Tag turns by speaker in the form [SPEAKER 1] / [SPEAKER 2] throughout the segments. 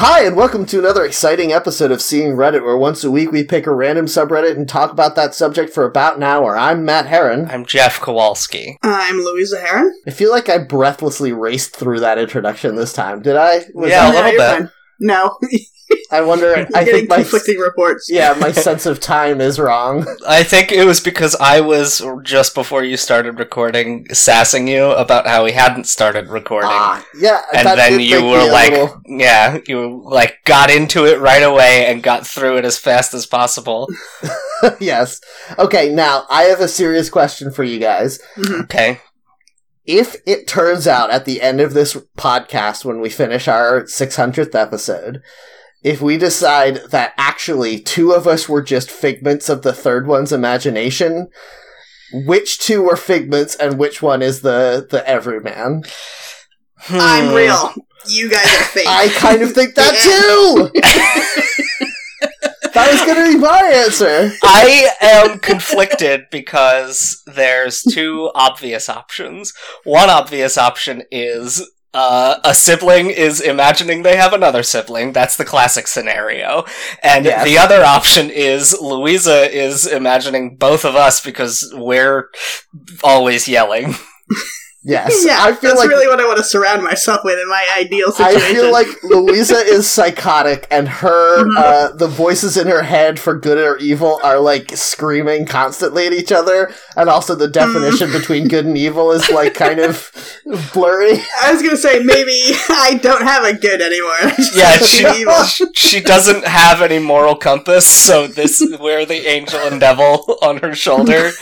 [SPEAKER 1] Hi, and welcome to another exciting episode of Seeing Reddit, where once a week we pick a random subreddit and talk about that subject for about an hour. I'm Matt Heron.
[SPEAKER 2] I'm Jeff Kowalski.
[SPEAKER 3] I'm Louisa Heron.
[SPEAKER 1] I feel like I breathlessly raced through that introduction this time. Did I?
[SPEAKER 2] Yeah, a
[SPEAKER 3] No,
[SPEAKER 2] little
[SPEAKER 3] you're
[SPEAKER 2] bit.
[SPEAKER 3] fine. No, you're
[SPEAKER 1] I wonder. I
[SPEAKER 3] getting
[SPEAKER 1] think my
[SPEAKER 3] conflicting reports.
[SPEAKER 1] yeah, my sense of time is wrong.
[SPEAKER 2] I think it was because I was just before you started recording sassing you about how we hadn't started recording.
[SPEAKER 1] Ah, yeah,
[SPEAKER 2] and
[SPEAKER 1] that
[SPEAKER 2] then
[SPEAKER 1] did
[SPEAKER 2] you
[SPEAKER 1] make me
[SPEAKER 2] were
[SPEAKER 1] a
[SPEAKER 2] like
[SPEAKER 1] little-
[SPEAKER 2] yeah, you like got into it right away and got through it as fast as possible.
[SPEAKER 1] yes. Okay, now I have a serious question for you guys.
[SPEAKER 3] Mhm.
[SPEAKER 2] Okay.
[SPEAKER 1] If it turns out at the end of this podcast, when we finish our 600th episode, if we decide that actually two of us were just figments of the third one's imagination, which two were figments and which one is the, the everyman?
[SPEAKER 2] Hmm.
[SPEAKER 3] I'm real. You guys are fake.
[SPEAKER 1] I kind of think that too! that was gonna be my answer!
[SPEAKER 2] I am conflicted because there's two obvious options. One obvious option is uh, a sibling is imagining they have another sibling. That's the classic scenario. And
[SPEAKER 1] Yes.
[SPEAKER 2] the other option is Louisa is imagining both of us because we're always yelling.
[SPEAKER 1] Yes.
[SPEAKER 3] yeah,
[SPEAKER 1] I feel
[SPEAKER 3] that's
[SPEAKER 1] like
[SPEAKER 3] really what I want to surround myself with in my ideal
[SPEAKER 1] I
[SPEAKER 3] situation.
[SPEAKER 1] feel like Louisa is psychotic, and her
[SPEAKER 3] Mhm.
[SPEAKER 1] uh, the voices in her head for good or evil are like screaming constantly at each other, and also the
[SPEAKER 3] Mm.
[SPEAKER 1] definition between good and evil is like kind of blurry.
[SPEAKER 3] I was gonna say maybe I don't have a good anymore. I just
[SPEAKER 2] Yeah,
[SPEAKER 3] have
[SPEAKER 2] she,
[SPEAKER 3] to be evil.
[SPEAKER 2] she doesn't have any moral compass, so this we're the angel and devil on her shoulder.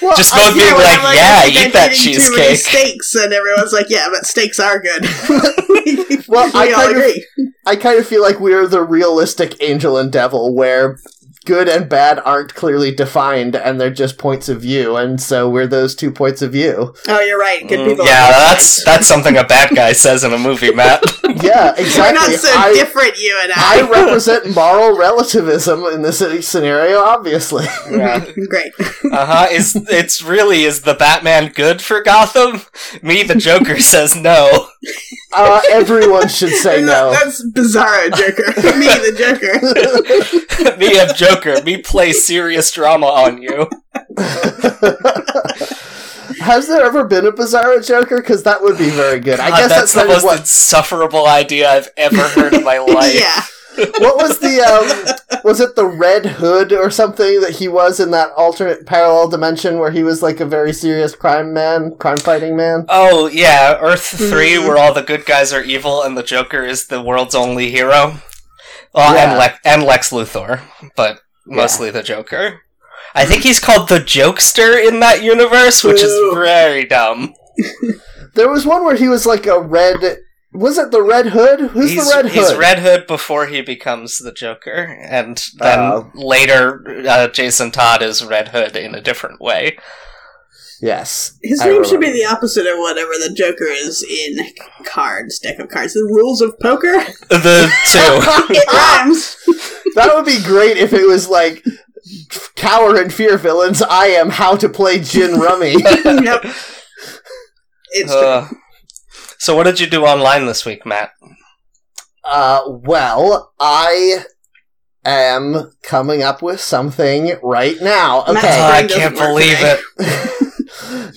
[SPEAKER 1] Well,
[SPEAKER 2] Just
[SPEAKER 1] I-
[SPEAKER 2] both being
[SPEAKER 3] Yeah, when
[SPEAKER 2] like,
[SPEAKER 3] I'm
[SPEAKER 2] yeah,
[SPEAKER 3] I think
[SPEAKER 2] eat
[SPEAKER 3] I'm
[SPEAKER 2] that
[SPEAKER 3] eating Too many
[SPEAKER 2] cheesecake.
[SPEAKER 3] steaks, and everyone's like, yeah, but steaks are good.
[SPEAKER 1] Well,
[SPEAKER 3] we
[SPEAKER 1] I
[SPEAKER 3] all
[SPEAKER 1] kind of-
[SPEAKER 3] agree.
[SPEAKER 1] I kind of feel like we're the realistic angel and devil, where good and bad aren't clearly defined, and they're just points of view, and so we're those two points of view.
[SPEAKER 3] Oh, you're right. Good
[SPEAKER 2] Mm,
[SPEAKER 3] people.
[SPEAKER 2] Yeah, that's that's something a bad guy says in a movie, Matt.
[SPEAKER 1] Yeah,
[SPEAKER 3] We're
[SPEAKER 1] exactly.
[SPEAKER 3] not so
[SPEAKER 1] I-
[SPEAKER 3] different, you and
[SPEAKER 1] I
[SPEAKER 3] I.
[SPEAKER 1] represent moral relativism in this scenario, obviously.
[SPEAKER 2] yeah.
[SPEAKER 3] Great.
[SPEAKER 2] Uh huh. Is it's really is the Batman good for Gotham? Me, the Joker says no.
[SPEAKER 1] Uh, everyone should say no.
[SPEAKER 3] That's Bizarro Joker. Me, the Joker.
[SPEAKER 2] Me, have Joker. Me, play serious drama on you.
[SPEAKER 1] Has there ever been a Bizarro Joker? Because that would be very good. I
[SPEAKER 2] God,
[SPEAKER 1] guess that's,
[SPEAKER 2] that's, the
[SPEAKER 1] kind of
[SPEAKER 2] most
[SPEAKER 1] what.
[SPEAKER 2] insufferable idea I've ever heard in my life.
[SPEAKER 3] Yeah.
[SPEAKER 1] What was the um? Was it the Red Hood or something that he was in that alternate parallel dimension where he was like a very serious crime man, crime fighting man?
[SPEAKER 2] Oh yeah, Earth
[SPEAKER 1] Mm-hmm.
[SPEAKER 2] three,
[SPEAKER 3] Mhm.
[SPEAKER 2] where all the good guys are evil and the Joker is the world's only hero. Well,
[SPEAKER 1] Yeah.
[SPEAKER 2] and, Lex and Lex Luthor, but mostly the Joker. I think he's called the Jokester in that universe, which is
[SPEAKER 3] Ooh.
[SPEAKER 2] very dumb.
[SPEAKER 1] There was one where he was like a red. Was it the Red Hood? Who's
[SPEAKER 2] he's,
[SPEAKER 1] the Red Hood?
[SPEAKER 2] He's Red Hood before he becomes the Joker, and then
[SPEAKER 1] Oh.
[SPEAKER 2] later uh, Jason Todd is Red Hood in a different way.
[SPEAKER 1] Yes,
[SPEAKER 3] His
[SPEAKER 1] I
[SPEAKER 3] name should be
[SPEAKER 1] remember.
[SPEAKER 3] the opposite of whatever the Joker is in cards, deck of cards. The rules of poker?
[SPEAKER 2] The two.
[SPEAKER 3] It rhymes.
[SPEAKER 1] That would be great if it was like cower and fear villains. I am how to play gin rummy.
[SPEAKER 3] yep. It's true.
[SPEAKER 2] Uh, so, what did you do online this week, Matt?
[SPEAKER 1] uh, well, I am coming up with something right now.
[SPEAKER 2] Oh,
[SPEAKER 1] Okay.
[SPEAKER 3] Matt's
[SPEAKER 2] I
[SPEAKER 3] brain
[SPEAKER 2] can't
[SPEAKER 3] doesn't work
[SPEAKER 2] believe
[SPEAKER 3] today.
[SPEAKER 2] it.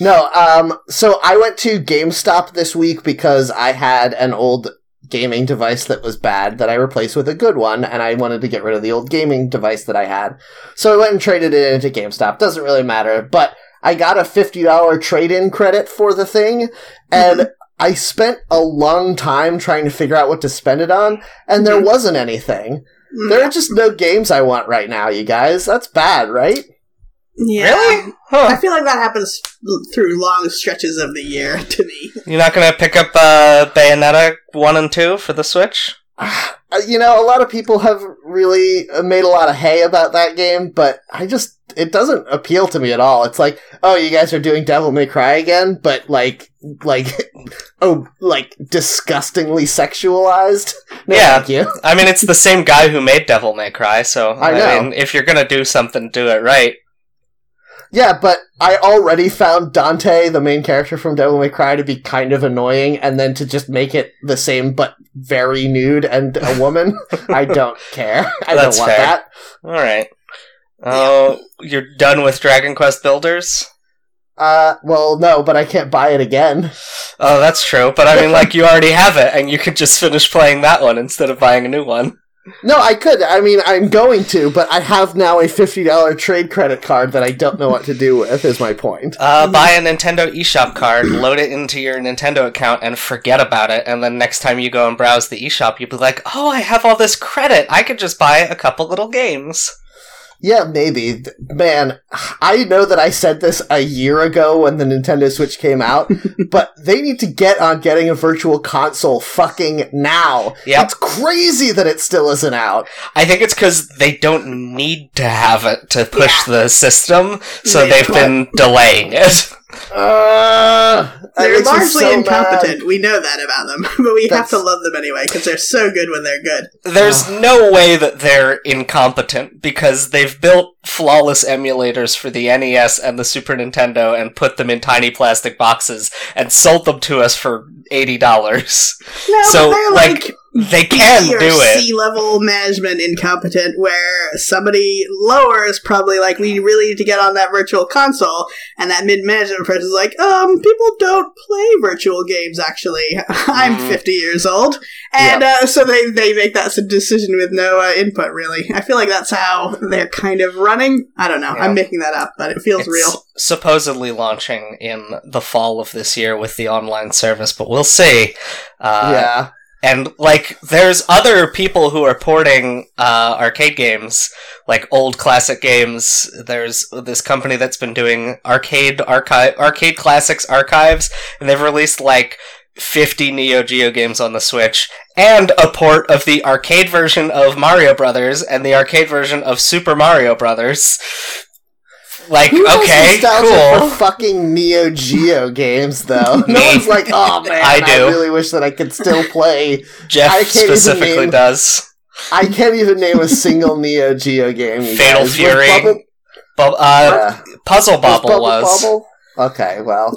[SPEAKER 1] no, um, so I went to GameStop this week because I had an old gaming device that was bad that I replaced with a good one, and I wanted to get rid of the old gaming device that I had. So I went and traded it into GameStop. Doesn't really matter, but I got a $50 trade in credit for the thing, and I spent a long time trying to figure out what to spend it on, and there
[SPEAKER 3] Mhm.
[SPEAKER 1] wasn't anything.
[SPEAKER 3] Mm,
[SPEAKER 1] There are just no games I want right now, you guys. That's bad, right?
[SPEAKER 3] yeah.
[SPEAKER 2] Really?
[SPEAKER 3] I
[SPEAKER 2] Huh.
[SPEAKER 3] feel like that happens through long stretches of the year to me.
[SPEAKER 2] You're not gonna pick up uh, Bayonetta one and two for the Switch?
[SPEAKER 1] Uh, you know, a lot of people have really uh, made a lot of hay about that game, but I just it doesn't appeal to me at all. It's like, oh, you guys are doing Devil May Cry again, but like, like, oh, like disgustingly sexualized. No,
[SPEAKER 2] Yeah.
[SPEAKER 1] thank you.
[SPEAKER 2] I mean, it's the same guy who made Devil May Cry, so
[SPEAKER 1] I know.
[SPEAKER 2] mean, if you're gonna do something, do it right.
[SPEAKER 1] Yeah, but I already found Dante, the main character from Devil May Cry, to be kind of annoying, and then to just make it the same but very nude and a woman, I don't care. I
[SPEAKER 2] That's
[SPEAKER 1] don't want
[SPEAKER 2] fair.
[SPEAKER 1] that.
[SPEAKER 2] All right. Oh, you're done with Dragon Quest Builders?
[SPEAKER 1] Uh, well, no, but I can't buy it again.
[SPEAKER 2] Oh, that's true. But I mean, like, you already have it, and you could just finish playing that one instead of buying a new one.
[SPEAKER 1] No, I could. I mean, I'm going to, but I have now a fifty dollar trade credit card that I don't know what to do with. Is my point?
[SPEAKER 2] Uh, buy a Nintendo eShop card, load it into your Nintendo account, and forget about it. And then next time you go and browse the eShop, you'll be like, oh, I have all this credit. I could just buy a couple little games.
[SPEAKER 1] Yeah, maybe. Th- Man, I know that I said this a year ago when the Nintendo Switch came out, but they need to get on getting a virtual console fucking now.
[SPEAKER 2] Yep.
[SPEAKER 1] It's crazy that it still isn't out.
[SPEAKER 2] I think it's because they don't need to have it to push the system, so
[SPEAKER 3] Yeah.
[SPEAKER 2] they've been delaying it.
[SPEAKER 1] Uh, that
[SPEAKER 3] They're
[SPEAKER 1] makes me
[SPEAKER 3] largely
[SPEAKER 1] so mad.
[SPEAKER 3] incompetent. We know that about them, but we have
[SPEAKER 1] That's-
[SPEAKER 3] to love them anyway because they're so good when they're good.
[SPEAKER 2] There's no way that they're incompetent because they've built flawless emulators for the NES and the Super Nintendo and put them in tiny plastic boxes and sold them to us for eighty dollars.
[SPEAKER 3] No,
[SPEAKER 2] So,
[SPEAKER 3] but they're
[SPEAKER 2] like,
[SPEAKER 3] like,
[SPEAKER 2] They can
[SPEAKER 3] B or
[SPEAKER 2] do it.
[SPEAKER 3] C level management incompetent, where somebody lower is probably like, we really need to get on that virtual console, and that mid management person is like, um, people don't play virtual games. Actually, I'm
[SPEAKER 2] Mhm.
[SPEAKER 3] 50 years old, and uh, so they they make that s- decision with no uh, input. Really, I feel like that's how they're kind of running. I don't know.
[SPEAKER 2] Yeah.
[SPEAKER 3] I'm making that up, but it feels
[SPEAKER 2] It's
[SPEAKER 3] real.
[SPEAKER 2] supposedly launching in the fall of this year with the online service, but we'll see. Uh,
[SPEAKER 1] yeah.
[SPEAKER 2] And like, there's other people who are porting uh, arcade games, like old classic games. There's this company that's been doing arcade archive, arcade classics archives, and they've released like 50 Neo Geo games on the Switch, and a port of the arcade version of Mario Brothers and the arcade version of Super Mario Brothers. Like,
[SPEAKER 1] Who has
[SPEAKER 2] okay,
[SPEAKER 1] nostalgia
[SPEAKER 2] cool.
[SPEAKER 1] for fucking Neo Geo games, though. No
[SPEAKER 2] Me.
[SPEAKER 1] one's like, oh man,
[SPEAKER 2] I
[SPEAKER 1] I,
[SPEAKER 2] do.
[SPEAKER 1] really wish that I could still play. I
[SPEAKER 2] Jeff
[SPEAKER 1] can't even
[SPEAKER 2] specifically
[SPEAKER 1] name-
[SPEAKER 2] does.
[SPEAKER 1] I can't even name a single Neo Geo game. you
[SPEAKER 2] Fatal
[SPEAKER 1] guys.
[SPEAKER 2] Fury.
[SPEAKER 1] Like, Bubble-
[SPEAKER 2] Bu- uh,
[SPEAKER 1] yeah.
[SPEAKER 2] Puzzle
[SPEAKER 1] Was
[SPEAKER 2] Bobble was. Uh,
[SPEAKER 1] Bubble? Okay, well,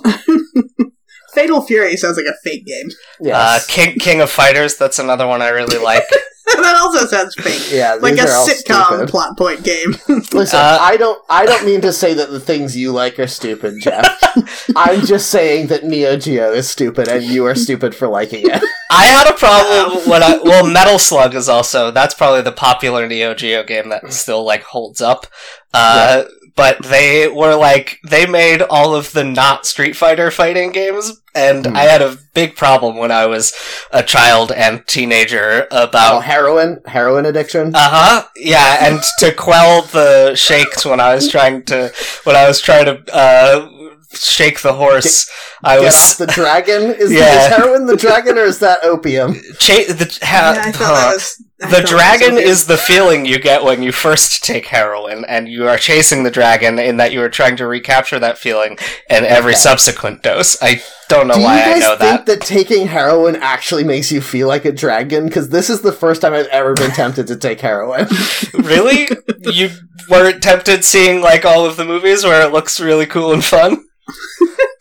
[SPEAKER 3] Fatal Fury sounds like a fake game.
[SPEAKER 1] yes.
[SPEAKER 2] Uh, King King of Fighters. That's another one I really like.
[SPEAKER 3] that also sounds fake.
[SPEAKER 1] yeah,
[SPEAKER 3] Like a
[SPEAKER 1] these are all
[SPEAKER 3] sitcom
[SPEAKER 1] stupid.
[SPEAKER 3] plot point game.
[SPEAKER 1] Listen,
[SPEAKER 2] Uh,
[SPEAKER 1] I don't, I don't mean to say that the things you like are stupid, Jeff. I'm just saying that Neo Geo is stupid, and you are stupid for liking it.
[SPEAKER 2] I had a
[SPEAKER 1] Um,
[SPEAKER 2] problem when I well Metal Slug is also that's probably the popular Neo Geo game that still like holds up. Uh, But they were like they made all of the not Street Fighter fighting games, and
[SPEAKER 1] Hmm.
[SPEAKER 2] I had a big problem when I was a child and teenager about
[SPEAKER 1] Oh, heroin, heroin addiction.
[SPEAKER 2] Uh huh. Yeah, and to quell the shakes when I was trying to when I was trying to uh, shake the horse, I
[SPEAKER 1] Get
[SPEAKER 2] was
[SPEAKER 1] off the dragon. Is,
[SPEAKER 2] Yeah.
[SPEAKER 1] is heroin the dragon, or is that opium?
[SPEAKER 2] cha- the ha-
[SPEAKER 1] Uh,
[SPEAKER 3] Yeah, I thought that
[SPEAKER 2] huh.
[SPEAKER 3] was- I
[SPEAKER 2] the
[SPEAKER 3] thought that was
[SPEAKER 2] dragon
[SPEAKER 3] okay.
[SPEAKER 2] is the feeling you get when you first take heroin, and you are chasing the dragon in that you are trying to recapture that feeling in every
[SPEAKER 1] Okay.
[SPEAKER 2] subsequent dose. I don't know
[SPEAKER 1] Do you
[SPEAKER 2] why I
[SPEAKER 1] guys
[SPEAKER 2] know
[SPEAKER 1] think
[SPEAKER 2] that.
[SPEAKER 1] that taking heroin actually makes you feel like a dragon? Because this is the first time I've ever been tempted to take heroin.
[SPEAKER 2] really, you were tempted seeing like all of the movies where it looks really cool and fun.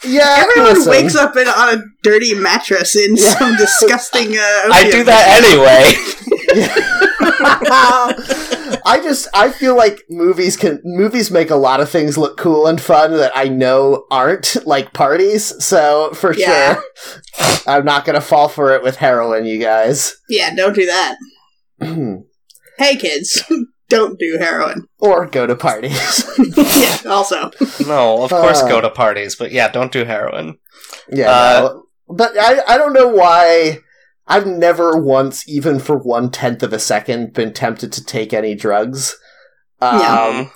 [SPEAKER 1] yeah,
[SPEAKER 3] Everyone
[SPEAKER 1] listen.
[SPEAKER 3] wakes up in, on a dirty mattress in
[SPEAKER 1] Yeah.
[SPEAKER 3] some disgusting. Uh,
[SPEAKER 2] I do that anyway.
[SPEAKER 1] I just I feel like movies can movies make a lot of things look cool and fun that I know aren't like parties. So for
[SPEAKER 3] Yeah.
[SPEAKER 1] sure, I'm not gonna fall for it with heroin, you guys.
[SPEAKER 3] Yeah, don't do that. Hey, kids, don't do heroin.
[SPEAKER 1] or go to parties.
[SPEAKER 3] yeah, also.
[SPEAKER 2] No, of course
[SPEAKER 1] Uh.
[SPEAKER 2] go to parties, but yeah, don't do heroin.
[SPEAKER 1] yeah,
[SPEAKER 3] Uh,
[SPEAKER 1] no. but I I don't know why. I've never once, even for one tenth of a second, been tempted to take any drugs. Um,
[SPEAKER 3] Yeah.
[SPEAKER 2] Um,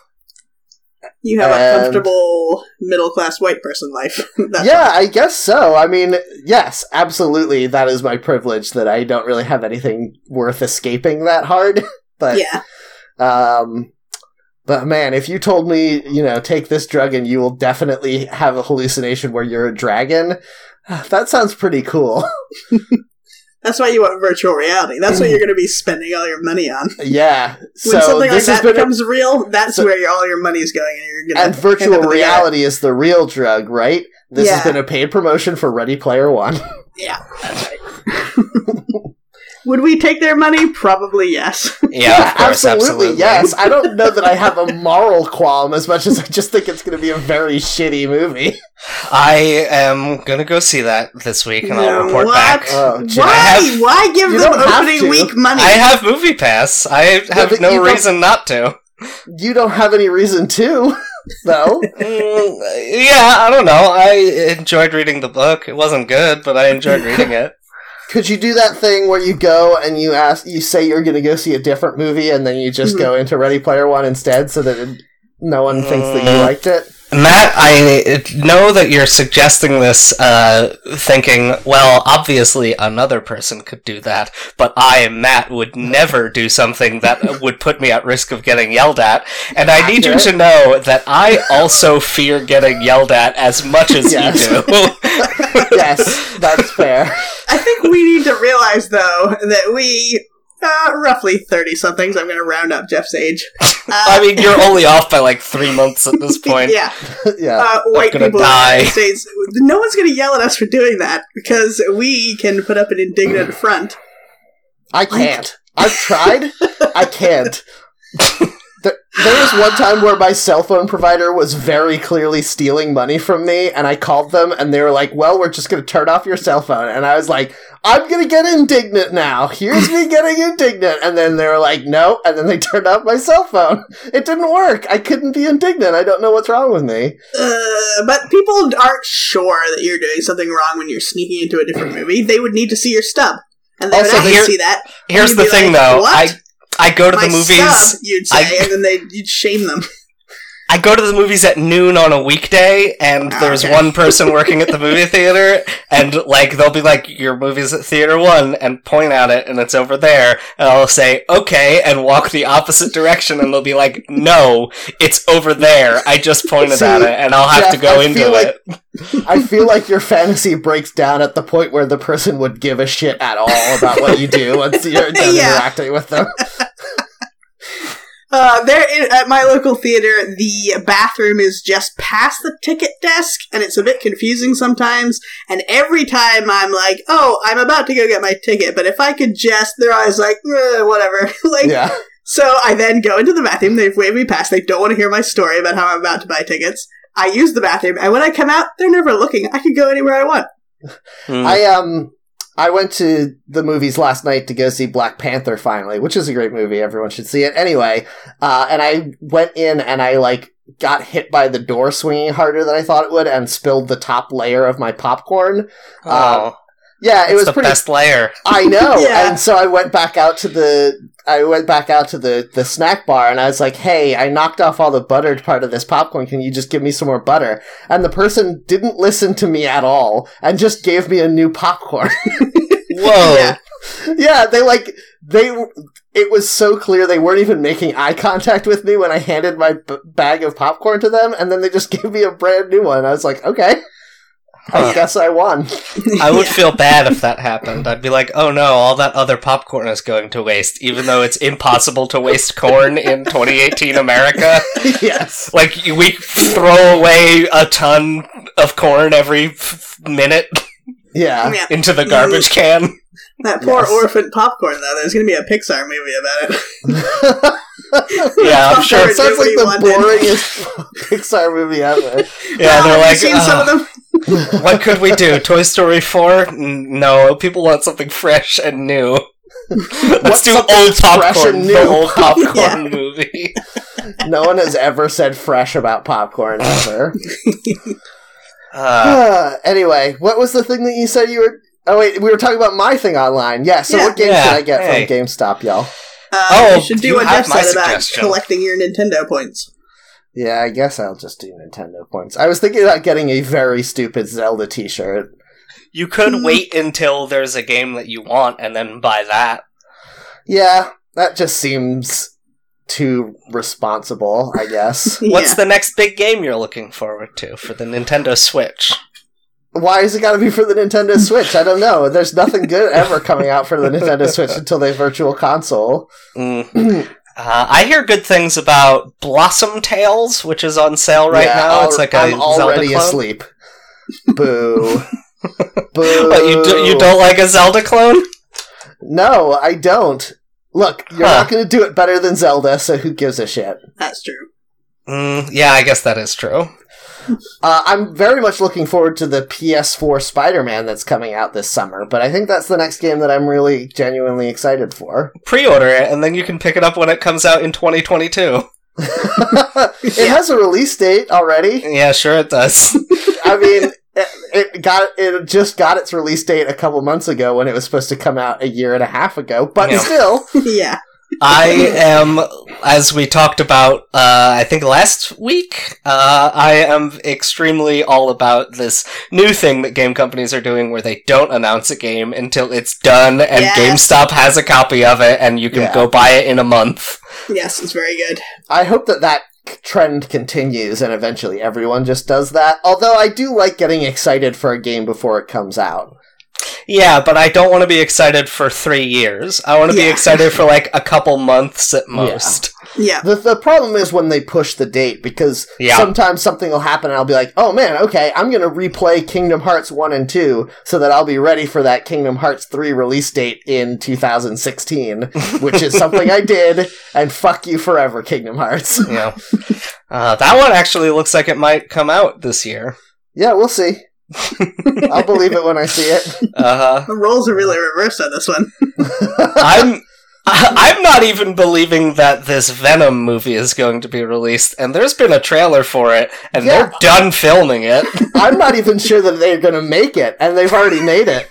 [SPEAKER 3] You have a
[SPEAKER 1] And-
[SPEAKER 3] comfortable middle class white person life. That's
[SPEAKER 1] yeah, I guess so. I mean, yes, absolutely. That is my privilege that I don't really have anything worth escaping that hard. But
[SPEAKER 3] Yeah.
[SPEAKER 1] um But man, if you told me, you know, take this drug and you will definitely have a hallucination where you're a dragon, that sounds pretty cool.
[SPEAKER 3] That's why you want virtual reality. That's what you're going to be spending all your money on.
[SPEAKER 1] yeah.
[SPEAKER 3] When
[SPEAKER 1] so
[SPEAKER 3] something like
[SPEAKER 1] this has
[SPEAKER 3] that
[SPEAKER 1] been a-
[SPEAKER 3] becomes real, that's
[SPEAKER 1] so-
[SPEAKER 3] where your, all your money is going, and you're going
[SPEAKER 1] and
[SPEAKER 3] to
[SPEAKER 1] virtual reality is the real drug, right? This has
[SPEAKER 3] Yeah.
[SPEAKER 1] been a paid promotion for Ready Player One.
[SPEAKER 3] Would we take their money? Probably yes.
[SPEAKER 2] Yeah, of course,
[SPEAKER 1] yes. I don't know that I have a moral qualm as much as I just think it's going to be a very shitty movie.
[SPEAKER 2] I am gonna go see that this week, and I'll
[SPEAKER 3] No,
[SPEAKER 2] report
[SPEAKER 3] what?
[SPEAKER 2] back.
[SPEAKER 1] Oh, gee.
[SPEAKER 3] why?
[SPEAKER 2] I have-
[SPEAKER 3] why give
[SPEAKER 1] You
[SPEAKER 3] them
[SPEAKER 1] don't have to.
[SPEAKER 3] opening week money?
[SPEAKER 2] I have Movie Pass. I have
[SPEAKER 1] but you
[SPEAKER 2] no
[SPEAKER 1] don't-
[SPEAKER 2] reason not to.
[SPEAKER 1] You don't have any reason to, though.
[SPEAKER 2] Mm, yeah, I don't know. I enjoyed reading the book. It wasn't good, but I enjoyed reading it.
[SPEAKER 1] Could you do that thing where you go and you ask, you say you're going to go see a different movie, and then you just go into Ready Player One instead, so that it, no one thinks that you
[SPEAKER 2] Mm.
[SPEAKER 1] liked it?
[SPEAKER 2] Matt, I know that you're suggesting this, uh, thinking, well, obviously another person could do that, but I, Matt, would never do something that would put me at risk of getting yelled at. And I need you to know that I also fear getting yelled at as much as
[SPEAKER 1] Yes.
[SPEAKER 2] you do.
[SPEAKER 1] yes, that's fair.
[SPEAKER 3] I think we need to realize, though, that we, uh, roughly 30 somethings, I'm going to round up Jeff's age. Uh,
[SPEAKER 2] I mean, you're only off by like three months at this point.
[SPEAKER 3] yeah,
[SPEAKER 1] yeah.
[SPEAKER 3] uh, white
[SPEAKER 2] gonna
[SPEAKER 3] people in the United
[SPEAKER 2] die.
[SPEAKER 3] States. No one's going to yell at us for doing that because we can put up an indignant front.
[SPEAKER 1] I can't. I've tried. I can't. There, there was one time where my cell phone provider was very clearly stealing money from me, and I called them, and they were like, "Well, we're just going to turn off your cell phone." And I was like, "I'm going to get indignant now. Here's me getting indignant." And then they were like, "No," and then they turned off my cell phone. It didn't work. I couldn't be indignant. I don't know what's wrong with me.
[SPEAKER 3] Uh, but people aren't sure that you're doing something wrong when you're sneaking into a different movie. They would need to see your stub. And they
[SPEAKER 2] Also,
[SPEAKER 3] would actually
[SPEAKER 2] here-
[SPEAKER 3] see that.
[SPEAKER 2] Here's
[SPEAKER 3] You'd
[SPEAKER 2] the
[SPEAKER 3] be
[SPEAKER 2] thing,
[SPEAKER 3] like,
[SPEAKER 2] though.
[SPEAKER 3] "What?
[SPEAKER 2] I, I go to
[SPEAKER 3] My
[SPEAKER 2] the movies.
[SPEAKER 3] stub, you'd
[SPEAKER 2] I-
[SPEAKER 3] say, and then they, you'd shame them.
[SPEAKER 2] I go to the movies at noon on a weekday, and
[SPEAKER 3] Ah,
[SPEAKER 2] there's
[SPEAKER 3] okay.
[SPEAKER 2] one person working at the movie theater, and like they'll be like, "Your movie's at theater one," and point at it, and it's over there, and I'll say, "Okay," and walk the opposite direction, and they'll be like, "No, it's over there. I just pointed
[SPEAKER 1] See,
[SPEAKER 2] at it, and I'll have to
[SPEAKER 1] Jeff,
[SPEAKER 2] go
[SPEAKER 1] I
[SPEAKER 2] into
[SPEAKER 1] feel
[SPEAKER 2] it."
[SPEAKER 1] like- I feel like your fantasy breaks down at the point where the person would give a shit at all about what you do once you're done
[SPEAKER 3] Yeah.
[SPEAKER 1] interacting with them.
[SPEAKER 3] Uh, there in, at my local theater, the bathroom is just past the ticket desk, and it's a bit confusing sometimes. And every time I'm like, "Oh, I'm about to go get my ticket," but if I could just, they're always like, "Eh, "Whatever." like,
[SPEAKER 1] Yeah.
[SPEAKER 3] so I then go into the bathroom. They've waved me past. They don't want to hear my story about how I'm about to buy tickets. I use the bathroom, and when I come out, they're never looking. I could go anywhere I want.
[SPEAKER 2] Hmm.
[SPEAKER 1] I um I went to the movies last night to go see Black Panther finally, which is a great movie. Everyone should see it. Anyway, uh, and I went in and I like got hit by the door swinging harder than I thought it would and spilled the top layer of my popcorn.
[SPEAKER 3] uh,
[SPEAKER 2] oh,
[SPEAKER 1] um, Yeah, it
[SPEAKER 2] it's
[SPEAKER 1] was
[SPEAKER 2] the
[SPEAKER 1] pretty.
[SPEAKER 2] best layer.
[SPEAKER 1] I know.
[SPEAKER 3] Yeah.
[SPEAKER 1] And so I went back out to the I went back out to the the snack bar and I was like, "Hey, I knocked off all the buttered part of this popcorn. Can you just give me some more butter?" And the person didn't listen to me at all and just gave me a new popcorn.
[SPEAKER 2] Whoa.
[SPEAKER 3] Yeah.
[SPEAKER 1] yeah, they like they w- it was so clear they weren't even making eye contact with me when I handed my b- bag of popcorn to them and then they just gave me a brand new one. I was like, "Okay, I
[SPEAKER 2] Huh.
[SPEAKER 1] guess I won."
[SPEAKER 2] I would
[SPEAKER 3] Yeah.
[SPEAKER 2] feel bad if that happened. I'd be like, oh no, all that other popcorn is going to waste, even though it's impossible to waste corn in 2018 America.
[SPEAKER 1] yes.
[SPEAKER 2] Like, you- we throw away a ton of corn every f- minute
[SPEAKER 1] Yeah.
[SPEAKER 3] Yeah.
[SPEAKER 2] into the garbage can.
[SPEAKER 3] That poor
[SPEAKER 1] Yes.
[SPEAKER 3] orphan popcorn, though. There's going to be a Pixar movie about it.
[SPEAKER 2] Yeah, I'm
[SPEAKER 3] Popcorn
[SPEAKER 2] sure.
[SPEAKER 1] That
[SPEAKER 3] did
[SPEAKER 1] sounds
[SPEAKER 3] what
[SPEAKER 1] like
[SPEAKER 3] he
[SPEAKER 1] the
[SPEAKER 3] wanted.
[SPEAKER 1] boringest Pixar movie ever.
[SPEAKER 2] Yeah,
[SPEAKER 3] Have
[SPEAKER 2] they're
[SPEAKER 3] you
[SPEAKER 2] like,
[SPEAKER 3] seen some of
[SPEAKER 2] "Ugh,
[SPEAKER 3] them?
[SPEAKER 2] what could we do? Toy Story 4? No, people want something fresh and new. Let's
[SPEAKER 1] What's
[SPEAKER 2] do
[SPEAKER 1] something
[SPEAKER 2] old
[SPEAKER 1] fresh
[SPEAKER 2] popcorn,
[SPEAKER 1] and
[SPEAKER 2] the
[SPEAKER 1] new?
[SPEAKER 2] old popcorn
[SPEAKER 3] Yeah.
[SPEAKER 2] movie.
[SPEAKER 1] No one has ever said fresh about popcorn ever.
[SPEAKER 2] Uh,
[SPEAKER 1] Uh, anyway, what was the thing that you said you were? Oh wait, we were talking about my thing online. Yeah. So
[SPEAKER 3] Yeah.
[SPEAKER 1] what games
[SPEAKER 2] Yeah,
[SPEAKER 1] did I get
[SPEAKER 2] hey.
[SPEAKER 1] from GameStop, y'all?
[SPEAKER 3] Uh,
[SPEAKER 2] Oh,
[SPEAKER 3] you should do
[SPEAKER 2] you
[SPEAKER 3] what Jeff
[SPEAKER 2] have my
[SPEAKER 3] said about
[SPEAKER 2] suggestion.
[SPEAKER 3] collecting your Nintendo points.
[SPEAKER 1] Yeah, I guess I'll just do Nintendo points. I was thinking about getting a very stupid Zelda T-shirt.
[SPEAKER 2] You could
[SPEAKER 3] Hmm.
[SPEAKER 2] wait until there's a game that you want and then buy that.
[SPEAKER 1] Yeah, that just seems too responsible, I guess.
[SPEAKER 2] What's
[SPEAKER 3] yeah.
[SPEAKER 2] the next big game you're looking forward to for the Nintendo Switch?
[SPEAKER 1] Why is it got to be for the Nintendo Switch? I don't know. There's nothing good ever coming out for the Nintendo Switch until they virtual console.
[SPEAKER 2] Mm.
[SPEAKER 1] Hmm.
[SPEAKER 2] Uh, I hear good things about Blossom Tales, which is on sale right
[SPEAKER 1] Yeah,
[SPEAKER 2] now. It's
[SPEAKER 1] al-
[SPEAKER 2] like a
[SPEAKER 1] I'm already
[SPEAKER 2] Zelda clone.
[SPEAKER 1] asleep. Boo. Boo.
[SPEAKER 2] But you do, you don't like a Zelda clone?
[SPEAKER 1] No, I don't. Look, you're
[SPEAKER 2] Huh.
[SPEAKER 1] not going to do it better than Zelda, so who gives a shit?
[SPEAKER 3] That's true.
[SPEAKER 2] Mm, yeah, I guess that is true.
[SPEAKER 1] Uh, I'm very much looking forward to the PS4 Spider Man that's coming out this summer, but I think that's the next game that I'm really genuinely excited for.
[SPEAKER 2] Pre-order it, and then you can pick it up when it comes out in 2022.
[SPEAKER 1] it has a release date already.
[SPEAKER 2] Yeah, sure it does.
[SPEAKER 1] I mean, it, it got it just got its release date a couple months ago when it was supposed to come out a year and a half ago, but
[SPEAKER 2] Yeah.
[SPEAKER 1] still,
[SPEAKER 3] yeah.
[SPEAKER 2] I am, as we talked about, uh, I think last week, uh, I am extremely all about this new thing that game companies are doing where they don't announce a game until it's done and
[SPEAKER 3] Yes.
[SPEAKER 2] GameStop has a copy of it and you can
[SPEAKER 1] Yeah.
[SPEAKER 2] go buy it in a month.
[SPEAKER 3] Yes, it's very good.
[SPEAKER 1] I hope that that c- trend continues and eventually everyone just does that. Although I do like getting excited for a game before it comes out.
[SPEAKER 2] Yeah, but I don't want to be excited for three years. I want to be
[SPEAKER 3] Yeah.
[SPEAKER 2] excited for like a couple months at most.
[SPEAKER 3] Yeah.
[SPEAKER 1] The, the problem is when they push the date because
[SPEAKER 2] Yeah.
[SPEAKER 1] sometimes something will happen and I'll be like, oh man, okay, I'm going to replay Kingdom Hearts 1 and 2 so that I'll be ready for that Kingdom Hearts 3 release date in 2016, which is something I did, and fuck you forever, Kingdom Hearts.
[SPEAKER 2] You know. uh, that one actually looks like it might come out this year.
[SPEAKER 1] Yeah, we'll see. I'll believe it when I see it.
[SPEAKER 2] Uh huh.
[SPEAKER 3] The roles are really reversed on this one.
[SPEAKER 2] I'm I- I'm not even believing that this Venom movie is going to be released, and there's been a trailer for it, and they're done filming it.
[SPEAKER 1] I'm not even sure that they're going to make it, and they've already made it.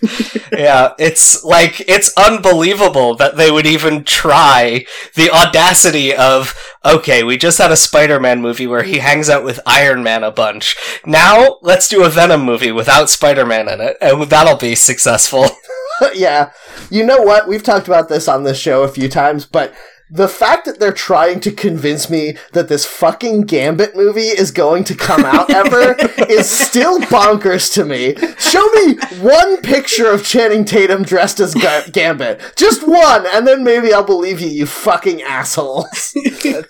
[SPEAKER 2] yeah, it's like it's unbelievable that they would even try the audacity of okay, we just had a Spider-Man movie where he hangs out with Iron Man a bunch. Now let's do a Venom movie without Spider-Man in it, and that'll be successful.
[SPEAKER 1] yeah. You know what? We've talked about this on this show a few times, but the fact that they're trying to convince me that this fucking Gambit movie is going to come out ever is still bonkers to me. Show me one picture of Channing Tatum dressed as Ga- Gambit. Just one, and then maybe I'll believe you, you fucking assholes.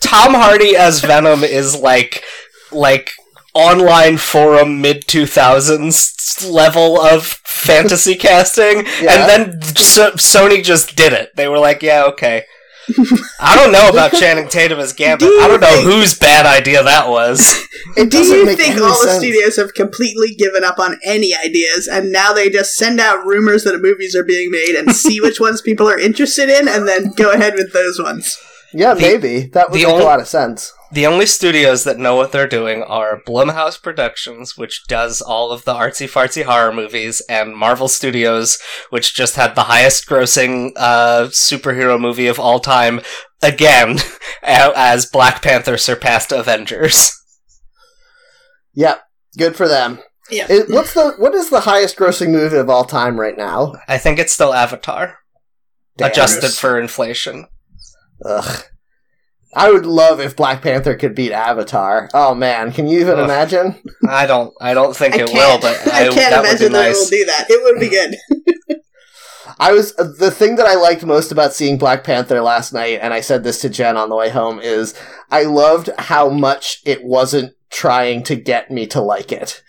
[SPEAKER 2] Tom Hardy as Venom is like like online forum mid 2000s level of fantasy casting
[SPEAKER 1] Yeah.
[SPEAKER 2] and then so- Sony just did it. They were like, yeah, okay. I don't know about Channing Tatum as Gambit.
[SPEAKER 3] Do you
[SPEAKER 2] I don't know
[SPEAKER 3] think-
[SPEAKER 2] whose bad idea that was.
[SPEAKER 1] It
[SPEAKER 3] Do
[SPEAKER 1] doesn't
[SPEAKER 3] you
[SPEAKER 1] make
[SPEAKER 3] think
[SPEAKER 1] any
[SPEAKER 3] all the
[SPEAKER 1] sense.
[SPEAKER 3] studios have completely given up on any ideas and now they just send out rumors that movies are being made and see which ones people are interested in and then go ahead with those ones?
[SPEAKER 1] yeah,
[SPEAKER 2] the-
[SPEAKER 1] maybe. That would
[SPEAKER 2] the
[SPEAKER 1] make
[SPEAKER 2] only-
[SPEAKER 1] a lot of sense.
[SPEAKER 2] The only studios that know what they're doing are Blumhouse Productions, which does all of the artsy fartsy horror movies, and Marvel Studios, which just had the highest grossing uh, superhero movie of all time again, a- as Black Panther surpassed Avengers.
[SPEAKER 1] Yep. Good for them.
[SPEAKER 3] Yeah.
[SPEAKER 1] It- what's the what is the highest grossing movie of all time right now?
[SPEAKER 2] I think it's still Avatar,
[SPEAKER 1] Damn.
[SPEAKER 2] adjusted for inflation.
[SPEAKER 1] Ugh. I would love if Black Panther could beat Avatar. Oh man, can you even
[SPEAKER 2] Ugh.
[SPEAKER 1] imagine?
[SPEAKER 2] I don't, I don't think
[SPEAKER 3] I
[SPEAKER 2] it
[SPEAKER 3] can't,
[SPEAKER 2] will, but I,
[SPEAKER 3] I can't
[SPEAKER 2] that would
[SPEAKER 3] imagine
[SPEAKER 2] be
[SPEAKER 3] that it
[SPEAKER 2] nice.
[SPEAKER 3] will do that. It would be good.
[SPEAKER 1] I was the thing that I liked most about seeing Black Panther last night, and I said this to Jen on the way home is I loved how much it wasn't trying to get me to like it.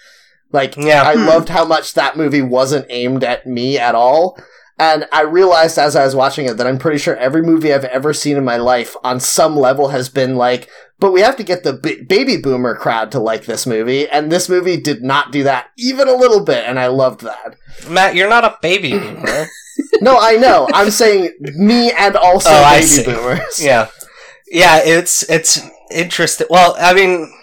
[SPEAKER 1] Like
[SPEAKER 2] yeah,
[SPEAKER 1] I
[SPEAKER 3] Hmm.
[SPEAKER 1] loved how much that movie wasn't aimed at me at all. And I realized as I was watching it that I'm pretty sure every movie I've ever seen in my life on some level has been like, but we have to get the b- baby boomer crowd to like this movie. And this movie did not do that even a little bit. And I loved that.
[SPEAKER 2] Matt, you're not a baby boomer.
[SPEAKER 1] No, I know. I'm saying me and also
[SPEAKER 2] Oh, I
[SPEAKER 1] baby
[SPEAKER 2] see.
[SPEAKER 1] boomers.
[SPEAKER 2] Yeah, yeah. It's it's interesting. Well, I mean,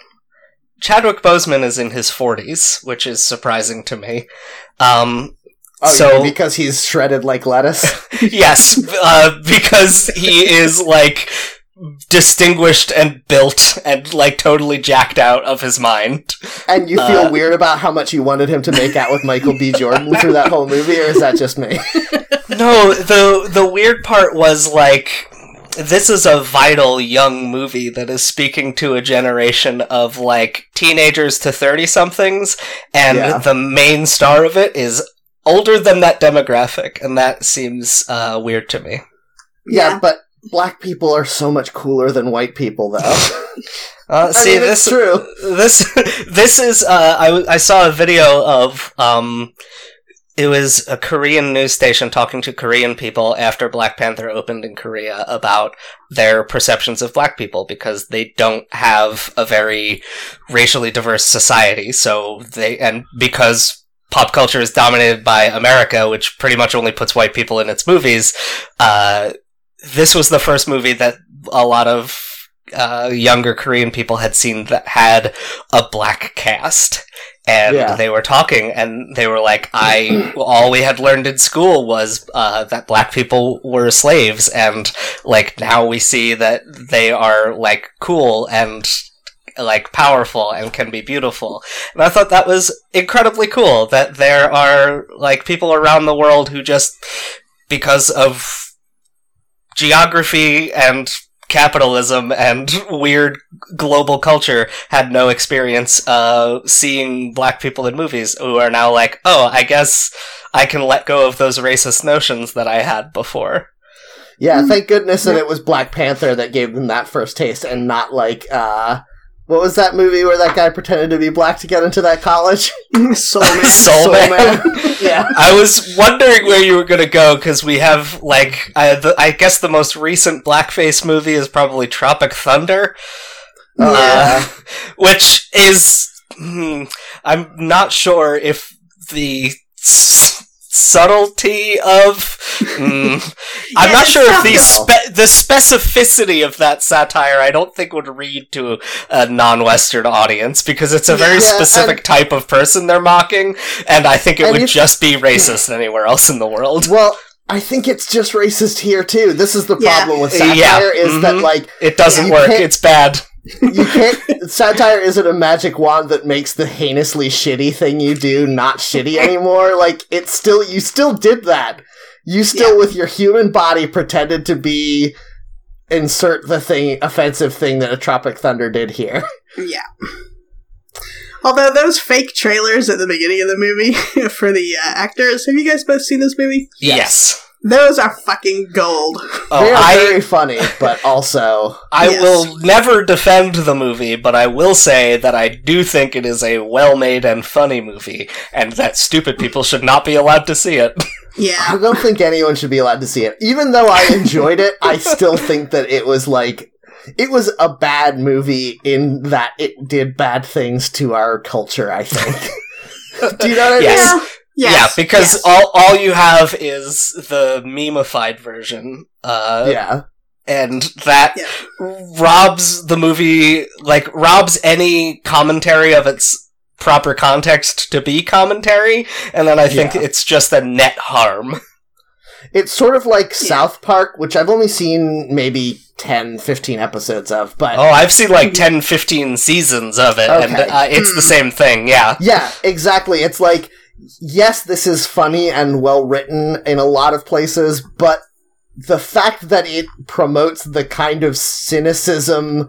[SPEAKER 2] Chadwick Boseman is in his forties, which is surprising to me. Um,
[SPEAKER 1] Oh,
[SPEAKER 2] So-
[SPEAKER 1] yeah, because he's shredded like lettuce.
[SPEAKER 2] yes, uh, because he is like distinguished and built and like totally jacked out of his mind.
[SPEAKER 1] And you feel
[SPEAKER 2] Uh.
[SPEAKER 1] weird about how much you wanted him to make out with Michael B. Jordan through that whole movie, or is that just me?
[SPEAKER 2] No, the the weird part was like this is a vital young movie that is speaking to a generation of like teenagers to 30 somethings and
[SPEAKER 1] Yeah.
[SPEAKER 2] the main star of it is older than that demographic and that seems uh, weird to me
[SPEAKER 1] Yeah, but black people are so much cooler than white people, though.
[SPEAKER 2] uh, see
[SPEAKER 1] mean, it's
[SPEAKER 2] this
[SPEAKER 1] true.
[SPEAKER 2] this this is uh, I, w- I saw a video of um it was a Korean news station talking to Korean people after Black Panther opened in Korea about their perceptions of black people because they don't have a very racially diverse society so they and because pop culture is dominated by America which pretty much only puts white people in its movies uh this was the first movie that a lot of uh, younger Korean people had seen that had a black cast. And
[SPEAKER 1] Yeah.
[SPEAKER 2] they were talking, and they were like, "I all we had learned in school was uh, that black people were slaves, and like now we see that they are like cool and like powerful and can be beautiful." And I thought that was incredibly cool that there are like people around the world who just because of geography and capitalism and weird global culture had no experience uh, seeing black people in movies who are now like, oh, I guess I can let go of those racist notions that I had before.
[SPEAKER 1] Mm-hmm. Yeah,
[SPEAKER 3] Mm.
[SPEAKER 1] thank goodness that
[SPEAKER 3] Yeah.
[SPEAKER 1] it was Black Panther that gave them that first taste and not like uh what was that movie where that guy pretended to be black to get into that college?
[SPEAKER 3] Soul Man.
[SPEAKER 2] Soul Man.
[SPEAKER 1] yeah.
[SPEAKER 2] I was wondering where you were going to go because we have like I, the, I guess the most recent blackface movie is probably Tropic Thunder.
[SPEAKER 1] Uh,
[SPEAKER 2] Uh, which is hmm, I'm not sure if the s- subtlety of hmm, I'm
[SPEAKER 3] Yeah,
[SPEAKER 2] not
[SPEAKER 3] it's
[SPEAKER 2] sure if the
[SPEAKER 1] subtle.
[SPEAKER 2] spe- the specificity of that satire I don't think would read to a non-western audience because it's a very
[SPEAKER 1] Yeah,
[SPEAKER 2] specific type of person they're mocking and I think it
[SPEAKER 1] And Hmm.
[SPEAKER 2] would
[SPEAKER 1] if-
[SPEAKER 2] just be racist anywhere else in the world.
[SPEAKER 1] Well, I think it's just racist here too. This is the
[SPEAKER 3] Yeah.
[SPEAKER 1] problem with
[SPEAKER 2] Yeah,
[SPEAKER 1] satire is that
[SPEAKER 2] mhm.
[SPEAKER 1] like
[SPEAKER 2] It doesn't
[SPEAKER 1] You
[SPEAKER 2] work.
[SPEAKER 1] can't-
[SPEAKER 2] It's bad.
[SPEAKER 1] you can't satire isn't a magic wand that makes the heinously shitty thing you do not shitty anymore. Like it's still you still did that. You still with your human body pretended to be insert the thing offensive thing that a Tropic Thunder did here.
[SPEAKER 3] Yeah. Although those fake trailers at the beginning of the movie for the uh, actors, have you guys both seen this movie?
[SPEAKER 2] Yes.
[SPEAKER 3] Those are fucking gold.
[SPEAKER 2] Oh,
[SPEAKER 1] they are
[SPEAKER 2] I
[SPEAKER 1] very funny, but also
[SPEAKER 2] I
[SPEAKER 3] Yes.
[SPEAKER 2] will never defend the movie, but I will say that I do think it is a well-made and funny movie, and that stupid people should not be allowed to see it.
[SPEAKER 1] I
[SPEAKER 3] Yeah.
[SPEAKER 1] don't think anyone should be allowed to see it. Even though I enjoyed it, I still think that it was like it was a bad movie in that it did bad things to our culture. I think. Do you know what I
[SPEAKER 2] Yes.
[SPEAKER 1] mean?
[SPEAKER 3] Yeah. Yes.
[SPEAKER 2] yeah, because
[SPEAKER 3] Yes.
[SPEAKER 2] all all you have is the memeified version. Uh,
[SPEAKER 1] yeah,
[SPEAKER 2] and that
[SPEAKER 3] Yeah.
[SPEAKER 2] robs the movie like robs any commentary of its proper context to be commentary and then i think
[SPEAKER 1] Yeah.
[SPEAKER 2] it's just a net harm
[SPEAKER 1] it's sort of like
[SPEAKER 3] Yeah.
[SPEAKER 1] South Park, which I've only seen maybe 10, 15 episodes of, but.
[SPEAKER 2] oh i've seen like 10 15 seasons of it and
[SPEAKER 1] Okay. Hmm.
[SPEAKER 2] uh, it's the same thing yeah
[SPEAKER 1] Yeah, exactly. It's like, yes, this is funny and well written in a lot of places, but the fact that it promotes the kind of cynicism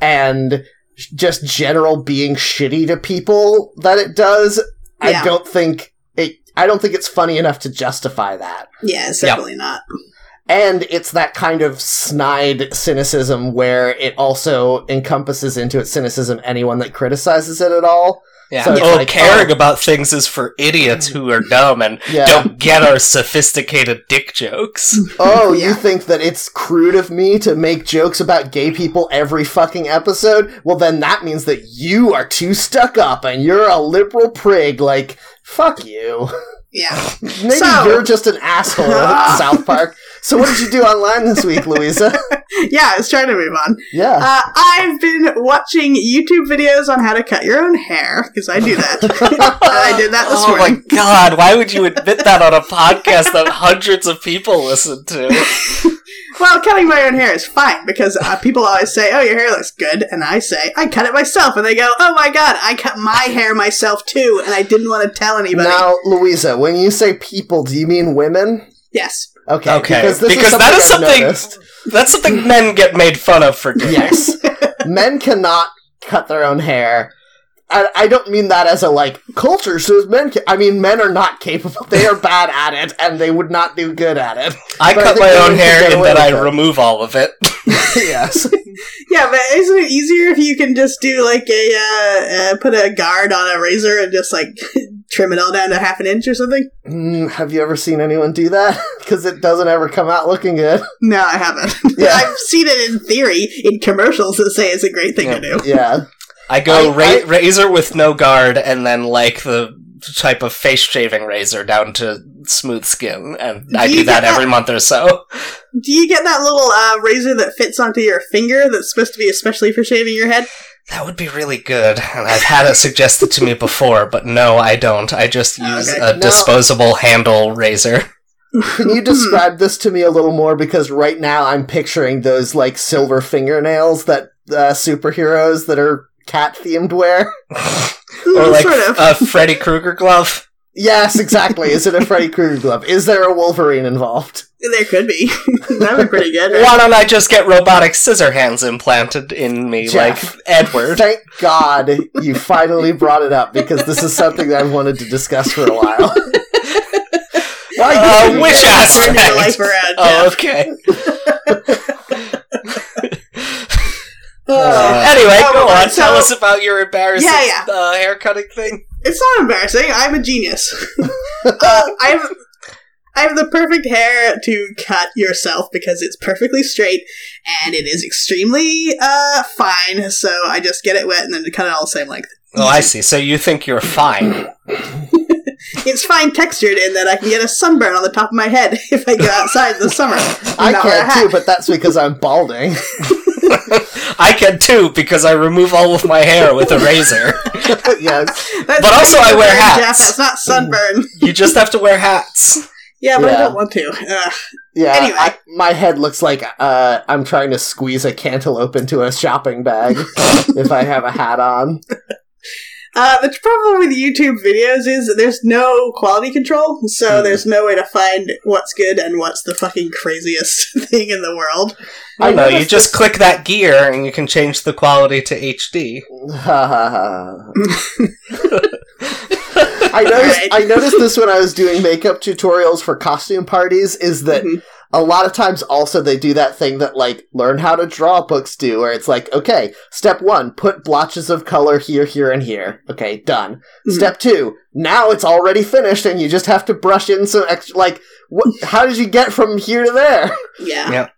[SPEAKER 1] and sh- just general being shitty to people that it does, I
[SPEAKER 3] Yeah.
[SPEAKER 1] don't think it. I don't think it's funny enough to justify that.
[SPEAKER 3] Yeah, it's
[SPEAKER 2] Yeah.
[SPEAKER 3] definitely not.
[SPEAKER 1] And it's that kind of snide cynicism where it also encompasses into its cynicism anyone that criticizes it at all.
[SPEAKER 2] Yeah.
[SPEAKER 1] So it's
[SPEAKER 2] oh,
[SPEAKER 1] like,
[SPEAKER 2] caring about things is for idiots who are dumb and
[SPEAKER 1] Yeah.
[SPEAKER 2] don't get our sophisticated dick jokes.
[SPEAKER 1] Oh,
[SPEAKER 3] Yeah.
[SPEAKER 1] you think that it's crude of me to make jokes about gay people every fucking episode? Well, then that means that you are too stuck up and you're a liberal prig. Like, fuck you.
[SPEAKER 3] Yeah.
[SPEAKER 1] Maybe
[SPEAKER 3] So-
[SPEAKER 1] you're just an asshole, South Park. So, what did you do online this week, Louisa?
[SPEAKER 3] Yeah, I was trying to move on.
[SPEAKER 1] Yeah.
[SPEAKER 3] Uh, I've been watching YouTube videos on how to cut your own hair, because I do that. And I did that this
[SPEAKER 2] oh
[SPEAKER 3] morning.
[SPEAKER 2] my god, why would you admit that on a podcast that hundreds of people listen to?
[SPEAKER 3] Well, cutting my own hair is fine because uh, people always say, "Oh, your hair looks good," and I say, "I cut it myself," and they go, "Oh my god, I cut my hair myself too," and I didn't want to tell anybody.
[SPEAKER 1] Now, Louisa, when you say people, do you mean women?
[SPEAKER 3] Yes,
[SPEAKER 1] Okay.
[SPEAKER 2] Okay,
[SPEAKER 1] Because, this
[SPEAKER 2] because
[SPEAKER 1] is something
[SPEAKER 2] that is
[SPEAKER 1] I've
[SPEAKER 2] something-
[SPEAKER 1] noticed.
[SPEAKER 2] That's something men get made fun of for doing.
[SPEAKER 1] Yes. Men cannot cut their own hair. I, I don't mean that as a like culture says men. Can, I mean men are not capable. They are bad at it, and they would not do good at it.
[SPEAKER 2] I
[SPEAKER 1] But I
[SPEAKER 2] cut
[SPEAKER 1] think
[SPEAKER 2] my
[SPEAKER 1] they
[SPEAKER 2] own
[SPEAKER 1] can
[SPEAKER 2] hair
[SPEAKER 1] get
[SPEAKER 2] and
[SPEAKER 1] away
[SPEAKER 2] then I
[SPEAKER 1] with it.
[SPEAKER 2] remove all of it.
[SPEAKER 1] yes.
[SPEAKER 3] Yeah, but isn't it easier if you can just do like a uh, uh, put a guard on a razor and just like trim it all down to half an inch or something?
[SPEAKER 1] Mm, have you ever seen anyone do that? Because it doesn't ever come out looking good.
[SPEAKER 3] No, I haven't.
[SPEAKER 1] Yeah.
[SPEAKER 3] I've seen it in theory in commercials that say it's a great thing to do.
[SPEAKER 1] Yeah.
[SPEAKER 2] I go
[SPEAKER 1] I-
[SPEAKER 2] ra-
[SPEAKER 1] I-
[SPEAKER 2] razor with no guard, and then like the type of face shaving razor down to smooth skin, and I
[SPEAKER 3] Do
[SPEAKER 2] do
[SPEAKER 3] you
[SPEAKER 2] that
[SPEAKER 3] get
[SPEAKER 2] every month or so.
[SPEAKER 3] Do you get that little uh, razor that fits onto your finger that's supposed to be especially for shaving your head?
[SPEAKER 2] That would be really good, and I've had it suggested to me before, but no, I don't. I just use
[SPEAKER 3] Okay.
[SPEAKER 2] a
[SPEAKER 1] No.
[SPEAKER 2] disposable handle razor.
[SPEAKER 1] Can you describe this to me a little more? Because right now I'm picturing those like silver fingernails that uh, superheroes that are cat themed wear.
[SPEAKER 2] or
[SPEAKER 3] Mm,
[SPEAKER 2] like
[SPEAKER 3] sort of.
[SPEAKER 2] a Freddy Krueger glove.
[SPEAKER 1] Yes, exactly. Is it a Freddy Krueger glove? Is there a Wolverine involved?
[SPEAKER 3] there could be. that would be pretty good. right?
[SPEAKER 2] Why don't I just get robotic scissor hands implanted in me,
[SPEAKER 1] Jeff.
[SPEAKER 2] like Edward?
[SPEAKER 1] Thank God you finally brought it up because this is something that I've wanted to discuss for a while. Why
[SPEAKER 2] Uh,
[SPEAKER 1] you-
[SPEAKER 2] which
[SPEAKER 3] Turn your
[SPEAKER 2] aspect?
[SPEAKER 3] life around.
[SPEAKER 2] Oh, okay.
[SPEAKER 3] Uh,
[SPEAKER 2] anyway,
[SPEAKER 3] Oh,
[SPEAKER 2] go on.
[SPEAKER 3] so-
[SPEAKER 2] Tell us about your embarrassing
[SPEAKER 3] Yeah, yeah.
[SPEAKER 2] Uh, hair cutting thing.
[SPEAKER 3] It's not embarrassing. I'm a genius. uh, I have I have the perfect hair to cut yourself because it's perfectly straight and it is extremely uh fine. So I just get it wet and then cut it all the same length.
[SPEAKER 2] Oh, I see. So you think you're fine?
[SPEAKER 3] It's fine textured in that I can get a sunburn on the top of my head if I go outside in the summer.
[SPEAKER 1] I
[SPEAKER 3] Not wear a
[SPEAKER 1] can
[SPEAKER 3] hat.
[SPEAKER 1] too, but that's because I'm balding.
[SPEAKER 2] I can too because I remove all of my hair with a razor.
[SPEAKER 1] yes.
[SPEAKER 3] That's
[SPEAKER 2] but also I wear
[SPEAKER 3] sunburn,
[SPEAKER 2] hats.
[SPEAKER 3] Jeff, that's not sunburn.
[SPEAKER 2] You just have to wear hats.
[SPEAKER 3] Yeah, but I
[SPEAKER 1] Yeah.
[SPEAKER 3] don't want to. Uh, Ugh.
[SPEAKER 1] Yeah.
[SPEAKER 3] Anyway.
[SPEAKER 1] I- my head looks like uh, I'm trying to squeeze a cantaloupe into a shopping bag if I have a hat on.
[SPEAKER 3] Uh, the problem with YouTube videos is that there's no quality control, so
[SPEAKER 1] Hmm.
[SPEAKER 3] there's no way to find what's good and what's the fucking craziest thing in the world.
[SPEAKER 2] I
[SPEAKER 1] I
[SPEAKER 2] know. You
[SPEAKER 1] noticed
[SPEAKER 2] just click that gear and you can change the quality to HD.
[SPEAKER 1] I noticed
[SPEAKER 3] Alright.
[SPEAKER 1] I noticed this when I was doing makeup tutorials for costume parties is that
[SPEAKER 3] Mhm.
[SPEAKER 1] a lot of times also they do that thing that like learn how to draw books do where it's like okay step 1 put blotches of color here here and here okay done
[SPEAKER 3] Mhm.
[SPEAKER 1] step 2 now it's already finished and you just have to brush in some extra like what how did you get from here to there
[SPEAKER 3] Yeah.
[SPEAKER 2] Yeah.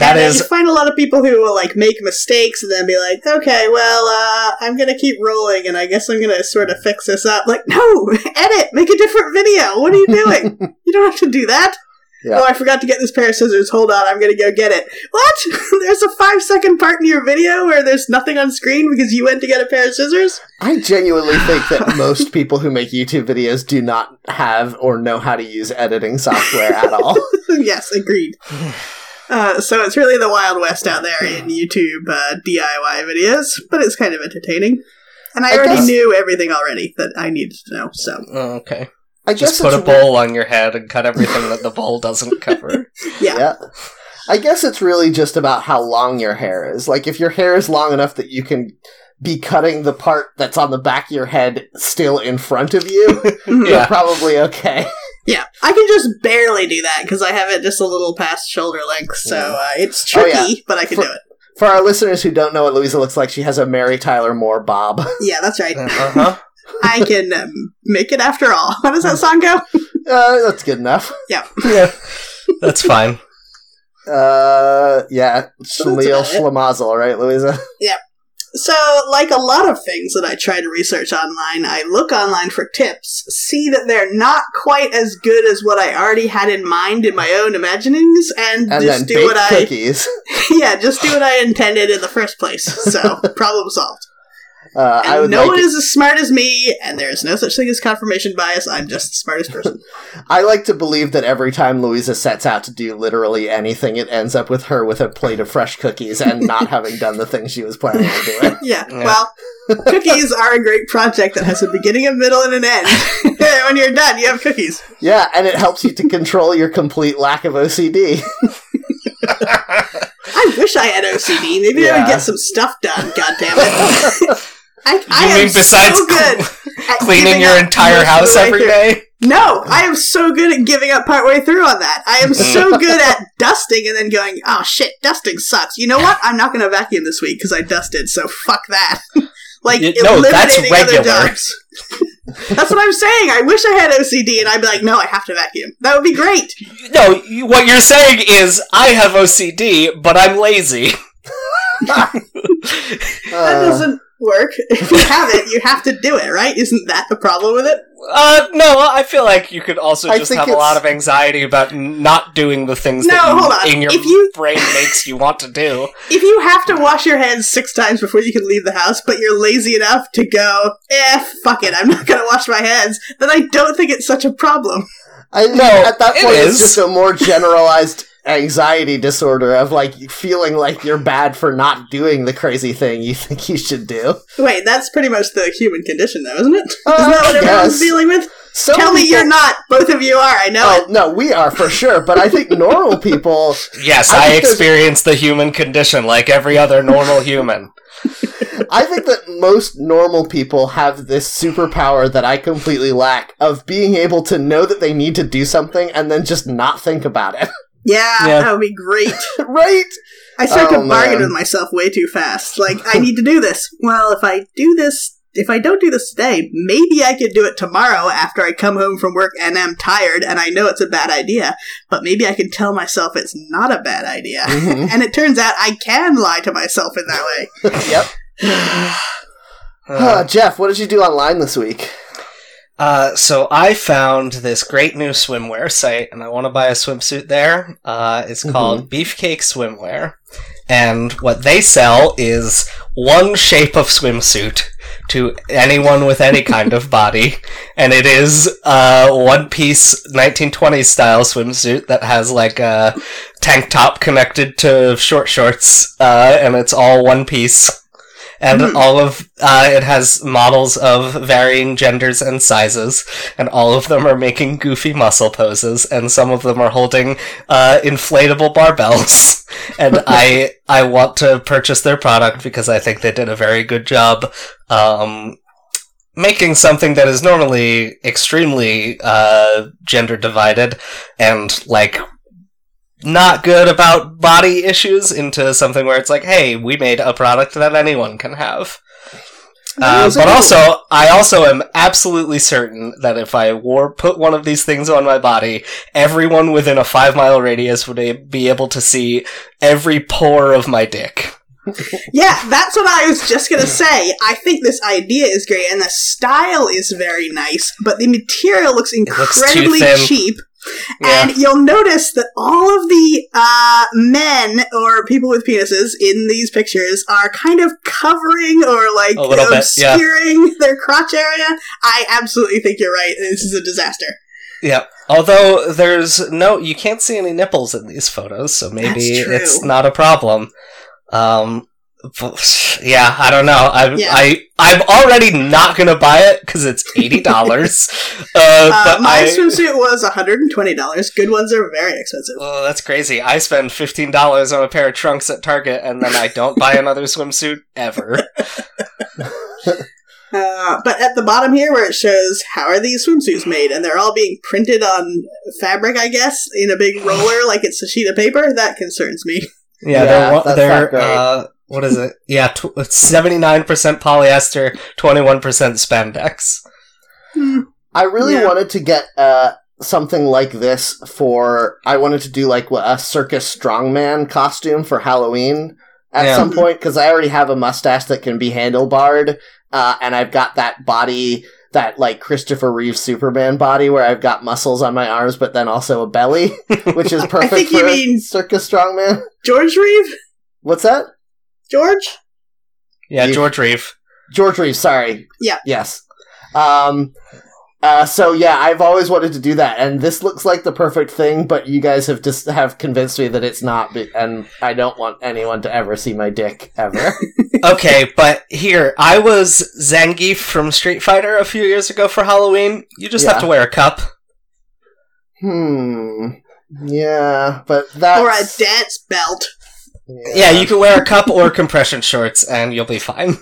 [SPEAKER 2] That
[SPEAKER 3] And then
[SPEAKER 2] is
[SPEAKER 3] You find a lot of people who will, like, make mistakes and then be like, okay, well, uh, I'm gonna keep rolling and I guess I'm gonna sort of fix this up. Like, no! Edit! Make a different video! What are you doing? you don't have to do that!
[SPEAKER 1] Yeah.
[SPEAKER 3] Oh, I forgot to get this pair of scissors. Hold on, I'm gonna go get it. What? there's a five second part in your video where there's nothing on screen because you went to get a pair of scissors?
[SPEAKER 1] I genuinely think that most people who make YouTube videos do not have or know how to use editing software at all.
[SPEAKER 3] yes, agreed. Uh, so it's really the Wild West out there in YouTube uh, DIY videos, but it's kind of entertaining. And I,
[SPEAKER 1] I
[SPEAKER 3] already
[SPEAKER 1] guess-
[SPEAKER 3] knew everything already that I needed to know, so
[SPEAKER 2] Oh, okay.
[SPEAKER 1] I
[SPEAKER 2] Just
[SPEAKER 1] guess
[SPEAKER 2] put
[SPEAKER 1] it's
[SPEAKER 2] a bowl on your head and cut everything that the bowl doesn't cover.
[SPEAKER 3] yeah.
[SPEAKER 1] Yeah. I guess it's really just about how long your hair is. Like, if your hair is long enough that you can be cutting the part that's on the back of your head still in front of you,
[SPEAKER 3] Mhm.
[SPEAKER 2] Yeah.
[SPEAKER 1] you're probably okay.
[SPEAKER 3] Yeah, I can just barely do that because I have it just a little past shoulder length, so
[SPEAKER 1] Yeah.
[SPEAKER 3] uh, it's
[SPEAKER 1] Oh,
[SPEAKER 3] tricky,
[SPEAKER 1] yeah.
[SPEAKER 3] but I can
[SPEAKER 1] For-
[SPEAKER 3] do it.
[SPEAKER 1] For our listeners who don't know what Louisa looks like, she has a Mary Tyler Moore bob.
[SPEAKER 3] Yeah, that's right.
[SPEAKER 2] Uh huh.
[SPEAKER 3] I can um, make it after all. How does that song go?
[SPEAKER 1] Uh, that's good enough.
[SPEAKER 2] Yeah. That's fine.
[SPEAKER 1] Uh, yeah, Shleel
[SPEAKER 3] about it.
[SPEAKER 1] Schlemazel, right, Louisa?
[SPEAKER 3] So, like a lot of things that I try to research online, I look online for tips, see that they're not quite as good as what I already had in mind in my own imaginings, and,
[SPEAKER 1] And then
[SPEAKER 3] just do what
[SPEAKER 1] baked
[SPEAKER 3] I
[SPEAKER 1] cookies.
[SPEAKER 3] yeah, just do what I intended in the first place. So, problem solved.
[SPEAKER 1] Uh, I would
[SPEAKER 3] And no
[SPEAKER 1] like
[SPEAKER 3] one is as smart as me, and there is no such thing as confirmation bias. I'm just the smartest person.
[SPEAKER 1] I like to believe that every time Louisa sets out to do literally anything, it ends up with her with a plate of fresh cookies and not having done the thing she was planning on doing.
[SPEAKER 3] yeah,
[SPEAKER 2] Yeah.
[SPEAKER 3] Well, cookies are a great project that has a beginning, a middle, and an end. when you're done, you have cookies.
[SPEAKER 1] Yeah, and it helps you to control your complete lack of OCD.
[SPEAKER 3] I wish I had OCD. Maybe I
[SPEAKER 1] Yeah.
[SPEAKER 3] would get some stuff done. God damn it! I, I
[SPEAKER 2] you
[SPEAKER 3] am
[SPEAKER 2] mean besides
[SPEAKER 3] so good
[SPEAKER 2] cl-
[SPEAKER 3] at
[SPEAKER 2] cleaning
[SPEAKER 3] giving
[SPEAKER 2] your
[SPEAKER 3] up
[SPEAKER 2] entire
[SPEAKER 3] most of
[SPEAKER 2] house
[SPEAKER 3] the way
[SPEAKER 2] every
[SPEAKER 3] through.
[SPEAKER 2] day?
[SPEAKER 3] No, I am so good at giving up partway through on that. I am so good at dusting and then going, oh shit, dusting sucks. You know what? I'm not going to vacuum this week because I dusted, so fuck that. like,
[SPEAKER 2] Y- no,
[SPEAKER 3] eliminating
[SPEAKER 2] that's
[SPEAKER 3] other
[SPEAKER 2] regular.
[SPEAKER 3] jobs. that's what I'm saying. I wish I had OCD and I'd be like, no, I have to vacuum. That would be great.
[SPEAKER 2] No, you- what you're saying is I have OCD, but I'm lazy.
[SPEAKER 3] That
[SPEAKER 1] Uh,
[SPEAKER 3] doesn't work. If you have it, you have to do it, right? Isn't that the problem with it?
[SPEAKER 2] Uh, no, I feel like you could also
[SPEAKER 1] I
[SPEAKER 2] just
[SPEAKER 1] think
[SPEAKER 2] have a lot
[SPEAKER 1] it's-
[SPEAKER 2] of anxiety about n- not doing the things
[SPEAKER 3] No,
[SPEAKER 2] that you-
[SPEAKER 3] hold on.
[SPEAKER 2] in your
[SPEAKER 3] If you-
[SPEAKER 2] brain makes you want to do.
[SPEAKER 3] If you have to wash your hands six times before you can leave the house, but you're lazy enough to go, eh, fuck it, I'm not gonna wash my hands, then I don't think it's such a problem.
[SPEAKER 1] I
[SPEAKER 2] No,
[SPEAKER 1] at that
[SPEAKER 2] it
[SPEAKER 1] point,
[SPEAKER 2] is.
[SPEAKER 1] it's just a more generalized anxiety disorder of like feeling like you're bad for not doing the crazy thing you think you should do.
[SPEAKER 3] Wait, that's pretty much the human condition, though, isn't it?
[SPEAKER 1] Uh,
[SPEAKER 3] Isn't that what
[SPEAKER 1] I
[SPEAKER 3] everyone's
[SPEAKER 1] guess.
[SPEAKER 3] dealing with?
[SPEAKER 1] So
[SPEAKER 3] Tell me
[SPEAKER 1] many
[SPEAKER 3] you're
[SPEAKER 1] people-
[SPEAKER 3] not. Both of you are. I know
[SPEAKER 1] Oh no, we are for sure, but I think normal people
[SPEAKER 2] Yes,
[SPEAKER 1] I
[SPEAKER 2] I,
[SPEAKER 1] think there's-
[SPEAKER 2] experience the human condition like every other normal human.
[SPEAKER 1] I think that most normal people have this superpower that I completely lack of being able to know that they need to do something and then just not think about it.
[SPEAKER 3] it. Yeah,
[SPEAKER 2] Yeah.
[SPEAKER 3] that would be great.
[SPEAKER 1] right?
[SPEAKER 3] I start
[SPEAKER 1] Oh,
[SPEAKER 3] to bargain
[SPEAKER 1] man.
[SPEAKER 3] with myself way too fast. Like, I need to do this. Well, if I do this, if I don't do this today, maybe I could do it tomorrow after I come home from work and am tired and I know it's a bad idea, but maybe I can tell myself it's not a bad idea.
[SPEAKER 2] Mm-hmm.
[SPEAKER 1] Mhm.
[SPEAKER 3] And it turns out I can lie to myself in that way.
[SPEAKER 1] yep. Uh,
[SPEAKER 2] Uh,
[SPEAKER 1] Jeff, what did you do online this week?
[SPEAKER 2] uh, so I found this great new swimwear site, and I want to buy a swimsuit there. Uh, it's called Beefcake Swimwear, and what they sell is one shape of swimsuit to anyone with any kind of body, and it is uh, a one-piece 1920s style swimsuit that has like a tank top connected to short shorts, uh, and it's all one piece. And
[SPEAKER 3] Hmm.
[SPEAKER 2] all of uh, it has models of varying genders and sizes, and all of them are making goofy muscle poses, and some of them are holding uh, inflatable barbells. and I I want to purchase their product because I think they did a very good job um, making something that is normally extremely uh, gender divided and like not good about body issues into something where it's like, hey, we made a product that anyone can have. Uh,
[SPEAKER 1] Amazing.
[SPEAKER 2] but also, I also am absolutely certain that if I wore put one of these things on my body, everyone within a five mile radius would a- be able to see every pore of my dick.
[SPEAKER 3] Yeah, that's what I was just gonna say. I think this idea is great and the style is very nice, but the material looks
[SPEAKER 2] looks too
[SPEAKER 3] incredibly
[SPEAKER 2] thin.
[SPEAKER 3] cheap.
[SPEAKER 2] Yeah.
[SPEAKER 3] And you'll notice that all of the uh, men or people with penises in these pictures are kind of covering or like
[SPEAKER 2] A little bit, yeah.
[SPEAKER 3] obscuring their crotch area. I absolutely think you're right. This is a disaster.
[SPEAKER 2] Yeah. Although there's no, you can't see any nipples in these photos, so maybe
[SPEAKER 3] That's true.
[SPEAKER 2] it's not a problem. Um, but- yeah, I don't know. I'm,
[SPEAKER 3] Yeah.
[SPEAKER 2] I I'm already not gonna buy it because it's eighty dollars. uh,
[SPEAKER 3] Uh,
[SPEAKER 2] but
[SPEAKER 3] my
[SPEAKER 2] I,
[SPEAKER 3] swimsuit was $120. Good ones are very expensive.
[SPEAKER 2] well, that's crazy. I spend fifteen dollars on a pair of trunks at Target, and then I don't buy another swimsuit ever.
[SPEAKER 3] Uh, but at the bottom here, where it shows how are these swimsuits made, and they're all being printed on fabric, I guess, in a big roller like it's a sheet of paper, that concerns me.
[SPEAKER 2] Yeah,
[SPEAKER 1] Yeah,
[SPEAKER 2] they're, wa-
[SPEAKER 1] that's not
[SPEAKER 2] they're
[SPEAKER 1] great.
[SPEAKER 2] uh, what is it? Yeah, seventy nine percent polyester, twenty one percent spandex.
[SPEAKER 3] Hmm.
[SPEAKER 1] I really
[SPEAKER 3] Yeah.
[SPEAKER 1] wanted to get uh, something like this for. I wanted to do like a circus strongman costume for Halloween at
[SPEAKER 2] Yeah.
[SPEAKER 1] some
[SPEAKER 3] Mm-hmm.
[SPEAKER 1] point because I already have a mustache that can be handlebarred, uh, and I've got that body, that like Christopher Reeve Superman body where I've got muscles on my arms, but then also a belly, which is perfect
[SPEAKER 3] think you
[SPEAKER 1] for
[SPEAKER 3] mean-
[SPEAKER 1] circus strongman.
[SPEAKER 3] George Reeve?
[SPEAKER 1] What's that?
[SPEAKER 3] George?
[SPEAKER 2] Yeah,
[SPEAKER 1] You-
[SPEAKER 2] George Reeve.
[SPEAKER 1] George Reeves, sorry.
[SPEAKER 3] Yeah.
[SPEAKER 1] Yes. Um, Uh, so yeah, I've always wanted to do that, and this looks like the perfect thing. But you guys have just have convinced me that it's not, be- and I don't want anyone to ever see my dick ever.
[SPEAKER 2] Okay, but here, I was Zangief from Street Fighter a few years ago for Halloween. You just have
[SPEAKER 1] Yeah.
[SPEAKER 2] to wear a cup.
[SPEAKER 1] hmm. Yeah, but that's
[SPEAKER 3] or a dance belt.
[SPEAKER 2] Yeah, you can wear a cup or compression shorts and you'll be fine.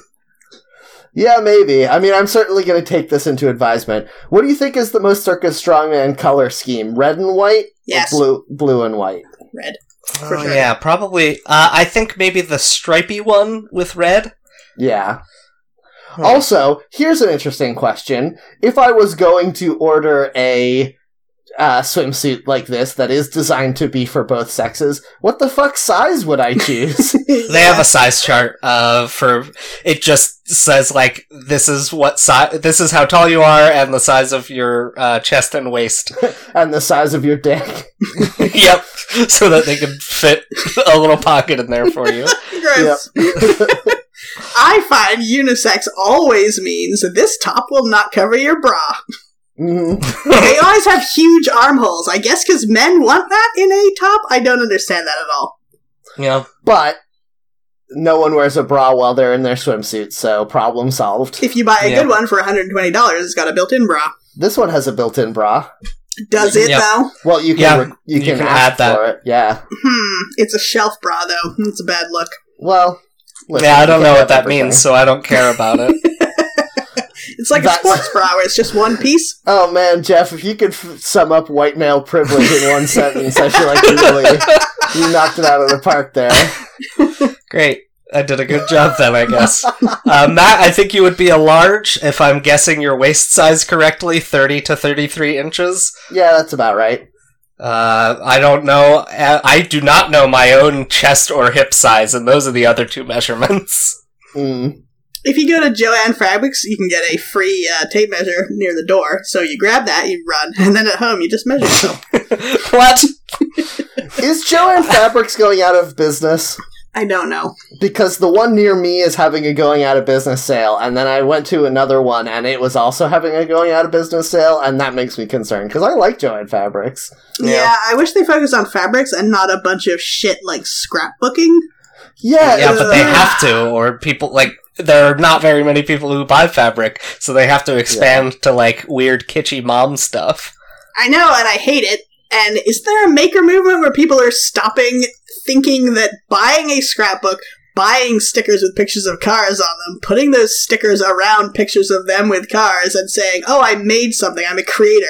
[SPEAKER 1] Yeah, maybe. I mean, I'm certainly going to take this into advisement. What do you think is the most circus strongman color scheme? Red and white,
[SPEAKER 3] Yes,
[SPEAKER 1] or blue, blue and white.
[SPEAKER 3] red. For
[SPEAKER 2] Oh,
[SPEAKER 3] sure.
[SPEAKER 2] Yeah, probably. Uh, I think maybe the stripy one with red.
[SPEAKER 1] Yeah.
[SPEAKER 2] Hmm.
[SPEAKER 1] Also, here's an interesting question. If I was going to order a uh, swimsuit like this that is designed to be for both sexes, what the fuck size would I choose?
[SPEAKER 2] They have a size chart uh, for it. Just says like this is what size, this is how tall you are, and the size of your uh, chest and waist.
[SPEAKER 1] and the size of your dick.
[SPEAKER 2] yep, so that they can fit a little pocket in there for you.
[SPEAKER 3] Gross. I find unisex always means this top will not cover your bra.
[SPEAKER 1] Mhm.
[SPEAKER 3] They always have huge armholes. I guess because men want that in a top. I don't understand that at all.
[SPEAKER 2] yeah,
[SPEAKER 1] But no one wears a bra while they're in their swimsuit, so problem solved.
[SPEAKER 3] If you buy a
[SPEAKER 2] Yeah.
[SPEAKER 3] good one for $120, it's got a built-in bra.
[SPEAKER 1] This one has a built-in bra.
[SPEAKER 3] Does it
[SPEAKER 2] Yeah.
[SPEAKER 3] though?
[SPEAKER 1] Well, you can
[SPEAKER 2] Yeah,
[SPEAKER 1] re- you,
[SPEAKER 2] you
[SPEAKER 1] can,
[SPEAKER 2] can
[SPEAKER 1] ask
[SPEAKER 2] add that.
[SPEAKER 1] for it. Yeah.
[SPEAKER 3] Hmm. It's a shelf bra though. It's a bad look.
[SPEAKER 1] Well, listen,
[SPEAKER 2] yeah. I
[SPEAKER 1] you
[SPEAKER 2] don't
[SPEAKER 1] can
[SPEAKER 2] know
[SPEAKER 1] have
[SPEAKER 2] what that
[SPEAKER 1] everything.
[SPEAKER 2] means, so I don't care about it.
[SPEAKER 3] It's like
[SPEAKER 1] That's-
[SPEAKER 3] a sports bra where it's just one piece.
[SPEAKER 1] Oh man, Jeff, if you could f- sum up white male privilege in one sentence, I feel like you really you knocked it out of the park there.
[SPEAKER 2] Great. I did a good job then, I guess. Uh, Matt, I think you would be a large, if I'm guessing your waist size correctly, 30 to 33 inches.
[SPEAKER 1] Yeah, that's about right.
[SPEAKER 2] Uh, I don't know. uh, I do not know my own chest or hip size, and those are the other two measurements.
[SPEAKER 1] Mm.
[SPEAKER 3] If you go to Joanne Fabrics, you can get a free uh, tape measure near the door. So you grab that, you run, and then at home you just measure yourself.
[SPEAKER 2] what?
[SPEAKER 1] Is Joanne Fabrics going out of business?
[SPEAKER 3] I don't know.
[SPEAKER 1] Because the one near me is having a going out of business sale, and then I went to another one and it was also having a going out of business sale, and that makes me concerned because I like Joanne Fabrics.
[SPEAKER 3] Yeah.
[SPEAKER 2] Yeah.
[SPEAKER 3] I wish they focused on fabrics and not a bunch of shit like scrapbooking.
[SPEAKER 1] Yeah,
[SPEAKER 2] Yeah,
[SPEAKER 1] it-
[SPEAKER 2] but they have to, or people, like, there are not very many people who buy fabric, so they have to expand to, like, weird kitschy mom stuff.
[SPEAKER 3] I know, and I hate it. And is there a maker movement where people are stopping thinking that buying a scrapbook, buying stickers with pictures of cars on them, putting those stickers around pictures of them with cars, and saying, oh, I made something, I'm a creator?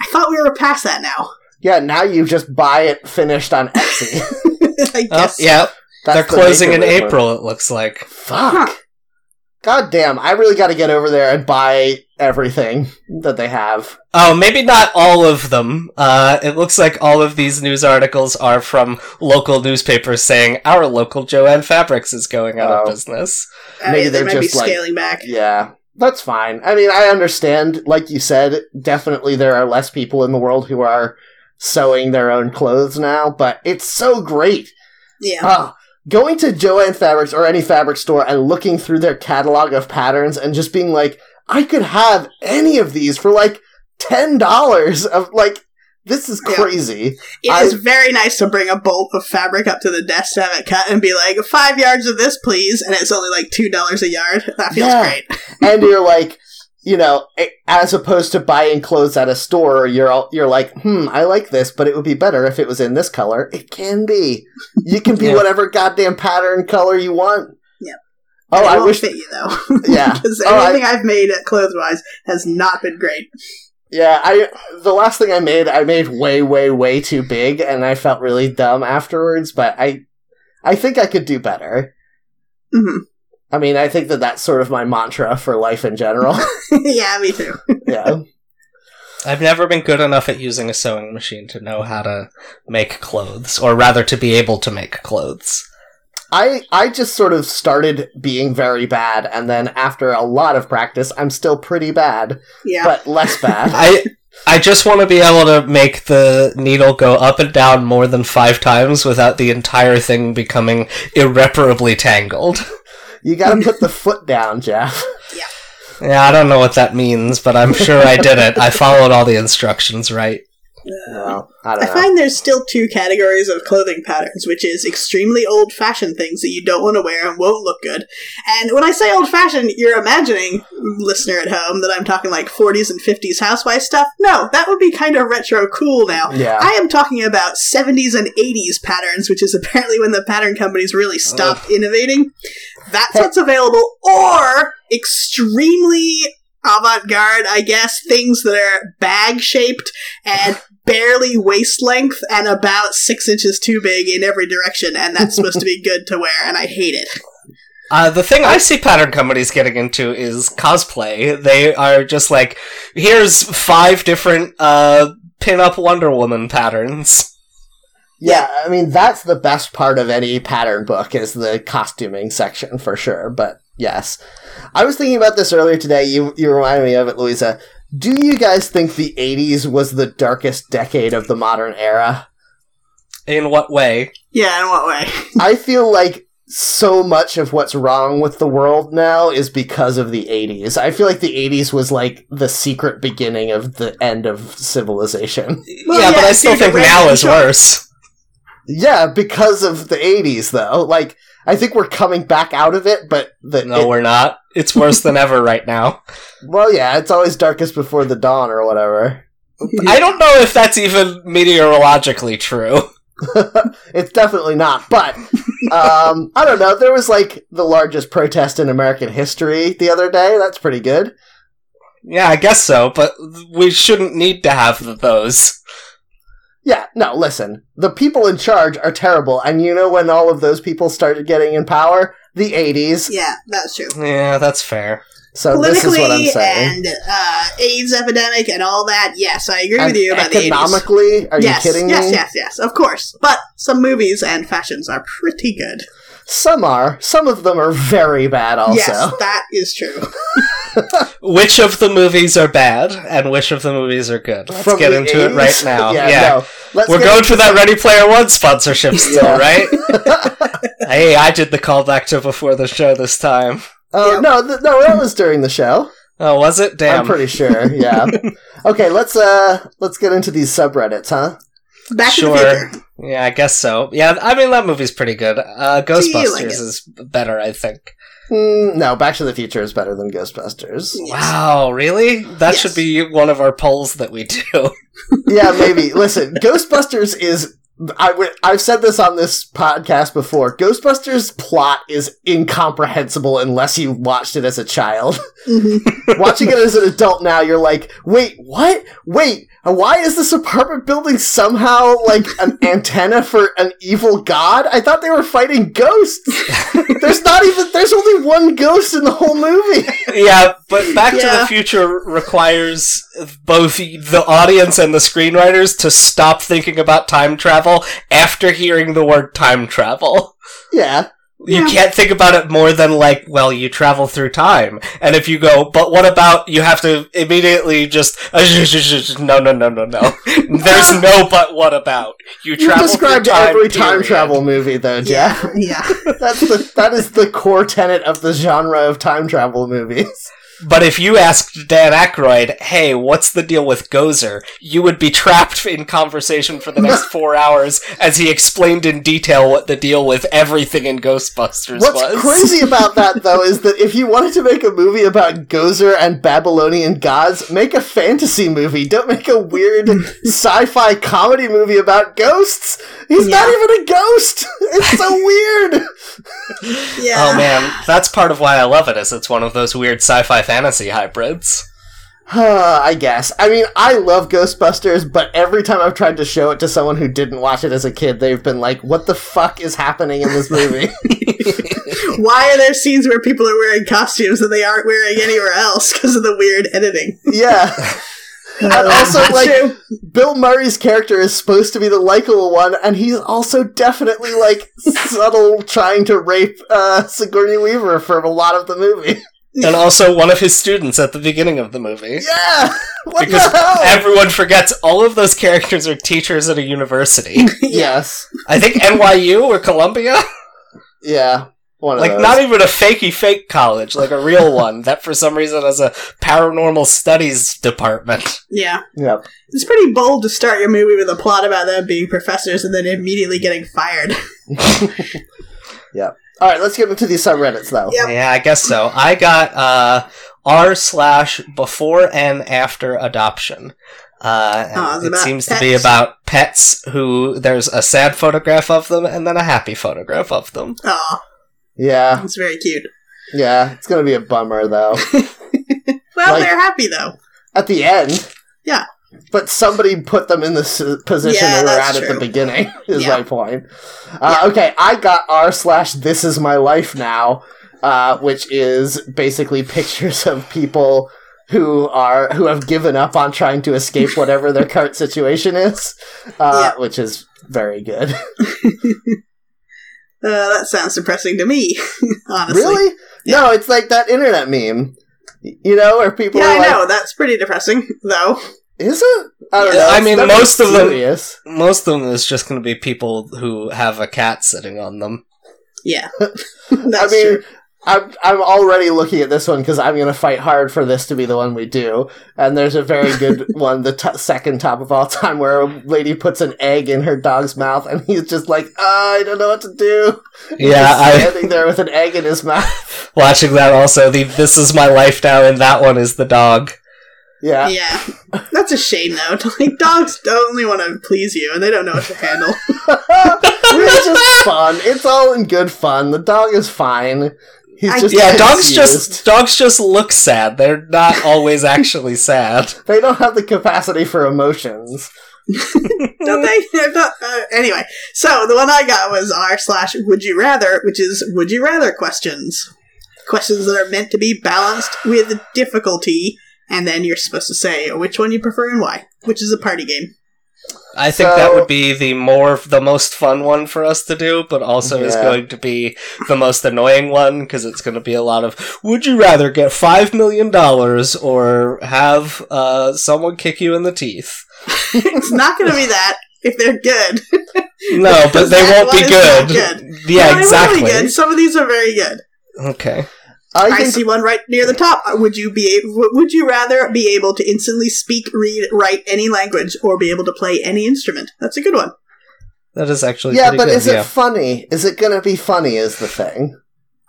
[SPEAKER 3] I thought we were past that now.
[SPEAKER 1] yeah. Now you just buy it finished on Etsy.
[SPEAKER 3] I
[SPEAKER 2] Oh,
[SPEAKER 3] guess.
[SPEAKER 2] yeah.
[SPEAKER 1] That's
[SPEAKER 2] They're
[SPEAKER 1] the
[SPEAKER 2] closing
[SPEAKER 1] maker
[SPEAKER 2] in
[SPEAKER 1] movement.
[SPEAKER 2] April, it looks like.
[SPEAKER 1] Fuck.
[SPEAKER 3] Huh.
[SPEAKER 1] God damn, I really got to get over there and buy everything that they have.
[SPEAKER 2] Oh, maybe not all of them. Uh, it looks like all of these news articles are from local newspapers saying our local Joanne Fabrics is going out of
[SPEAKER 1] Oh.
[SPEAKER 2] business.
[SPEAKER 3] I mean,
[SPEAKER 1] Maybe
[SPEAKER 3] they
[SPEAKER 1] they're
[SPEAKER 3] might be
[SPEAKER 1] just, like-
[SPEAKER 3] scaling back.
[SPEAKER 1] Yeah, that's fine. I mean, I understand, like you said, definitely there are less people in the world who are sewing their own clothes now, but it's so great.
[SPEAKER 3] Yeah.
[SPEAKER 1] Ah, going to Joanne Fabrics or any fabric store and looking through their catalog of patterns and just being like, I could have any of these for like $10 of like, this is
[SPEAKER 3] Yeah.
[SPEAKER 1] crazy.
[SPEAKER 3] It
[SPEAKER 1] I-
[SPEAKER 3] is very nice to bring a bolt of fabric up to the desk to have it cut and be like, five yards of this, please. And it's only like $2 a yard. That feels
[SPEAKER 1] Yeah.
[SPEAKER 3] great.
[SPEAKER 1] and you're like, you know, a- as opposed to buying clothes at a store, you're all, you're like, hmm, I like this, but it would be better if it was in this color. It can be. You can be
[SPEAKER 2] Yeah.
[SPEAKER 1] whatever goddamn pattern color you want.
[SPEAKER 3] Yep.
[SPEAKER 1] Oh,
[SPEAKER 3] It
[SPEAKER 1] I
[SPEAKER 3] won't
[SPEAKER 1] wish.
[SPEAKER 3] fit you, though.
[SPEAKER 1] yeah,
[SPEAKER 3] Because
[SPEAKER 1] Oh, I-
[SPEAKER 3] everything I've made clothes wise has not been great.
[SPEAKER 1] yeah. I the last thing I made, I made way, way, way too big, and I felt really dumb afterwards. But I, I think I could do better.
[SPEAKER 3] hmm
[SPEAKER 1] I mean, I think that that's sort of my mantra for life in general.
[SPEAKER 3] yeah, me too.
[SPEAKER 1] yeah.
[SPEAKER 2] I've never been good enough at using a sewing machine to know how to make clothes, or rather to be able to make clothes.
[SPEAKER 1] I I just sort of started being very bad, and then after a lot of practice, I'm still pretty bad,
[SPEAKER 3] Yeah.
[SPEAKER 1] but less bad.
[SPEAKER 2] I I just want to be able to make the needle go up and down more than five times without the entire thing becoming irreparably tangled.
[SPEAKER 1] you got to put the foot down, Jeff.
[SPEAKER 2] Yeah, I don't know what that means, but I'm sure I did it. I followed all the instructions right.
[SPEAKER 1] No, I
[SPEAKER 3] I
[SPEAKER 1] don't know.
[SPEAKER 3] find there's still two categories of clothing patterns, which is extremely old fashioned things that you don't want to wear and won't look good. And when I say old fashioned, you're imagining, listener at home, that I'm talking like 40s and 50s housewife stuff. No, that would be kind of retro cool now.
[SPEAKER 1] Yeah.
[SPEAKER 3] I am talking about 70s and 80s patterns, which is apparently when the pattern companies really
[SPEAKER 1] Oh.
[SPEAKER 3] stopped innovating. That's what's available, or extremely avant garde, I guess, things that are bag shaped and barely waist length and about six inches too big in every direction, and that's supposed to be good to wear, and I hate it.
[SPEAKER 2] Uh, the thing I see pattern companies getting into is cosplay. They are just like, here's five different uh, pin-up Wonder Woman patterns.
[SPEAKER 1] yeah, I mean that's the best part of any pattern book is the costuming section for sure. But yes, I was thinking about this earlier today. You you reminded me of it, Louisa. Do you guys think the '80s was the darkest decade of the modern era?
[SPEAKER 2] In what way?
[SPEAKER 3] Yeah, in what way?
[SPEAKER 1] I feel like so much of what's wrong with the world now is because of the 80s. I feel like the 80s was like the secret beginning of the end of civilization.
[SPEAKER 3] Well,
[SPEAKER 2] yeah, but
[SPEAKER 3] yeah,
[SPEAKER 2] I still
[SPEAKER 3] dude,
[SPEAKER 2] think
[SPEAKER 3] it ran
[SPEAKER 2] now
[SPEAKER 3] into
[SPEAKER 2] is
[SPEAKER 3] a-
[SPEAKER 2] worse.
[SPEAKER 1] Yeah, because of the 80s though. Like I think we're coming back out of it, but the
[SPEAKER 2] No,
[SPEAKER 1] it-
[SPEAKER 2] we're not. It's worse than ever right now.
[SPEAKER 1] well, yeah, it's always darkest before the dawn or whatever.
[SPEAKER 2] I don't know if that's even meteorologically true.
[SPEAKER 1] It's definitely not, but um, I don't know. There was like the largest protest in American history the other day. That's pretty good.
[SPEAKER 2] Yeah, I guess so, but we shouldn't need to have those.
[SPEAKER 1] Yeah, no, listen. The people in charge are terrible, and you know when all of those people started getting in power? The 80s.
[SPEAKER 3] Yeah, that's true.
[SPEAKER 2] Yeah, that's fair.
[SPEAKER 1] So this is what I'm
[SPEAKER 3] Politically
[SPEAKER 1] saying.
[SPEAKER 3] and uh, AIDS epidemic and all that, yes, I agree with
[SPEAKER 1] And
[SPEAKER 3] you about the 80s.
[SPEAKER 1] economically, are
[SPEAKER 3] yes,
[SPEAKER 1] you kidding
[SPEAKER 3] yes,
[SPEAKER 1] me?
[SPEAKER 3] yes, yes, of course. But some movies and fashions are pretty good.
[SPEAKER 1] Some are. Some of them are very bad also.
[SPEAKER 3] Yes, that is true.
[SPEAKER 2] Which of the movies are bad and which of the movies are good? Let's
[SPEAKER 1] From
[SPEAKER 2] get
[SPEAKER 1] the
[SPEAKER 2] into it
[SPEAKER 1] 80s?
[SPEAKER 2] right now.
[SPEAKER 1] yeah.
[SPEAKER 2] Yeah.
[SPEAKER 1] No. Let's
[SPEAKER 2] We're
[SPEAKER 1] get
[SPEAKER 2] going for that Ready Player One sponsorship still,
[SPEAKER 1] Yeah.
[SPEAKER 2] right? hey, I did the callback to before the show this time.
[SPEAKER 1] Oh,
[SPEAKER 3] Yeah.
[SPEAKER 1] no, th- no, that was during the show.
[SPEAKER 2] Oh, was it?
[SPEAKER 1] I'm
[SPEAKER 2] Damn.
[SPEAKER 1] pretty sure. Yeah. okay, let's uh let's get into these subreddits, huh?
[SPEAKER 3] Back
[SPEAKER 2] sure.
[SPEAKER 3] to the future.
[SPEAKER 2] Yeah, I guess so. Yeah, I mean that movie's pretty good. Uh,
[SPEAKER 3] Do you
[SPEAKER 2] Ghostbusters
[SPEAKER 3] like it?
[SPEAKER 2] is better, I think.
[SPEAKER 1] Mm, no, Back to the Future is better than Ghostbusters.
[SPEAKER 3] Yes.
[SPEAKER 2] Wow, really? That
[SPEAKER 3] Yes.
[SPEAKER 2] should be one of our polls that we do.
[SPEAKER 1] yeah, maybe. Listen, Ghostbusters is. I w- I've said this on this podcast before. Ghostbusters plot is incomprehensible unless you watched it as a child.
[SPEAKER 3] Mhm.
[SPEAKER 1] Watching it as an adult now, you're like, wait, what? Wait, why is this apartment building somehow like an antenna for an evil god? I thought they were fighting ghosts. there's not even. There's only one ghost in the whole movie.
[SPEAKER 2] yeah, but Back to
[SPEAKER 3] Yeah.
[SPEAKER 2] the Future requires both the audience and the screenwriters to stop thinking about time travel after hearing the word time travel.
[SPEAKER 1] yeah.
[SPEAKER 2] You
[SPEAKER 3] Yeah.
[SPEAKER 2] can't think about it more than like, well, you travel through time. And if you go, but what about you have to immediately just uh, sh- sh- sh- sh- no no no no no. There's no but what about. You
[SPEAKER 1] You
[SPEAKER 2] travel
[SPEAKER 1] described
[SPEAKER 2] through time,
[SPEAKER 1] every time
[SPEAKER 2] period.
[SPEAKER 1] travel movie, though, Jeff.
[SPEAKER 3] Mm-hmm. Yeah.
[SPEAKER 1] That's the that is the core tenet of the genre of time travel movies.
[SPEAKER 2] But if you asked Dan Aykroyd, hey, what's the deal with Gozer? You would be trapped in conversation for the next four hours as he explained in detail what the deal with everything in Ghostbusters
[SPEAKER 1] What's
[SPEAKER 2] was.
[SPEAKER 1] crazy about that though is that if you wanted to make a movie about Gozer and Babylonian gods, make a fantasy movie. Don't make a weird sci-fi comedy movie about ghosts. He's not even a ghost. It's so weird.
[SPEAKER 3] Yeah.
[SPEAKER 2] Oh man, that's part of why I love it, is it's one of those weird sci-fi fantasy hybrids.
[SPEAKER 1] Huh, I guess. I mean, I love Ghostbusters, but every time I've tried to show it to someone who didn't watch it as a kid, they've been like, "What the fuck is happening in this movie?"
[SPEAKER 3] Why are there scenes where people are wearing costumes that they aren't wearing anywhere else because of the weird editing? Um,
[SPEAKER 1] yeah. And also,
[SPEAKER 3] That's
[SPEAKER 1] like,
[SPEAKER 3] true.
[SPEAKER 1] Bill Murray's character is supposed to be the likable one, and he's also definitely like subtle trying to rape uh, Sigourney Weaver for a lot of the movie.
[SPEAKER 2] And also one of his students at the beginning of the movie.
[SPEAKER 1] Yeah, what
[SPEAKER 2] Because
[SPEAKER 1] the hell?
[SPEAKER 2] everyone forgets all of those characters are teachers at a university.
[SPEAKER 1] yes,
[SPEAKER 2] I think NYU or Columbia?
[SPEAKER 1] yeah. One
[SPEAKER 2] Like
[SPEAKER 1] of those.
[SPEAKER 2] not even a fakey fake college, like a real one that for some reason has a paranormal studies department.
[SPEAKER 3] Yeah.
[SPEAKER 1] Yep.
[SPEAKER 3] It's pretty bold to start your movie with a plot about them being professors and then immediately getting fired.
[SPEAKER 1] All right, let's get into these subreddits though.
[SPEAKER 3] Yep.
[SPEAKER 2] Yeah, I guess so. I got uh r slash before and after adoption. Uh, and
[SPEAKER 3] Oh, it's
[SPEAKER 2] it
[SPEAKER 3] about
[SPEAKER 2] seems to be
[SPEAKER 3] pets.
[SPEAKER 2] about pets who there's a sad photograph of them and then a happy photograph of them.
[SPEAKER 3] Oh,
[SPEAKER 1] Yeah,
[SPEAKER 3] that's very cute.
[SPEAKER 1] yeah. It's gonna be a bummer though.
[SPEAKER 3] Well,
[SPEAKER 1] Like-
[SPEAKER 3] they're happy though.
[SPEAKER 1] at the end.
[SPEAKER 3] Yeah.
[SPEAKER 1] But somebody put them in this uh, position
[SPEAKER 3] Yeah,
[SPEAKER 1] they were at
[SPEAKER 3] that's
[SPEAKER 1] at the
[SPEAKER 3] true.
[SPEAKER 1] beginning. Is
[SPEAKER 3] Yeah.
[SPEAKER 1] my point. Uh, Okay, I got r slash this is my life now, uh, which is basically pictures of people who are who have given up on trying to escape whatever their current situation is, uh, which is very good.
[SPEAKER 3] Uh, that sounds depressing to me, honestly.
[SPEAKER 1] Really? No, it's like that internet meme. Y- You know, where people
[SPEAKER 3] Yeah,
[SPEAKER 1] are
[SPEAKER 3] I
[SPEAKER 1] like,
[SPEAKER 3] know. That's pretty depressing, though.
[SPEAKER 1] is it? I don't
[SPEAKER 2] Yeah,
[SPEAKER 1] know.
[SPEAKER 2] I
[SPEAKER 1] It's
[SPEAKER 2] mean,
[SPEAKER 1] nothing
[SPEAKER 2] most of them-
[SPEAKER 1] serious.
[SPEAKER 2] Most of them is just going to be people who have a cat sitting on them.
[SPEAKER 3] Yeah.
[SPEAKER 1] I
[SPEAKER 3] That's
[SPEAKER 1] mean,
[SPEAKER 3] true.
[SPEAKER 1] I'm I'm already looking at this one because I'm going to fight hard for this to be the one we do. And there's a very good one, the t- second top of all time, where a lady puts an egg in her dog's mouth, and he's just like, "Ah, I don't know what to do.
[SPEAKER 2] Yeah,
[SPEAKER 1] Just
[SPEAKER 2] I
[SPEAKER 1] standing there with an egg in his mouth.
[SPEAKER 2] watching that also. The this is my life now, and that one is the dog.
[SPEAKER 1] Yeah,
[SPEAKER 3] yeah. That's a shame, though. Like, dogs only want to please you, and they don't know what to handle.
[SPEAKER 1] it's just fun. It's all in good fun. The dog is fine. He's
[SPEAKER 3] I-
[SPEAKER 1] just
[SPEAKER 2] Yeah, dogs
[SPEAKER 1] confused.
[SPEAKER 2] just dogs just look sad. They're not always actually sad.
[SPEAKER 1] they don't have the capacity for emotions.
[SPEAKER 3] don't they? They're not- uh, anyway, so the one I got was r slash would you rather, which is would you rather questions. Questions that are meant to be balanced with difficulty, and then you're supposed to say which one you prefer and why, which is a party game.
[SPEAKER 2] I think
[SPEAKER 1] So-
[SPEAKER 2] that would be the more the most fun one for us to do, but also is
[SPEAKER 1] Yeah.
[SPEAKER 2] going to be the most annoying one because it's going to be a lot of would you rather get 5 million dollars or have uh, someone kick you in the teeth.
[SPEAKER 3] it's not going to be that if they're good.
[SPEAKER 2] No, but they
[SPEAKER 3] That
[SPEAKER 2] won't be
[SPEAKER 3] one is not
[SPEAKER 2] good. Yeah,
[SPEAKER 3] They're really
[SPEAKER 2] exactly.
[SPEAKER 3] good. Some of these are very good.
[SPEAKER 2] Okay.
[SPEAKER 1] I,
[SPEAKER 3] I,
[SPEAKER 1] think
[SPEAKER 3] see one right near the top. Uh, Would you be? a- w- Would you rather be able to instantly speak, read, write any language, or be able to play any instrument? That's a good one.
[SPEAKER 2] That is actually
[SPEAKER 1] yeah,
[SPEAKER 2] pretty
[SPEAKER 1] but
[SPEAKER 2] good,
[SPEAKER 1] is
[SPEAKER 2] yeah.
[SPEAKER 1] it funny? Is it going to be funny? Is the thing.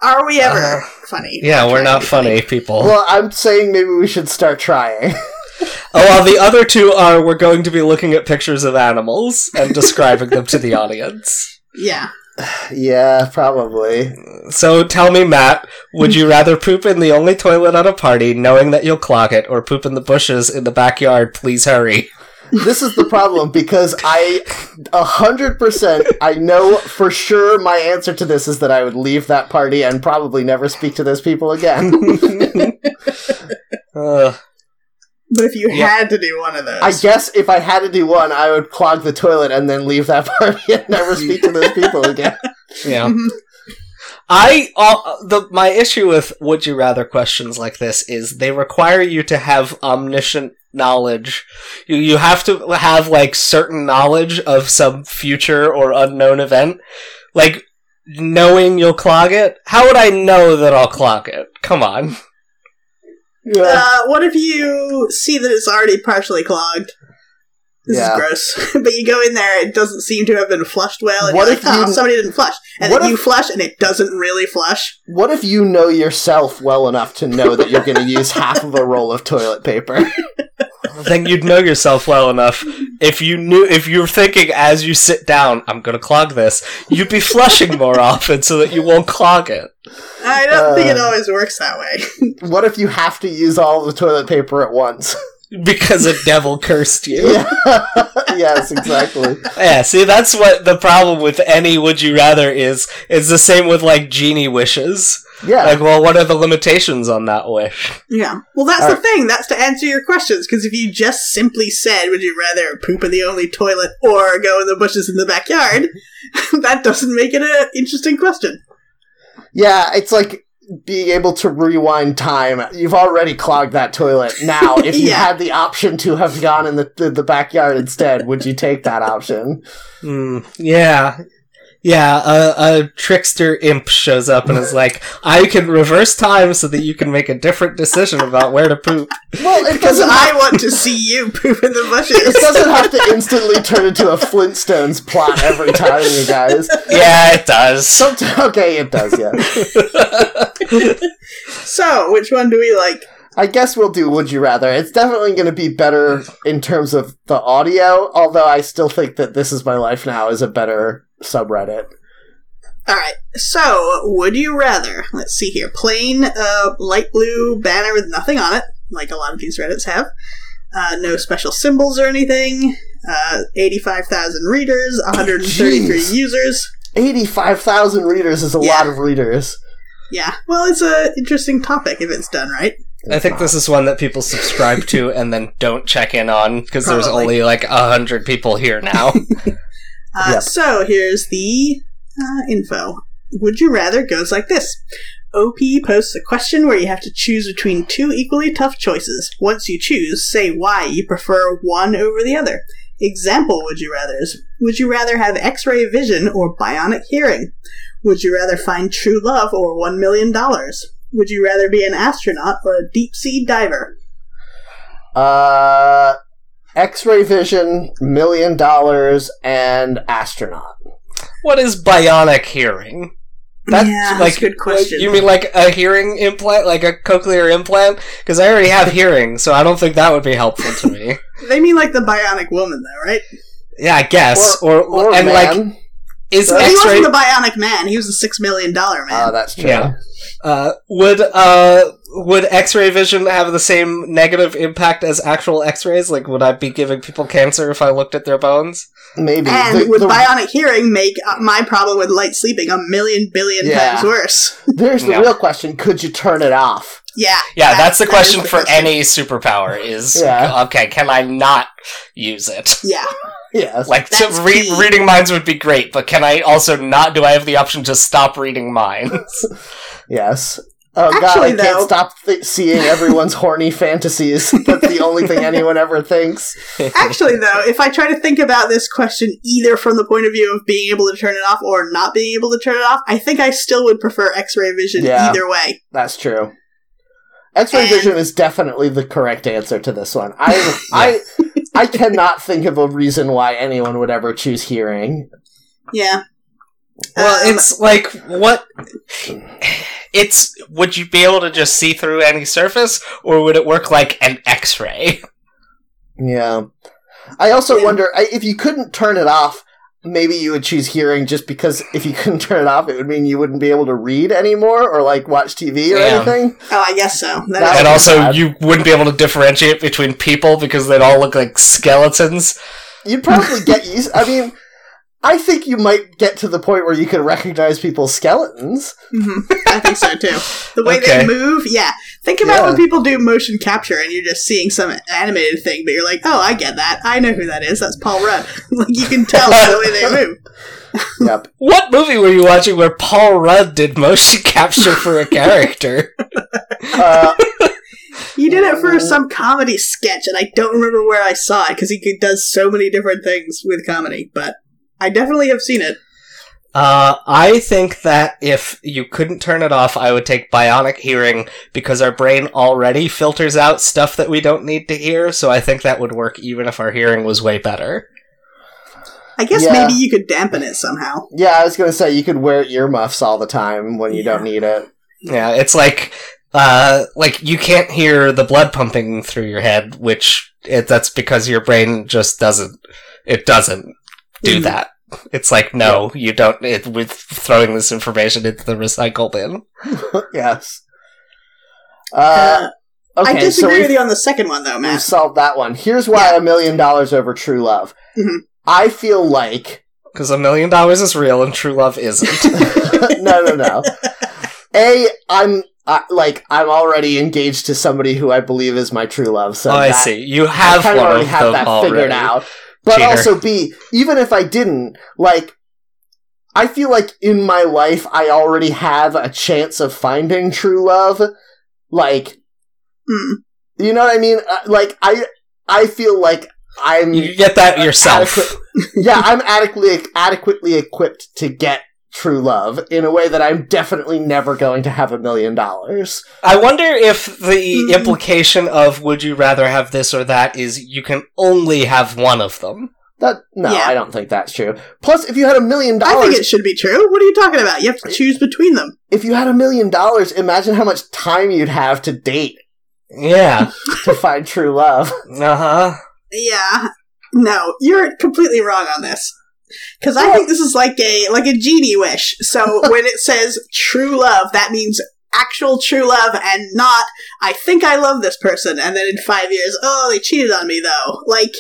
[SPEAKER 3] Are we ever
[SPEAKER 2] Uh,
[SPEAKER 3] funny?
[SPEAKER 2] Yeah, we're
[SPEAKER 3] Trying to
[SPEAKER 2] not
[SPEAKER 3] be
[SPEAKER 2] funny people.
[SPEAKER 1] Well, I'm saying maybe we should start trying.
[SPEAKER 2] Oh, well, the other two are we're going to be looking at pictures of animals and describing them to the audience.
[SPEAKER 3] Yeah.
[SPEAKER 1] yeah, probably.
[SPEAKER 2] So tell me, Matt, would you rather poop in the only toilet at a party knowing that you'll clog it, or poop in the bushes in the backyard? Please hurry.
[SPEAKER 1] This is the problem because I, a hundred percent, I know for sure my answer to this is that I would leave that party and probably never speak to those people again.
[SPEAKER 2] Ugh.
[SPEAKER 3] But if you
[SPEAKER 2] Yeah.
[SPEAKER 3] had to do one of those,
[SPEAKER 1] I guess if I had to do one, I would clog the toilet and then leave that party and never speak to those people again.
[SPEAKER 2] yeah.
[SPEAKER 3] Mhm.
[SPEAKER 2] I all the my issue with would you rather questions like this is they require you to have omniscient knowledge. You you have to have like certain knowledge of some future or unknown event. Like knowing you'll clog it. How would I know that I'll clog it? Come on.
[SPEAKER 1] Yeah.
[SPEAKER 3] Uh, what if you see that it's already partially clogged? This
[SPEAKER 1] Yeah.
[SPEAKER 3] is gross. but you go in there, it doesn't seem to have been flushed well. And
[SPEAKER 1] What
[SPEAKER 3] you're
[SPEAKER 1] if
[SPEAKER 3] like, oh,
[SPEAKER 1] you-
[SPEAKER 3] somebody didn't flush, and
[SPEAKER 1] what
[SPEAKER 3] then you
[SPEAKER 1] if-
[SPEAKER 3] flush, and it doesn't really flush?
[SPEAKER 1] What if you know yourself well enough to know that you're going to use half of a roll of toilet paper?
[SPEAKER 2] then you'd know yourself well enough. If you knew if you were thinking as you sit down, I'm gonna clog this, you'd be flushing more often so that you won't clog it.
[SPEAKER 3] I don't think it
[SPEAKER 1] Uh.
[SPEAKER 3] always works that way.
[SPEAKER 1] What if you have to use all the toilet paper at once?
[SPEAKER 2] Because a devil cursed you.
[SPEAKER 1] Yeah. yes, exactly.
[SPEAKER 2] Yeah, see, that's what the problem with any would you rather is. It's the same with like genie wishes.
[SPEAKER 1] Yeah.
[SPEAKER 2] Like, well, what are the limitations on that wish?
[SPEAKER 3] Yeah. Well, that's the
[SPEAKER 1] Alright.
[SPEAKER 3] thing. That's to answer your questions. Because if you just simply said, "Would you rather poop in the only toilet or go in the bushes in the backyard?" that doesn't make it an interesting question.
[SPEAKER 1] yeah, it's like being able to rewind time. You've already clogged that toilet. Now, if you
[SPEAKER 3] Yeah.
[SPEAKER 1] had the option to have gone in the, the, the backyard instead, would you take that option?
[SPEAKER 2] Hmm. yeah. Yeah, a, a trickster imp shows up and is like, "I can reverse time so that you can make a different decision about where to poop."
[SPEAKER 1] Well, it
[SPEAKER 3] Because
[SPEAKER 1] doesn't.
[SPEAKER 3] I want to see you poop in the
[SPEAKER 1] It
[SPEAKER 3] bushes.
[SPEAKER 1] doesn't have to instantly turn into a Flintstones plot every time, you guys.
[SPEAKER 2] yeah, it does.
[SPEAKER 1] Some okay, it does. Yeah,
[SPEAKER 3] So, which one do we like?
[SPEAKER 1] I guess we'll do. Would you rather? It's definitely going to be better in terms of the audio. Although I still think that this is my life now is a better subreddit.
[SPEAKER 3] All right. So, would you rather? Let's see here. Plain uh, light blue banner with nothing on it, like a lot of these Reddits have. Uh, no special symbols or anything. Uh, 85,000 readers, 133
[SPEAKER 1] Jeez.
[SPEAKER 3] users.
[SPEAKER 1] Eighty-five thousand readers is a
[SPEAKER 3] Yeah.
[SPEAKER 1] lot of readers.
[SPEAKER 3] Yeah. Well, it's a interesting topic if it's done right.
[SPEAKER 2] I think this is one that people subscribe to and then don't check in on because there's
[SPEAKER 3] Probably.
[SPEAKER 2] only like a hundred people here now.
[SPEAKER 3] Uh,
[SPEAKER 1] Yep.
[SPEAKER 3] So here's the uh, info. Would you rather goes like this. OP posts a question where you have to choose between two equally tough choices. Once you choose, say why you prefer one over the other. Example would you rathers. Would you rather have x ray vision or bionic hearing? Would you rather find true love or $1 million? Would you rather be an astronaut or a deep sea diver?
[SPEAKER 1] Uh, X-ray vision, million dollars, and astronaut.
[SPEAKER 2] what is bionic hearing?
[SPEAKER 3] Yeah, that's a good question.
[SPEAKER 2] You mean like a hearing implant, like a cochlear implant? Because I already have hearing, so I don't think that would be helpful to me.
[SPEAKER 3] They mean like the bionic woman, though, right?
[SPEAKER 2] Yeah, I guess. Or,
[SPEAKER 1] Or
[SPEAKER 2] and
[SPEAKER 1] man.
[SPEAKER 2] like is
[SPEAKER 1] Well,
[SPEAKER 3] he
[SPEAKER 2] X-ray
[SPEAKER 3] wasn't the bionic man. He was the six million dollar man.
[SPEAKER 1] Oh, that's true.
[SPEAKER 2] Yeah. uh, would uh would X-ray vision have the same negative impact as actual X-rays? Like, would I be giving people cancer if I looked at their bones?
[SPEAKER 1] Maybe.
[SPEAKER 3] and
[SPEAKER 1] The-
[SPEAKER 3] would
[SPEAKER 1] the-
[SPEAKER 3] bionic hearing make uh, my problem with light sleeping a million billion
[SPEAKER 1] Yeah.
[SPEAKER 3] times worse?
[SPEAKER 1] There's the
[SPEAKER 2] Yeah.
[SPEAKER 1] real question: Could you turn it off?
[SPEAKER 3] Yeah.
[SPEAKER 2] Yeah,
[SPEAKER 3] That-
[SPEAKER 2] that's the
[SPEAKER 3] that
[SPEAKER 2] question
[SPEAKER 3] is the
[SPEAKER 2] for
[SPEAKER 3] question.
[SPEAKER 2] any superpower. Is
[SPEAKER 1] Yeah.
[SPEAKER 2] okay? Can I not use it?
[SPEAKER 3] Yeah.
[SPEAKER 1] Yes.
[SPEAKER 2] Like to
[SPEAKER 3] That's
[SPEAKER 2] re-
[SPEAKER 3] key.
[SPEAKER 2] reading minds would be great, but can I also not? Do I have the option to stop reading minds?
[SPEAKER 1] yes. Oh god,
[SPEAKER 3] Actually,
[SPEAKER 1] I
[SPEAKER 3] though-
[SPEAKER 1] can't stop th- seeing everyone's horny fantasies. That's the only thing anyone ever thinks.
[SPEAKER 3] Actually, though, if I try to think about this question either from the point of view of being able to turn it off or not being able to turn it off, I think I still would prefer X-ray vision
[SPEAKER 1] Yeah.
[SPEAKER 3] either way.
[SPEAKER 1] That's true. X-ray
[SPEAKER 3] And-
[SPEAKER 1] vision is definitely the correct answer to this one. I I I cannot think of a reason why anyone would ever choose hearing.
[SPEAKER 3] Yeah.
[SPEAKER 2] well,
[SPEAKER 3] Um,
[SPEAKER 2] it's like what. It's would you be able to just see through any surface, or would it work like an X-ray?
[SPEAKER 1] Yeah. I also
[SPEAKER 3] Yeah.
[SPEAKER 1] wonder I, if you couldn't turn it off, maybe you would choose hearing just because if you couldn't turn it off, it would mean you wouldn't be able to read anymore or like watch TV or
[SPEAKER 2] Yeah.
[SPEAKER 1] anything.
[SPEAKER 3] oh, I guess so. That
[SPEAKER 1] That-
[SPEAKER 2] and
[SPEAKER 1] would be
[SPEAKER 2] also,
[SPEAKER 1] bad.
[SPEAKER 2] you wouldn't be able to differentiate between people because they'd all look like skeletons.
[SPEAKER 1] You'd probably get used. I mean, I think you might get to the point where you could recognize people's skeletons.
[SPEAKER 3] Mhm. I think so too. The way
[SPEAKER 2] Okay.
[SPEAKER 3] they move, yeah. Think about
[SPEAKER 1] Yeah.
[SPEAKER 3] when people do motion capture and you're just seeing some animated thing, but you're like, "Oh, I get that. I know who that is. That's Paul Rudd." like you can tell by the way they move.
[SPEAKER 1] Yep.
[SPEAKER 2] What movie were you watching where Paul Rudd did motion capture for a character?
[SPEAKER 1] Uh,
[SPEAKER 3] You did it for some comedy sketch, and I don't remember where I saw it because he could- does so many different things with comedy. But I definitely have seen it.
[SPEAKER 2] Uh, I think that if you couldn't turn it off, I would take bionic hearing because our brain already filters out stuff that we don't need to hear. So I think that would work even if our hearing was way better.
[SPEAKER 3] I guess
[SPEAKER 1] Yeah.
[SPEAKER 3] maybe you could dampen it somehow.
[SPEAKER 1] yeah, I was going to say you could wear earmuffs all the time when you don't need it.
[SPEAKER 2] Yeah, it's like, uh, like you can't hear the blood pumping through your head, which it, that's because your brain just doesn't, it doesn't do
[SPEAKER 3] Mhm.
[SPEAKER 2] that. It's like, no, you don't, it, with throwing this information into the recycle bin.
[SPEAKER 1] yes.
[SPEAKER 3] Uh,
[SPEAKER 1] Uh, okay,
[SPEAKER 3] I disagree
[SPEAKER 1] so we've
[SPEAKER 3] with you on the second one, though,
[SPEAKER 1] We've
[SPEAKER 3] Matt.
[SPEAKER 1] solved that one. Here's why a million dollars over true love.
[SPEAKER 3] Mhm.
[SPEAKER 1] I feel like
[SPEAKER 2] Because a million dollars is real and true love isn't.
[SPEAKER 1] no, no, no. A, I'm uh, like I'm already engaged to somebody who I believe is my true love. So
[SPEAKER 2] oh, I
[SPEAKER 1] that-
[SPEAKER 2] see. You
[SPEAKER 1] I
[SPEAKER 2] have
[SPEAKER 1] kind of
[SPEAKER 2] one
[SPEAKER 1] already
[SPEAKER 2] of
[SPEAKER 1] have
[SPEAKER 2] them
[SPEAKER 1] that
[SPEAKER 2] already.
[SPEAKER 1] figured out. But
[SPEAKER 2] Cheater.
[SPEAKER 1] also, B, even if I didn't, like, I feel like in my life I already have a chance of finding true love. Like,
[SPEAKER 3] Mm.
[SPEAKER 1] You know what I mean? Uh, Like I I feel like I'm
[SPEAKER 2] You get that yourself.
[SPEAKER 1] adequate- yeah, I'm adequately adequately equipped to get true love in a way that I'm definitely never going to have a million dollars.
[SPEAKER 2] I wonder if the
[SPEAKER 3] Mm.
[SPEAKER 2] implication of would you rather have this or that is you can only have one of them.
[SPEAKER 1] That no,
[SPEAKER 3] Yeah.
[SPEAKER 1] I don't think that's true. Plus, if you had a million
[SPEAKER 3] I think it
[SPEAKER 1] dollars,
[SPEAKER 3] should be true. What are you talking about? You have to choose between them.
[SPEAKER 1] if you had a million dollars, imagine how much time you'd have to date
[SPEAKER 2] Yeah.
[SPEAKER 1] to find true love.
[SPEAKER 2] uh huh.
[SPEAKER 3] Yeah. No, you're completely wrong on this. Because I think this is like a like a genie wish. So when it says true love, that means actual true love and not I think I love this person and then in five years, oh they cheated on me though. Like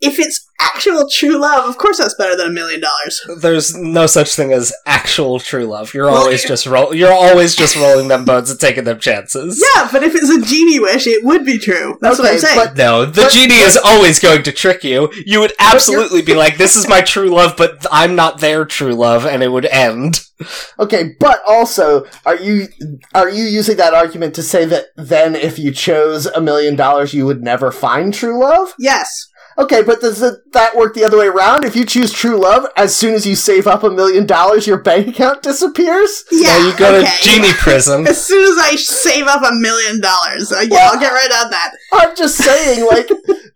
[SPEAKER 3] if it's actual true love, of course that's better than a million dollars.
[SPEAKER 2] There's no such thing as actual true love. You're
[SPEAKER 3] Well,
[SPEAKER 2] always
[SPEAKER 3] you-
[SPEAKER 2] just roll. You're always just rolling them bones and taking them chances.
[SPEAKER 3] Yeah, but if it's a genie wish, it would be true. That's what
[SPEAKER 1] Okay,
[SPEAKER 3] I'm saying.
[SPEAKER 1] but-
[SPEAKER 2] No, the
[SPEAKER 1] But-
[SPEAKER 2] genie is always going to trick you. You would
[SPEAKER 1] you're-
[SPEAKER 2] absolutely be like, "This is my true love," but I'm not their true love, and it would end.
[SPEAKER 1] Okay, but also, are you are you using that argument to say that then if you chose a million dollars, you would never find true love?
[SPEAKER 3] yes.
[SPEAKER 1] Okay, but does it, that work the other way around? If you choose true love, as soon as you save up a million dollars, your bank account disappears?
[SPEAKER 3] Yeah.
[SPEAKER 2] now you go
[SPEAKER 3] okay.
[SPEAKER 2] to genie prison.
[SPEAKER 3] As soon as I save up a million dollars, uh, yeah,
[SPEAKER 1] Well-
[SPEAKER 3] I'll get right on that.
[SPEAKER 1] I'm just saying, like,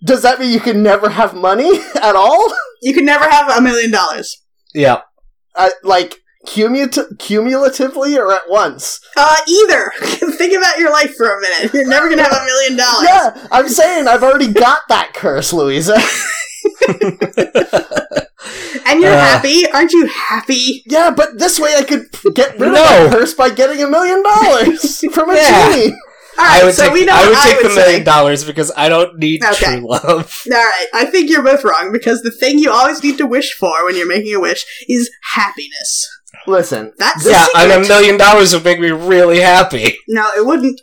[SPEAKER 1] does that mean you can never have money at all?
[SPEAKER 3] You can never have a million dollars.
[SPEAKER 2] yeah,
[SPEAKER 1] Uh, like, cumulati- cumulatively or at once?
[SPEAKER 3] Uh, either. Think about your life for a minute. You're never gonna have a million dollars.
[SPEAKER 1] Yeah, I'm saying I've already got that curse, Louisa.
[SPEAKER 3] And you're
[SPEAKER 2] Uh.
[SPEAKER 3] happy. Aren't you happy?
[SPEAKER 1] Yeah, but this way I could get rid
[SPEAKER 2] No.
[SPEAKER 1] of that curse by getting a million dollars from a
[SPEAKER 2] Yeah.
[SPEAKER 1] genie.
[SPEAKER 3] Alright,
[SPEAKER 2] I would
[SPEAKER 3] so
[SPEAKER 2] take.
[SPEAKER 3] we know
[SPEAKER 2] I would
[SPEAKER 3] what
[SPEAKER 2] take
[SPEAKER 3] I would
[SPEAKER 2] the
[SPEAKER 3] say.
[SPEAKER 2] million dollars because I don't need
[SPEAKER 3] Okay.
[SPEAKER 2] true love.
[SPEAKER 3] Alright, I think you're both wrong because the thing you always need to wish for when you're making a wish is happiness.
[SPEAKER 1] Listen,
[SPEAKER 3] That's
[SPEAKER 2] yeah,
[SPEAKER 3] the
[SPEAKER 2] and
[SPEAKER 3] secret.
[SPEAKER 2] a million dollars would make me really happy.
[SPEAKER 3] No, it wouldn't.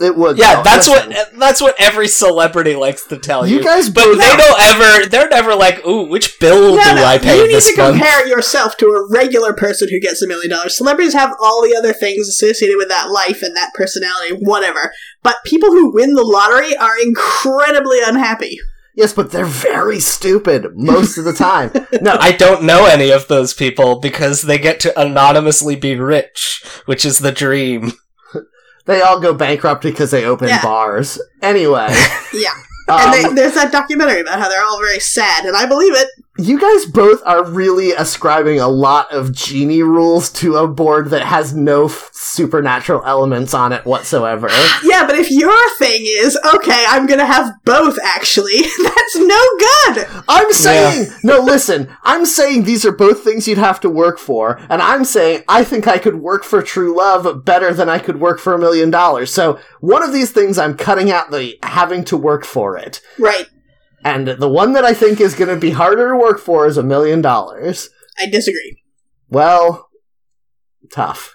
[SPEAKER 1] it would.
[SPEAKER 2] Yeah,
[SPEAKER 1] though.
[SPEAKER 2] that's
[SPEAKER 1] Listen,
[SPEAKER 2] what e, that's what every celebrity likes to tell you.
[SPEAKER 1] you guys
[SPEAKER 2] but
[SPEAKER 1] both
[SPEAKER 2] they don't ever. They're never like, "Ooh, which bill
[SPEAKER 3] No,
[SPEAKER 2] do
[SPEAKER 3] no,
[SPEAKER 2] I pay
[SPEAKER 3] you need
[SPEAKER 2] this
[SPEAKER 3] to
[SPEAKER 2] month?"
[SPEAKER 3] compare yourself to a regular person who gets a million dollars. Celebrities have all the other things associated with that life and that personality, whatever. But people who win the lottery are incredibly unhappy.
[SPEAKER 1] Yes, but they're very stupid most of the time. No,
[SPEAKER 2] I don't know any of those people because they get to anonymously be rich, which is the dream.
[SPEAKER 1] they all go bankrupt because they open
[SPEAKER 3] Yeah.
[SPEAKER 1] bars. Anyway,
[SPEAKER 3] Yeah.
[SPEAKER 1] um,
[SPEAKER 3] And they, there's that documentary about how they're all very sad, and I believe it.
[SPEAKER 1] you guys both are really ascribing a lot of genie rules to a board that has no f- supernatural elements on it whatsoever.
[SPEAKER 3] Yeah, but if your thing is, okay, I'm gonna have both, actually, that's no good!
[SPEAKER 1] I'm saying no. Listen, I'm saying these are both things you'd have to work for, and I'm saying I think I could work for true love better than I could work for a million dollars. So one of these things, I'm cutting out the having to work for it.
[SPEAKER 3] Right,
[SPEAKER 1] And the one that I think is going to be harder to work for is a million dollars.
[SPEAKER 3] I disagree.
[SPEAKER 1] Well, tough.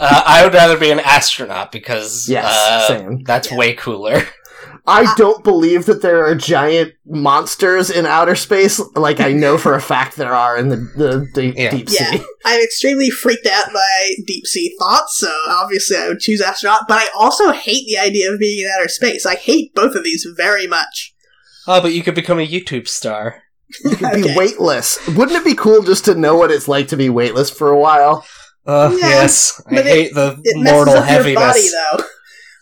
[SPEAKER 2] Uh, I would rather be an astronaut because
[SPEAKER 1] Yes,
[SPEAKER 2] uh,
[SPEAKER 1] same.
[SPEAKER 2] that's way cooler.
[SPEAKER 1] I don't believe that there are giant monsters in outer space, like I know for a fact there are in the, the, the
[SPEAKER 2] Yeah.
[SPEAKER 1] deep
[SPEAKER 3] Yeah.
[SPEAKER 1] sea.
[SPEAKER 3] I'm extremely freaked out by deep sea thoughts, so obviously I would choose astronaut, but I also hate the idea of being in outer space. I hate both of these very much.
[SPEAKER 2] Oh, but you could become a YouTube star.
[SPEAKER 1] You could be
[SPEAKER 3] Okay.
[SPEAKER 1] weightless. Wouldn't it be cool just to know what it's like to be weightless for a while?
[SPEAKER 2] Oh,
[SPEAKER 3] Yeah,
[SPEAKER 2] yes. I
[SPEAKER 3] but it-
[SPEAKER 2] hate the
[SPEAKER 3] It messes
[SPEAKER 2] mortal
[SPEAKER 3] up your body,
[SPEAKER 2] heaviness.
[SPEAKER 3] though.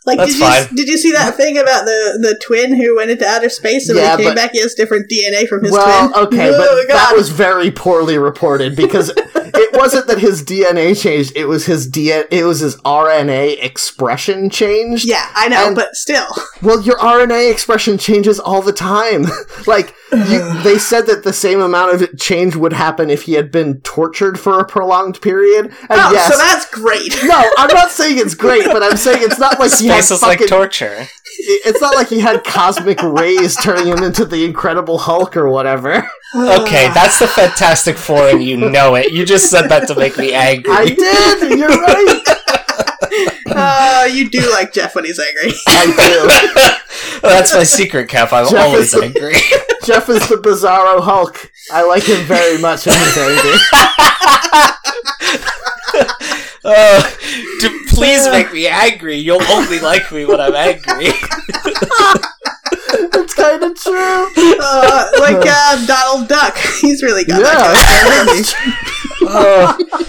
[SPEAKER 3] Like,
[SPEAKER 2] That's
[SPEAKER 3] did you
[SPEAKER 2] fine.
[SPEAKER 3] did you see that thing about the the twin who went into outer space and
[SPEAKER 1] Yeah,
[SPEAKER 3] when he came
[SPEAKER 1] but-
[SPEAKER 3] back he has different DNA from his
[SPEAKER 1] well,
[SPEAKER 3] twin?
[SPEAKER 1] okay,
[SPEAKER 3] Oh,
[SPEAKER 1] but that
[SPEAKER 3] God.
[SPEAKER 1] was very poorly reported because it wasn't that his DNA changed; it was his DNA, it was his RNA expression changed.
[SPEAKER 3] yeah, I know,
[SPEAKER 1] and-
[SPEAKER 3] but still.
[SPEAKER 1] Well, your RNA expression changes all the time. like you, they said that the same amount of change would happen if he had been tortured for a prolonged period. And
[SPEAKER 3] Oh,
[SPEAKER 1] yes,
[SPEAKER 3] so that's great.
[SPEAKER 1] no, I'm not saying it's great, but I'm saying it's not like he had
[SPEAKER 2] Space is like
[SPEAKER 1] fucking,
[SPEAKER 2] torture.
[SPEAKER 1] it's not like he had cosmic rays turning him into the Incredible Hulk or whatever.
[SPEAKER 2] Okay, that's the Fantastic Four, and you know it. You just said that to make me angry.
[SPEAKER 1] I did. You're right.
[SPEAKER 3] Oh, you do like Jeff when he's angry.
[SPEAKER 1] I
[SPEAKER 2] Oh, that's my secret, Cap. I'm
[SPEAKER 1] Jeff
[SPEAKER 2] always
[SPEAKER 1] is-
[SPEAKER 2] angry.
[SPEAKER 1] do. Jeff is the Bizarro Hulk. I like him very much when he's angry.
[SPEAKER 2] Uh, to please make me angry. You'll only like me when I'm angry.
[SPEAKER 1] It's kind of true.
[SPEAKER 3] uh, like uh, Donald Duck. He's really got that kind of
[SPEAKER 1] that's true. Uh,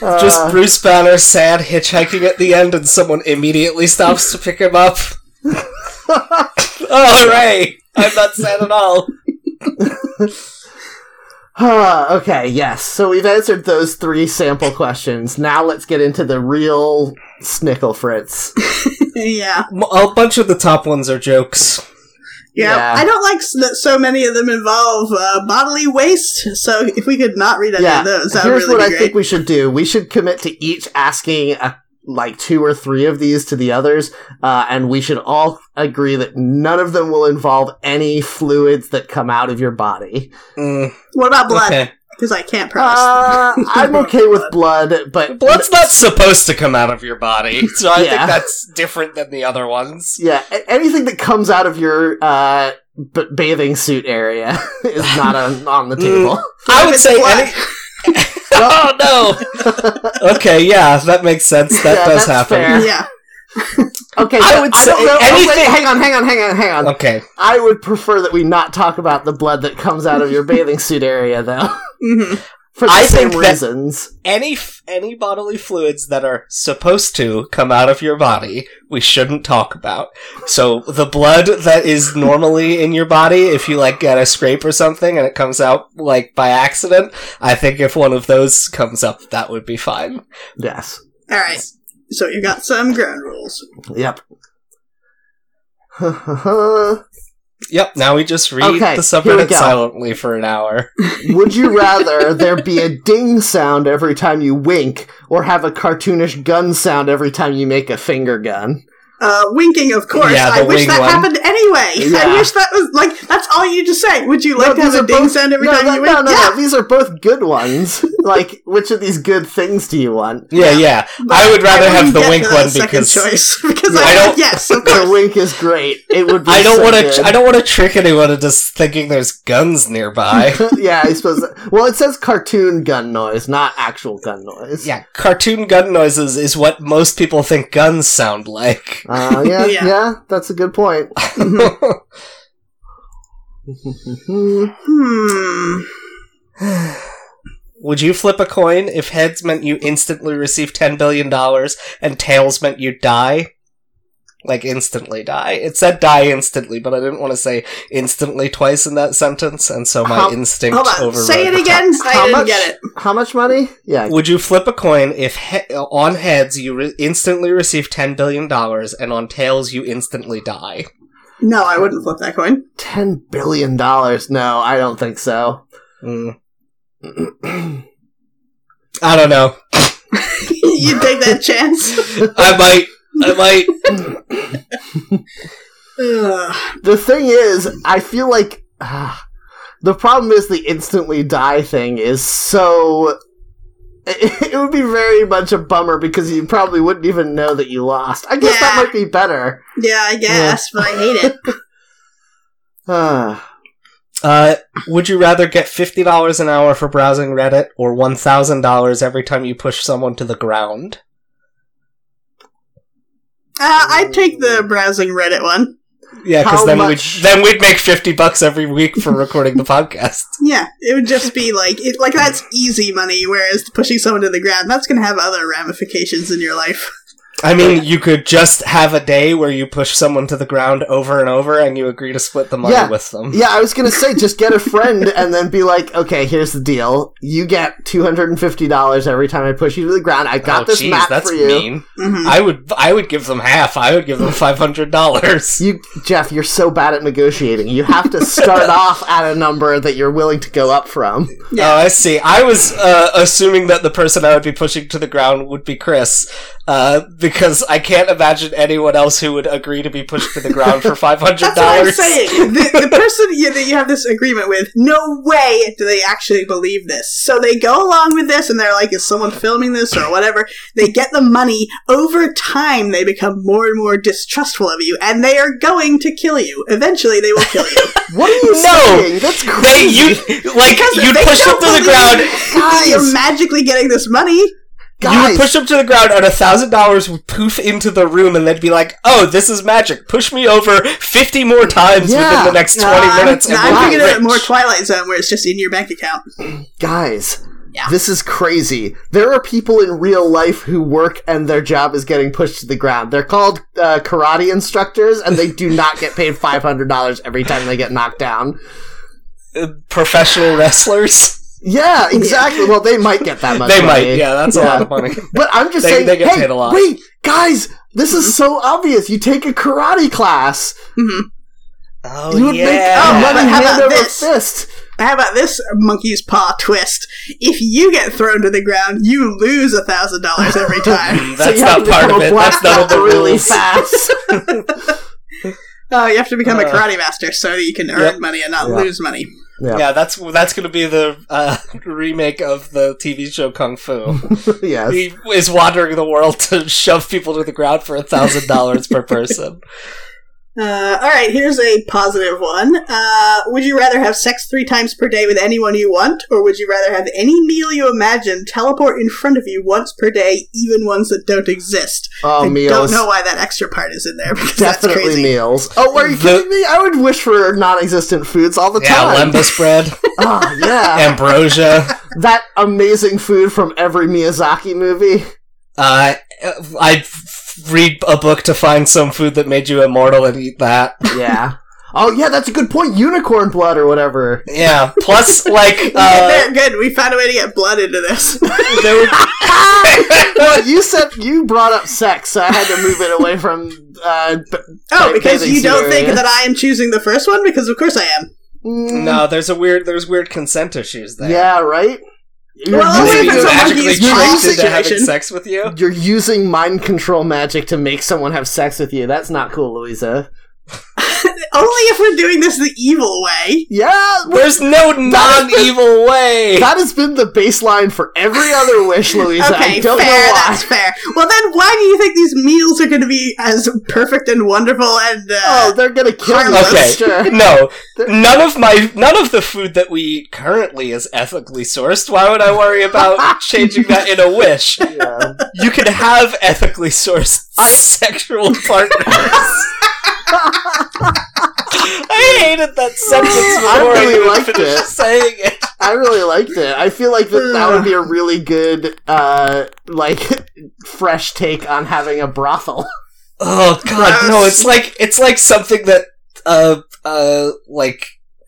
[SPEAKER 2] Oh. Just Bruce Banner sad hitchhiking at the end, and someone immediately stops to pick him up. oh, hooray! I'm not sad at all.
[SPEAKER 1] Huh, okay, yes. So we've answered those three sample questions. Now let's get into the real Snickle Fritz.
[SPEAKER 3] energy. yeah.
[SPEAKER 2] M- A bunch of the top ones are jokes.
[SPEAKER 3] yeah,
[SPEAKER 1] Yeah.
[SPEAKER 3] I don't like s- that so many of them involve uh, bodily waste. So if we could not read any
[SPEAKER 1] yeah,
[SPEAKER 3] of those, that would
[SPEAKER 1] here's
[SPEAKER 3] really
[SPEAKER 1] what
[SPEAKER 3] be
[SPEAKER 1] I
[SPEAKER 3] great.
[SPEAKER 1] think we should do. We should commit to each asking uh like two or three of these to the others, uh, and we should all agree that none of them will involve any fluids that come out of your body.
[SPEAKER 2] Mm,
[SPEAKER 3] what about blood?
[SPEAKER 2] okay.
[SPEAKER 3] Because I can't promise.
[SPEAKER 1] Uh, I'm okay with blood, but
[SPEAKER 2] Blood's not supposed to come out of your body, so I
[SPEAKER 1] Yeah.
[SPEAKER 2] think that's different than the other ones.
[SPEAKER 1] yeah, a- anything that comes out of your uh, b- bathing suit area is not on, on the table.
[SPEAKER 2] I
[SPEAKER 3] If
[SPEAKER 2] would
[SPEAKER 3] it's
[SPEAKER 2] say
[SPEAKER 3] blood-
[SPEAKER 2] any. oh no! okay, yeah, that makes sense. That
[SPEAKER 1] Yeah,
[SPEAKER 2] does
[SPEAKER 1] that's
[SPEAKER 2] happen.
[SPEAKER 1] fair.
[SPEAKER 3] yeah.
[SPEAKER 1] Okay,
[SPEAKER 2] I
[SPEAKER 1] so
[SPEAKER 2] would
[SPEAKER 1] don't
[SPEAKER 2] say
[SPEAKER 1] know- oh, wait,
[SPEAKER 2] anything-
[SPEAKER 1] hang on, hang on, hang on, hang on.
[SPEAKER 2] Okay.
[SPEAKER 1] I would prefer that we not talk about the blood that comes out of your bathing suit area, though,
[SPEAKER 3] hmm
[SPEAKER 1] for the
[SPEAKER 2] I
[SPEAKER 1] same
[SPEAKER 2] think that-
[SPEAKER 1] reasons.
[SPEAKER 2] any f- any bodily fluids that are supposed to come out of your body we shouldn't talk about so the blood that is normally in your body if you like get a scrape or something and it comes out like by accident i think if one of those comes up that would be fine
[SPEAKER 1] Yes.
[SPEAKER 3] All right. So you got some ground rules.
[SPEAKER 1] Yep. would
[SPEAKER 2] yep now we just read
[SPEAKER 1] Okay,
[SPEAKER 2] the
[SPEAKER 1] here we
[SPEAKER 2] subreddit
[SPEAKER 1] go.
[SPEAKER 2] silently for an hour
[SPEAKER 1] you rather there be a ding sound every time you wink, or have a cartoonish gun sound every time you make a finger gun?
[SPEAKER 3] Uh, winking, of course.
[SPEAKER 2] Yeah, the
[SPEAKER 3] I wish
[SPEAKER 2] wing
[SPEAKER 3] that
[SPEAKER 2] one.
[SPEAKER 3] happened anyway.
[SPEAKER 1] Yeah.
[SPEAKER 3] I wish that was like that's all you just say. Would you like to
[SPEAKER 1] these
[SPEAKER 3] have a
[SPEAKER 1] are
[SPEAKER 3] ding
[SPEAKER 1] both-
[SPEAKER 3] sound every
[SPEAKER 1] no,
[SPEAKER 3] time
[SPEAKER 1] that-
[SPEAKER 3] you
[SPEAKER 1] no,
[SPEAKER 3] wink?
[SPEAKER 1] no,
[SPEAKER 3] yeah.
[SPEAKER 1] no, These are both good ones. like, which of these good things do you want?
[SPEAKER 2] yeah yeah
[SPEAKER 3] But
[SPEAKER 2] i would rather have
[SPEAKER 3] wouldn't
[SPEAKER 2] the
[SPEAKER 3] get
[SPEAKER 2] wink
[SPEAKER 3] to
[SPEAKER 2] one
[SPEAKER 3] that second
[SPEAKER 2] because
[SPEAKER 3] choice because
[SPEAKER 2] Yeah,
[SPEAKER 3] I,
[SPEAKER 2] I
[SPEAKER 3] don't.
[SPEAKER 2] don't-
[SPEAKER 3] Yes, of
[SPEAKER 1] The
[SPEAKER 3] course.
[SPEAKER 1] wink is great. It would. Be
[SPEAKER 2] I don't
[SPEAKER 1] so
[SPEAKER 2] want
[SPEAKER 1] good.
[SPEAKER 2] to. I don't want to trick anyone into just thinking there's guns nearby.
[SPEAKER 1] yeah, I suppose. Well, it says cartoon gun noise, not actual gun noise.
[SPEAKER 2] Yeah, cartoon gun noises is what most people think guns sound like.
[SPEAKER 1] Uh, yeah, yeah,
[SPEAKER 3] Yeah.
[SPEAKER 1] that's a good point. Mm-hmm.
[SPEAKER 3] hmm.
[SPEAKER 2] Would you flip a coin if heads meant you instantly receive $10 billion and tails meant you die? Like, instantly die. It said die instantly, but I didn't want to say instantly twice in that sentence, and so my
[SPEAKER 1] How-
[SPEAKER 2] instinct
[SPEAKER 3] Hold on.
[SPEAKER 2] overrode
[SPEAKER 3] Say it
[SPEAKER 2] the
[SPEAKER 3] again. I
[SPEAKER 1] How
[SPEAKER 3] didn't
[SPEAKER 1] much-
[SPEAKER 3] get it.
[SPEAKER 1] How much money? Yeah.
[SPEAKER 2] Would you flip a coin if he- on heads you re- instantly receive $10 billion and on tails you instantly die?
[SPEAKER 3] No, I wouldn't flip that coin.
[SPEAKER 1] $10 billion. No, I don't think so.
[SPEAKER 2] Mm. I don't know.
[SPEAKER 3] you take that chance.
[SPEAKER 2] I might. I might.
[SPEAKER 3] Ugh.
[SPEAKER 1] The thing is, I feel like. ah, the problem is the instantly die thing is so. It, would be very much a bummer because you probably wouldn't even know that you lost. I guess that
[SPEAKER 3] Yeah.
[SPEAKER 1] might be better.
[SPEAKER 3] yeah, I guess, but I hate it.
[SPEAKER 1] Ah.
[SPEAKER 2] Uh, would you rather get fifty dollars an hour for browsing Reddit or one thousand dollars every time you push someone to the ground?
[SPEAKER 3] Uh, I'd take the browsing Reddit one.
[SPEAKER 2] Yeah,
[SPEAKER 1] How
[SPEAKER 2] because then
[SPEAKER 1] much-
[SPEAKER 2] we'd then we'd make fifty bucks every week for recording the podcast.
[SPEAKER 3] Yeah, it would just be like it, like that's easy money, whereas pushing someone to the ground that's going to have other ramifications in your life.
[SPEAKER 2] I mean, you could just have a day where you push someone to the ground over and over, and you agree to split the money
[SPEAKER 1] Yeah.
[SPEAKER 2] with them.
[SPEAKER 1] Yeah, I was gonna say just get a friend and then be like, okay, here's the deal. You get two hundred and fifty dollars every time I push you to the ground. I got
[SPEAKER 2] oh,
[SPEAKER 1] this
[SPEAKER 2] jeez,
[SPEAKER 1] map
[SPEAKER 2] that's
[SPEAKER 1] for you.
[SPEAKER 2] mean.
[SPEAKER 3] hmm
[SPEAKER 2] I would I would give them half. I would give them five hundred dollars.
[SPEAKER 1] You, Jeff, you're so bad at negotiating. You have to start off at a number that you're willing to go up from.
[SPEAKER 3] Yeah.
[SPEAKER 2] Oh, I see. I was uh, assuming that the person I would be pushing to the ground would be Chris, uh, because I can't imagine anyone else who would agree to be pushed to the ground for five hundred
[SPEAKER 3] That's what I'm
[SPEAKER 2] dollars.
[SPEAKER 3] saying. The, the person you, that you have this agreement with, no way do they actually believe this. So they go along with this, and they're like, "Is someone filming this or whatever?" They get the money. Over time, they become more and more distrustful of you, and they are going to kill you. Eventually, they will kill you.
[SPEAKER 1] What are you
[SPEAKER 2] No!
[SPEAKER 1] saying? That's
[SPEAKER 2] They
[SPEAKER 1] crazy.
[SPEAKER 2] you like
[SPEAKER 3] Because
[SPEAKER 2] you'd
[SPEAKER 3] they
[SPEAKER 2] push them
[SPEAKER 3] don't
[SPEAKER 2] to the
[SPEAKER 3] believe
[SPEAKER 2] ground.
[SPEAKER 3] that You're magically getting this money.
[SPEAKER 2] you
[SPEAKER 1] Guys!
[SPEAKER 2] would push them to the ground, and a thousand dollars would poof into the room, and they'd be like, "Oh, this is magic! Push me over fifty more times
[SPEAKER 1] Yeah.
[SPEAKER 2] within the next
[SPEAKER 3] Nah,
[SPEAKER 2] twenty
[SPEAKER 3] I'm-
[SPEAKER 2] minutes."
[SPEAKER 3] nah,
[SPEAKER 2] and
[SPEAKER 3] Um, I'm
[SPEAKER 2] we'll be
[SPEAKER 3] thinking of it
[SPEAKER 2] rich."
[SPEAKER 3] more Twilight Zone, where it's just in your bank account.
[SPEAKER 1] Guys,
[SPEAKER 3] Yeah.
[SPEAKER 1] this is crazy. There are people in real life who work and their job is getting pushed to the ground. They're called uh, karate instructors and they do not get paid $500 every time they get knocked down.
[SPEAKER 2] Uh, professional wrestlers.
[SPEAKER 1] Yeah, exactly. Well, they might get that much
[SPEAKER 2] they
[SPEAKER 1] money.
[SPEAKER 2] might. Yeah, that's a lot of money.
[SPEAKER 1] But I'm just
[SPEAKER 2] They-
[SPEAKER 1] saying,
[SPEAKER 2] they get
[SPEAKER 1] hey,
[SPEAKER 2] paid a lot. Mm-hmm.
[SPEAKER 1] wait, guys, this is so obvious. You take a karate class,
[SPEAKER 3] hmm
[SPEAKER 2] Oh
[SPEAKER 1] you would
[SPEAKER 3] Oh,
[SPEAKER 1] make
[SPEAKER 3] but
[SPEAKER 1] money
[SPEAKER 3] how
[SPEAKER 1] hand
[SPEAKER 3] about
[SPEAKER 1] over
[SPEAKER 3] this?
[SPEAKER 1] fist.
[SPEAKER 3] How about this monkey's paw twist? If you get thrown to the ground, you lose a thousand dollars every time.
[SPEAKER 1] So
[SPEAKER 2] that's
[SPEAKER 1] you have
[SPEAKER 2] not
[SPEAKER 1] to
[SPEAKER 2] part of
[SPEAKER 1] become a
[SPEAKER 2] it.
[SPEAKER 1] black
[SPEAKER 2] That's none of the
[SPEAKER 1] belt really
[SPEAKER 2] rules.
[SPEAKER 1] fast.
[SPEAKER 3] oh, you have to become a
[SPEAKER 2] Uh.
[SPEAKER 3] karate master so that you can earn
[SPEAKER 2] Yep.
[SPEAKER 3] money and not
[SPEAKER 1] Yeah.
[SPEAKER 3] lose money.
[SPEAKER 2] Yeah, that's that's going to be the uh, remake of the TV show Kung Fu.
[SPEAKER 1] yes.
[SPEAKER 2] he is wandering the world to shove people to the ground for a thousand dollars per person.
[SPEAKER 3] Uh, all right, here's a positive one. Uh, would you rather have sex three times per day with anyone you want, or would you rather have any meal you imagine teleport in front of you once per day, even ones that don't exist?
[SPEAKER 1] Oh,
[SPEAKER 3] I
[SPEAKER 1] meals.
[SPEAKER 3] don't know why that extra part is in there because that's
[SPEAKER 1] Definitely
[SPEAKER 3] crazy.
[SPEAKER 1] meals. Oh, are you
[SPEAKER 2] The-
[SPEAKER 1] kidding me? I would wish for non-existent foods all the
[SPEAKER 2] Yeah,
[SPEAKER 1] time.
[SPEAKER 2] lembas bread,
[SPEAKER 1] Ah, yeah,
[SPEAKER 2] ambrosia.
[SPEAKER 1] that amazing food from every Miyazaki movie.
[SPEAKER 2] Uh, I'd f- read a book to find some food that made you immortal and eat that.
[SPEAKER 1] Yeah. Oh, yeah, that's a good point. Unicorn blood or whatever.
[SPEAKER 2] Yeah. Plus, like, uh,
[SPEAKER 3] yeah, good. We found a way to get blood into this.
[SPEAKER 2] there would
[SPEAKER 1] Well, you said you brought up sex, so I had to move it away from. Uh, b-
[SPEAKER 3] Oh, because
[SPEAKER 1] bathing
[SPEAKER 3] you don't think
[SPEAKER 1] scenario.
[SPEAKER 3] that I am choosing the first one? Because of course I am.
[SPEAKER 1] mm,
[SPEAKER 2] no. There's a weird. There's weird consent issues there.
[SPEAKER 1] Yeah, Oh, right. You're
[SPEAKER 3] Well,
[SPEAKER 2] Maybe
[SPEAKER 3] only if
[SPEAKER 1] using,
[SPEAKER 3] it's
[SPEAKER 2] you
[SPEAKER 3] a
[SPEAKER 2] magically tricked
[SPEAKER 3] monkey's
[SPEAKER 1] paw
[SPEAKER 2] into having
[SPEAKER 3] situation.
[SPEAKER 2] sex with you.
[SPEAKER 1] you're using mind control magic to make someone have sex with you. That's not cool, Louisa.
[SPEAKER 3] Only if we're doing this the evil way.
[SPEAKER 1] Yeah,
[SPEAKER 2] There's no non-evil way.
[SPEAKER 1] That has been the baseline for every other wish, Louisa.
[SPEAKER 3] okay,
[SPEAKER 1] I don't
[SPEAKER 3] fair.
[SPEAKER 1] know why.
[SPEAKER 3] That's fair. Well, then why do you think these meals are going to be as perfect and wonderful and uh,
[SPEAKER 1] Oh, they're gonna kill you.
[SPEAKER 2] Okay.
[SPEAKER 1] that's Sure.
[SPEAKER 2] No, none of my none of the food that we eat currently is ethically sourced. Why would I worry about changing that in a wish?
[SPEAKER 1] Yeah.
[SPEAKER 2] You can have ethically sourced sexual partners. I hated that sentence
[SPEAKER 1] I
[SPEAKER 2] before I
[SPEAKER 1] really
[SPEAKER 2] even
[SPEAKER 1] liked
[SPEAKER 2] finished
[SPEAKER 1] it.
[SPEAKER 2] saying it.
[SPEAKER 1] I really liked it. I feel like that, that would be a really good, uh, like, fresh take on having a brothel.
[SPEAKER 2] Oh god, no! It's like it's like something that uh uh like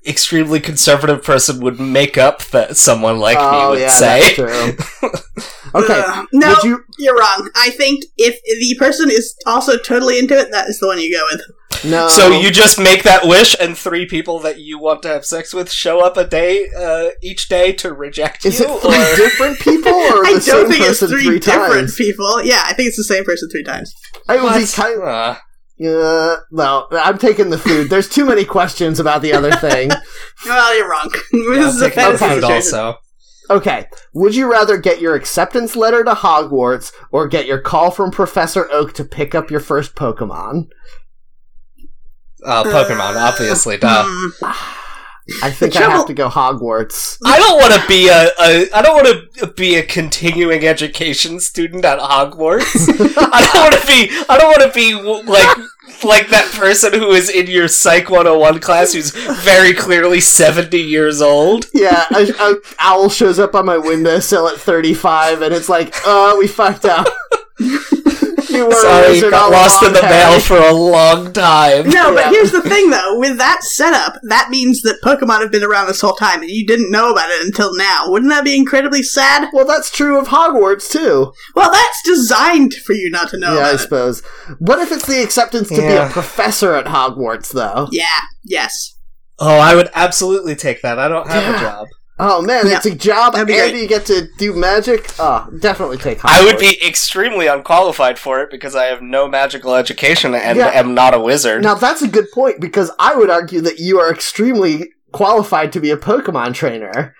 [SPEAKER 2] extremely conservative person would make up that someone like me
[SPEAKER 1] oh
[SPEAKER 2] would
[SPEAKER 1] yeah,
[SPEAKER 2] say.
[SPEAKER 1] that's true. Oh, Okay,
[SPEAKER 3] ugh. no,
[SPEAKER 1] would you?
[SPEAKER 3] you- are wrong. I think if the person is also totally into it, that is the one you go with.
[SPEAKER 1] No.
[SPEAKER 2] So you just make that wish, and three people that you want to have sex with show up a day uh, each day to reject
[SPEAKER 1] Is
[SPEAKER 2] you.
[SPEAKER 1] it three
[SPEAKER 2] or-
[SPEAKER 1] different people or
[SPEAKER 3] I
[SPEAKER 1] the
[SPEAKER 3] don't
[SPEAKER 1] same
[SPEAKER 3] think it's
[SPEAKER 1] person
[SPEAKER 3] three, different
[SPEAKER 1] times?
[SPEAKER 3] people. Yeah, I think it's the same person three times.
[SPEAKER 1] I would be
[SPEAKER 2] What?
[SPEAKER 1] kind.
[SPEAKER 2] Uh,
[SPEAKER 1] Uh, no, I'm taking the food. There's too many questions about the other thing.
[SPEAKER 3] Well, you're wrong. this
[SPEAKER 2] yeah,
[SPEAKER 3] is a
[SPEAKER 2] take that
[SPEAKER 3] fantasy
[SPEAKER 2] food
[SPEAKER 3] situation.
[SPEAKER 2] also.
[SPEAKER 1] Okay. Would you rather get your acceptance letter to Hogwarts or get your call from Professor Oak to pick up your first Pokemon?
[SPEAKER 2] Uh, Pokemon,
[SPEAKER 3] Uh,
[SPEAKER 2] obviously. Duh.
[SPEAKER 3] Hmm.
[SPEAKER 1] I think
[SPEAKER 3] The
[SPEAKER 1] I
[SPEAKER 3] trouble-
[SPEAKER 1] have to go Hogwarts.
[SPEAKER 2] I don't want to be a, a I don't want to be a continuing education student at Hogwarts. I don't want to be I don't want to be w- like like that person who is in your Psych 101 class who's very clearly 70 years old.
[SPEAKER 1] Yeah, a, a owl shows up on my windowsill at 35 and it's like, "Uh, we fucked up." you were a
[SPEAKER 2] Sorry,
[SPEAKER 1] wizard
[SPEAKER 2] got
[SPEAKER 1] all
[SPEAKER 2] lost in the
[SPEAKER 1] along, Harry.
[SPEAKER 2] mail for a long time.
[SPEAKER 3] No, but
[SPEAKER 1] Yeah.
[SPEAKER 3] here's the thing though. With that setup, that means that Pokemon have been around this whole time and you didn't know about it until now. Wouldn't that be incredibly sad?
[SPEAKER 1] Well, that's true of Hogwarts too.
[SPEAKER 3] Well, that's designed for you not to know
[SPEAKER 1] yeah, I
[SPEAKER 3] about it.
[SPEAKER 1] suppose. What if it's the acceptance to be a
[SPEAKER 2] Yeah.
[SPEAKER 1] professor at Hogwarts though?
[SPEAKER 3] Yeah, yes.
[SPEAKER 2] Oh, I would absolutely take that. I don't have
[SPEAKER 1] Yeah.
[SPEAKER 2] a job.
[SPEAKER 1] Oh man,
[SPEAKER 3] Yeah.
[SPEAKER 1] it's a job
[SPEAKER 3] That'd
[SPEAKER 1] and
[SPEAKER 3] be great.
[SPEAKER 1] you get to do magic. Oh, definitely take Hogwarts.
[SPEAKER 2] I would be extremely unqualified for it because I have no magical education and
[SPEAKER 1] Yeah.
[SPEAKER 2] am not a wizard.
[SPEAKER 1] Now that's a good point because I would argue that you are extremely qualified to be a Pokemon trainer.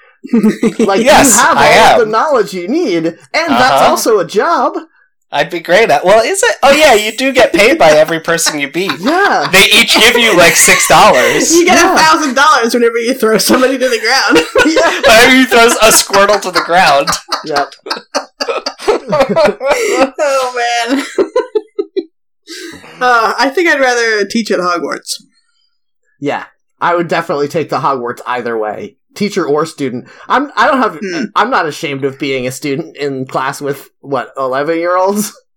[SPEAKER 1] Like
[SPEAKER 2] Yes,
[SPEAKER 1] you have all
[SPEAKER 2] I
[SPEAKER 1] of
[SPEAKER 2] am.
[SPEAKER 1] the knowledge you need, and that's
[SPEAKER 2] Uh-huh.
[SPEAKER 1] also a job.
[SPEAKER 2] I'd be great at. Well, is it? Oh yeah, you do get paid by every person you beat.
[SPEAKER 1] Yeah.
[SPEAKER 2] They each give you like six dollars.
[SPEAKER 3] You get
[SPEAKER 1] Yeah.
[SPEAKER 3] a thousand dollars whenever you throw somebody to the ground.
[SPEAKER 1] yeah.
[SPEAKER 2] Whenever you throws a Squirtle to the ground.
[SPEAKER 1] Yep.
[SPEAKER 3] oh man. uh, I think I'd rather teach at Hogwarts.
[SPEAKER 1] Yeah, I would definitely take the Hogwarts either way, teacher or student. I'm I don't have
[SPEAKER 3] Hmm.
[SPEAKER 1] I'm not ashamed of being a student in class with what eleven year olds.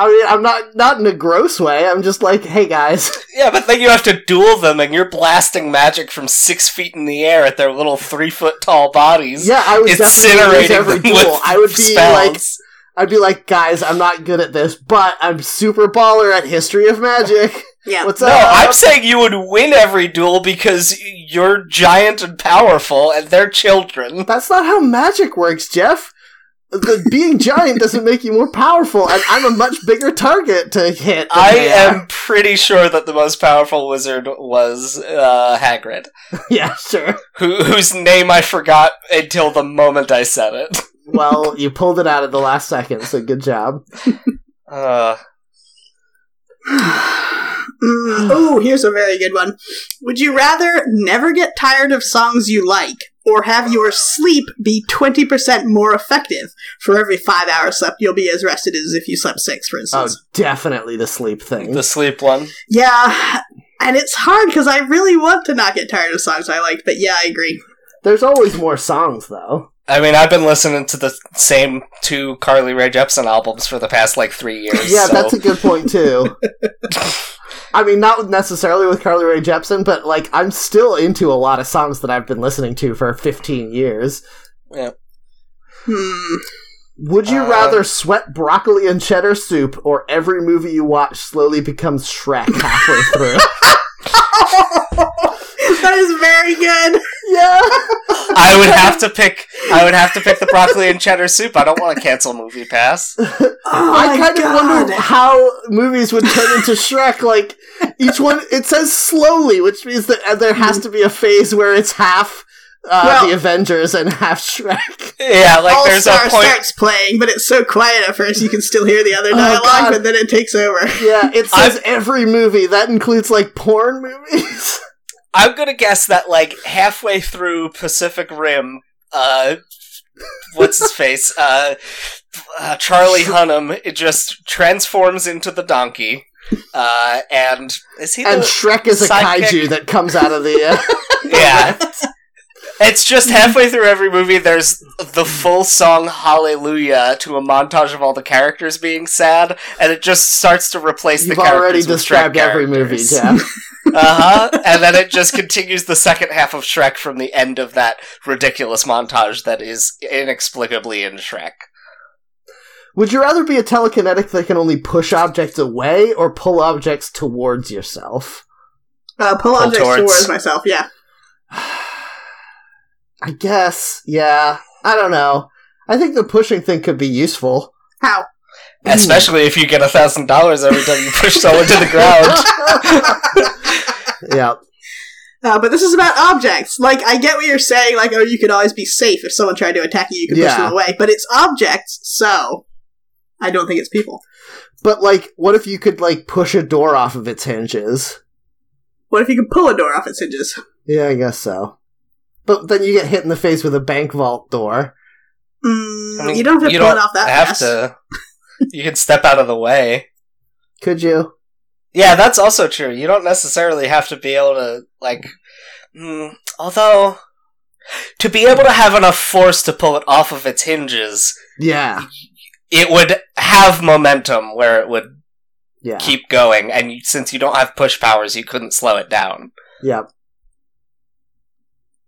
[SPEAKER 1] I mean, I'm not not in a gross way. I'm just like, hey guys,
[SPEAKER 2] yeah, but then you have to duel them, and you're blasting magic from six feet in the air at their little three foot tall bodies.
[SPEAKER 1] yeah, I would definitely lose
[SPEAKER 2] incinerating
[SPEAKER 1] every
[SPEAKER 2] them with
[SPEAKER 1] duel. I would be like,
[SPEAKER 2] spells.
[SPEAKER 1] I'd be like, guys, I'm not good at this, but I'm super baller at history of magic.
[SPEAKER 3] Yeah.
[SPEAKER 1] What's
[SPEAKER 2] No,
[SPEAKER 1] up?
[SPEAKER 2] I'm saying you would win every duel because you're giant and powerful, and they're children.
[SPEAKER 1] That's not how magic works, Jeff. The, being giant doesn't make you more powerful, and I'm a much bigger target to hit. than
[SPEAKER 2] I
[SPEAKER 1] they are.
[SPEAKER 2] am pretty sure that the most powerful wizard was uh, Hagrid,
[SPEAKER 1] Yeah, sure.
[SPEAKER 2] who, whose name I forgot until the moment I said it.
[SPEAKER 1] Well, you pulled it out at the last second, so good job.
[SPEAKER 2] Uh,
[SPEAKER 3] Mm, ooh, here's a very good one. Would you rather never get tired of songs you like, or have your sleep be 20% more effective? For every five hours slept, you'll be as rested as if you slept six, for
[SPEAKER 1] Oh,
[SPEAKER 3] instance.
[SPEAKER 1] definitely the sleep thing.
[SPEAKER 2] the sleep one.
[SPEAKER 3] Yeah, and it's hard because I really want to not get tired of songs I like, but yeah, I agree.
[SPEAKER 1] There's always more songs, though.
[SPEAKER 2] I mean, I've been listening to the same two Carly Rae Jepsen albums for the past like three years.
[SPEAKER 1] Yeah,
[SPEAKER 2] so-
[SPEAKER 1] that's a good point, too. I mean, not with- necessarily with Carly Rae Jepsen, but, like, I'm still into a lot of songs that I've been listening to for 15 years.
[SPEAKER 3] Hmm.
[SPEAKER 1] Would you
[SPEAKER 2] Uh,
[SPEAKER 1] rather sweat broccoli and cheddar soup or every movie you watch slowly becomes Shrek halfway through?
[SPEAKER 3] that is very good.
[SPEAKER 1] yeah!
[SPEAKER 2] I would have to pick. I would have to pick the broccoli and cheddar soup. I don't want to cancel Movie Pass.
[SPEAKER 3] Oh
[SPEAKER 1] I
[SPEAKER 3] my
[SPEAKER 1] kind of wonder how movies would turn into Shrek. Like each one, it says slowly, which means that uh, there has to be a phase where it's half uh,
[SPEAKER 3] Well-
[SPEAKER 1] the Avengers and half Shrek.
[SPEAKER 2] Yeah, like
[SPEAKER 3] All
[SPEAKER 2] there's
[SPEAKER 3] Star
[SPEAKER 2] a point.
[SPEAKER 3] starts playing, but it's so quiet at first you can still hear the other
[SPEAKER 1] Oh,
[SPEAKER 3] dialogue,
[SPEAKER 1] God.
[SPEAKER 3] but then it takes over.
[SPEAKER 1] Yeah, it says every movie. That includes like porn movies.
[SPEAKER 2] I'm gonna guess that like halfway through Pacific Rim, uh, what's his face, uh, uh, Charlie Hunnam, it just transforms into the donkey, uh, and is he?
[SPEAKER 1] and
[SPEAKER 2] the,
[SPEAKER 1] Shrek is a
[SPEAKER 2] Sidekick.
[SPEAKER 1] kaiju that comes out of the. Uh,
[SPEAKER 2] yeah. It's
[SPEAKER 1] Mm-hmm.
[SPEAKER 2] just halfway through every movie. There's the full song "Hallelujah" to a montage of all the characters being sad, and it just starts to replace
[SPEAKER 1] you've
[SPEAKER 2] the
[SPEAKER 1] already
[SPEAKER 2] characters.
[SPEAKER 1] described every movie, Jeff.
[SPEAKER 2] Uh huh. And then it just continues the second half of Shrek from the end of that ridiculous montage that is inexplicably in Shrek.
[SPEAKER 1] Would you rather be a telekinetic that can only push objects away or pull objects towards yourself?
[SPEAKER 3] Uh, pull
[SPEAKER 2] Pull
[SPEAKER 3] objects
[SPEAKER 2] towards.
[SPEAKER 3] towards myself, yeah.
[SPEAKER 1] I guess, yeah. I don't know. I think the pushing thing could be useful.
[SPEAKER 3] How? Mm.
[SPEAKER 2] Especially if you get a thousand dollars every time you push someone to the ground.
[SPEAKER 1] Yeah.
[SPEAKER 3] Uh, but this is about objects. Like, I get what you're saying, like, oh, you could always be safe if someone tried to attack you, you could
[SPEAKER 1] Yeah.
[SPEAKER 3] push them away. But it's objects, so I don't think it's people.
[SPEAKER 1] But like what if you could like push a door off of its hinges?
[SPEAKER 3] What if you could pull a door off its hinges?
[SPEAKER 1] Yeah, I guess so. But then you get hit in the face with a bank vault door.
[SPEAKER 3] Mm,
[SPEAKER 2] I mean,
[SPEAKER 3] you don't have to
[SPEAKER 2] Oh, you
[SPEAKER 3] pull
[SPEAKER 2] don't
[SPEAKER 3] it off that
[SPEAKER 2] I have
[SPEAKER 3] fast.
[SPEAKER 2] to. You can step out of the way.
[SPEAKER 1] Could you?
[SPEAKER 2] Yeah, that's also true. You don't necessarily have to be able to like. Mm, although, to be able to have enough force to pull it off of its hinges,
[SPEAKER 1] Yeah.
[SPEAKER 2] it would have momentum where it would
[SPEAKER 1] Yeah.
[SPEAKER 2] keep going, and you, since you don't have push powers, you couldn't slow it down.
[SPEAKER 1] Yeah.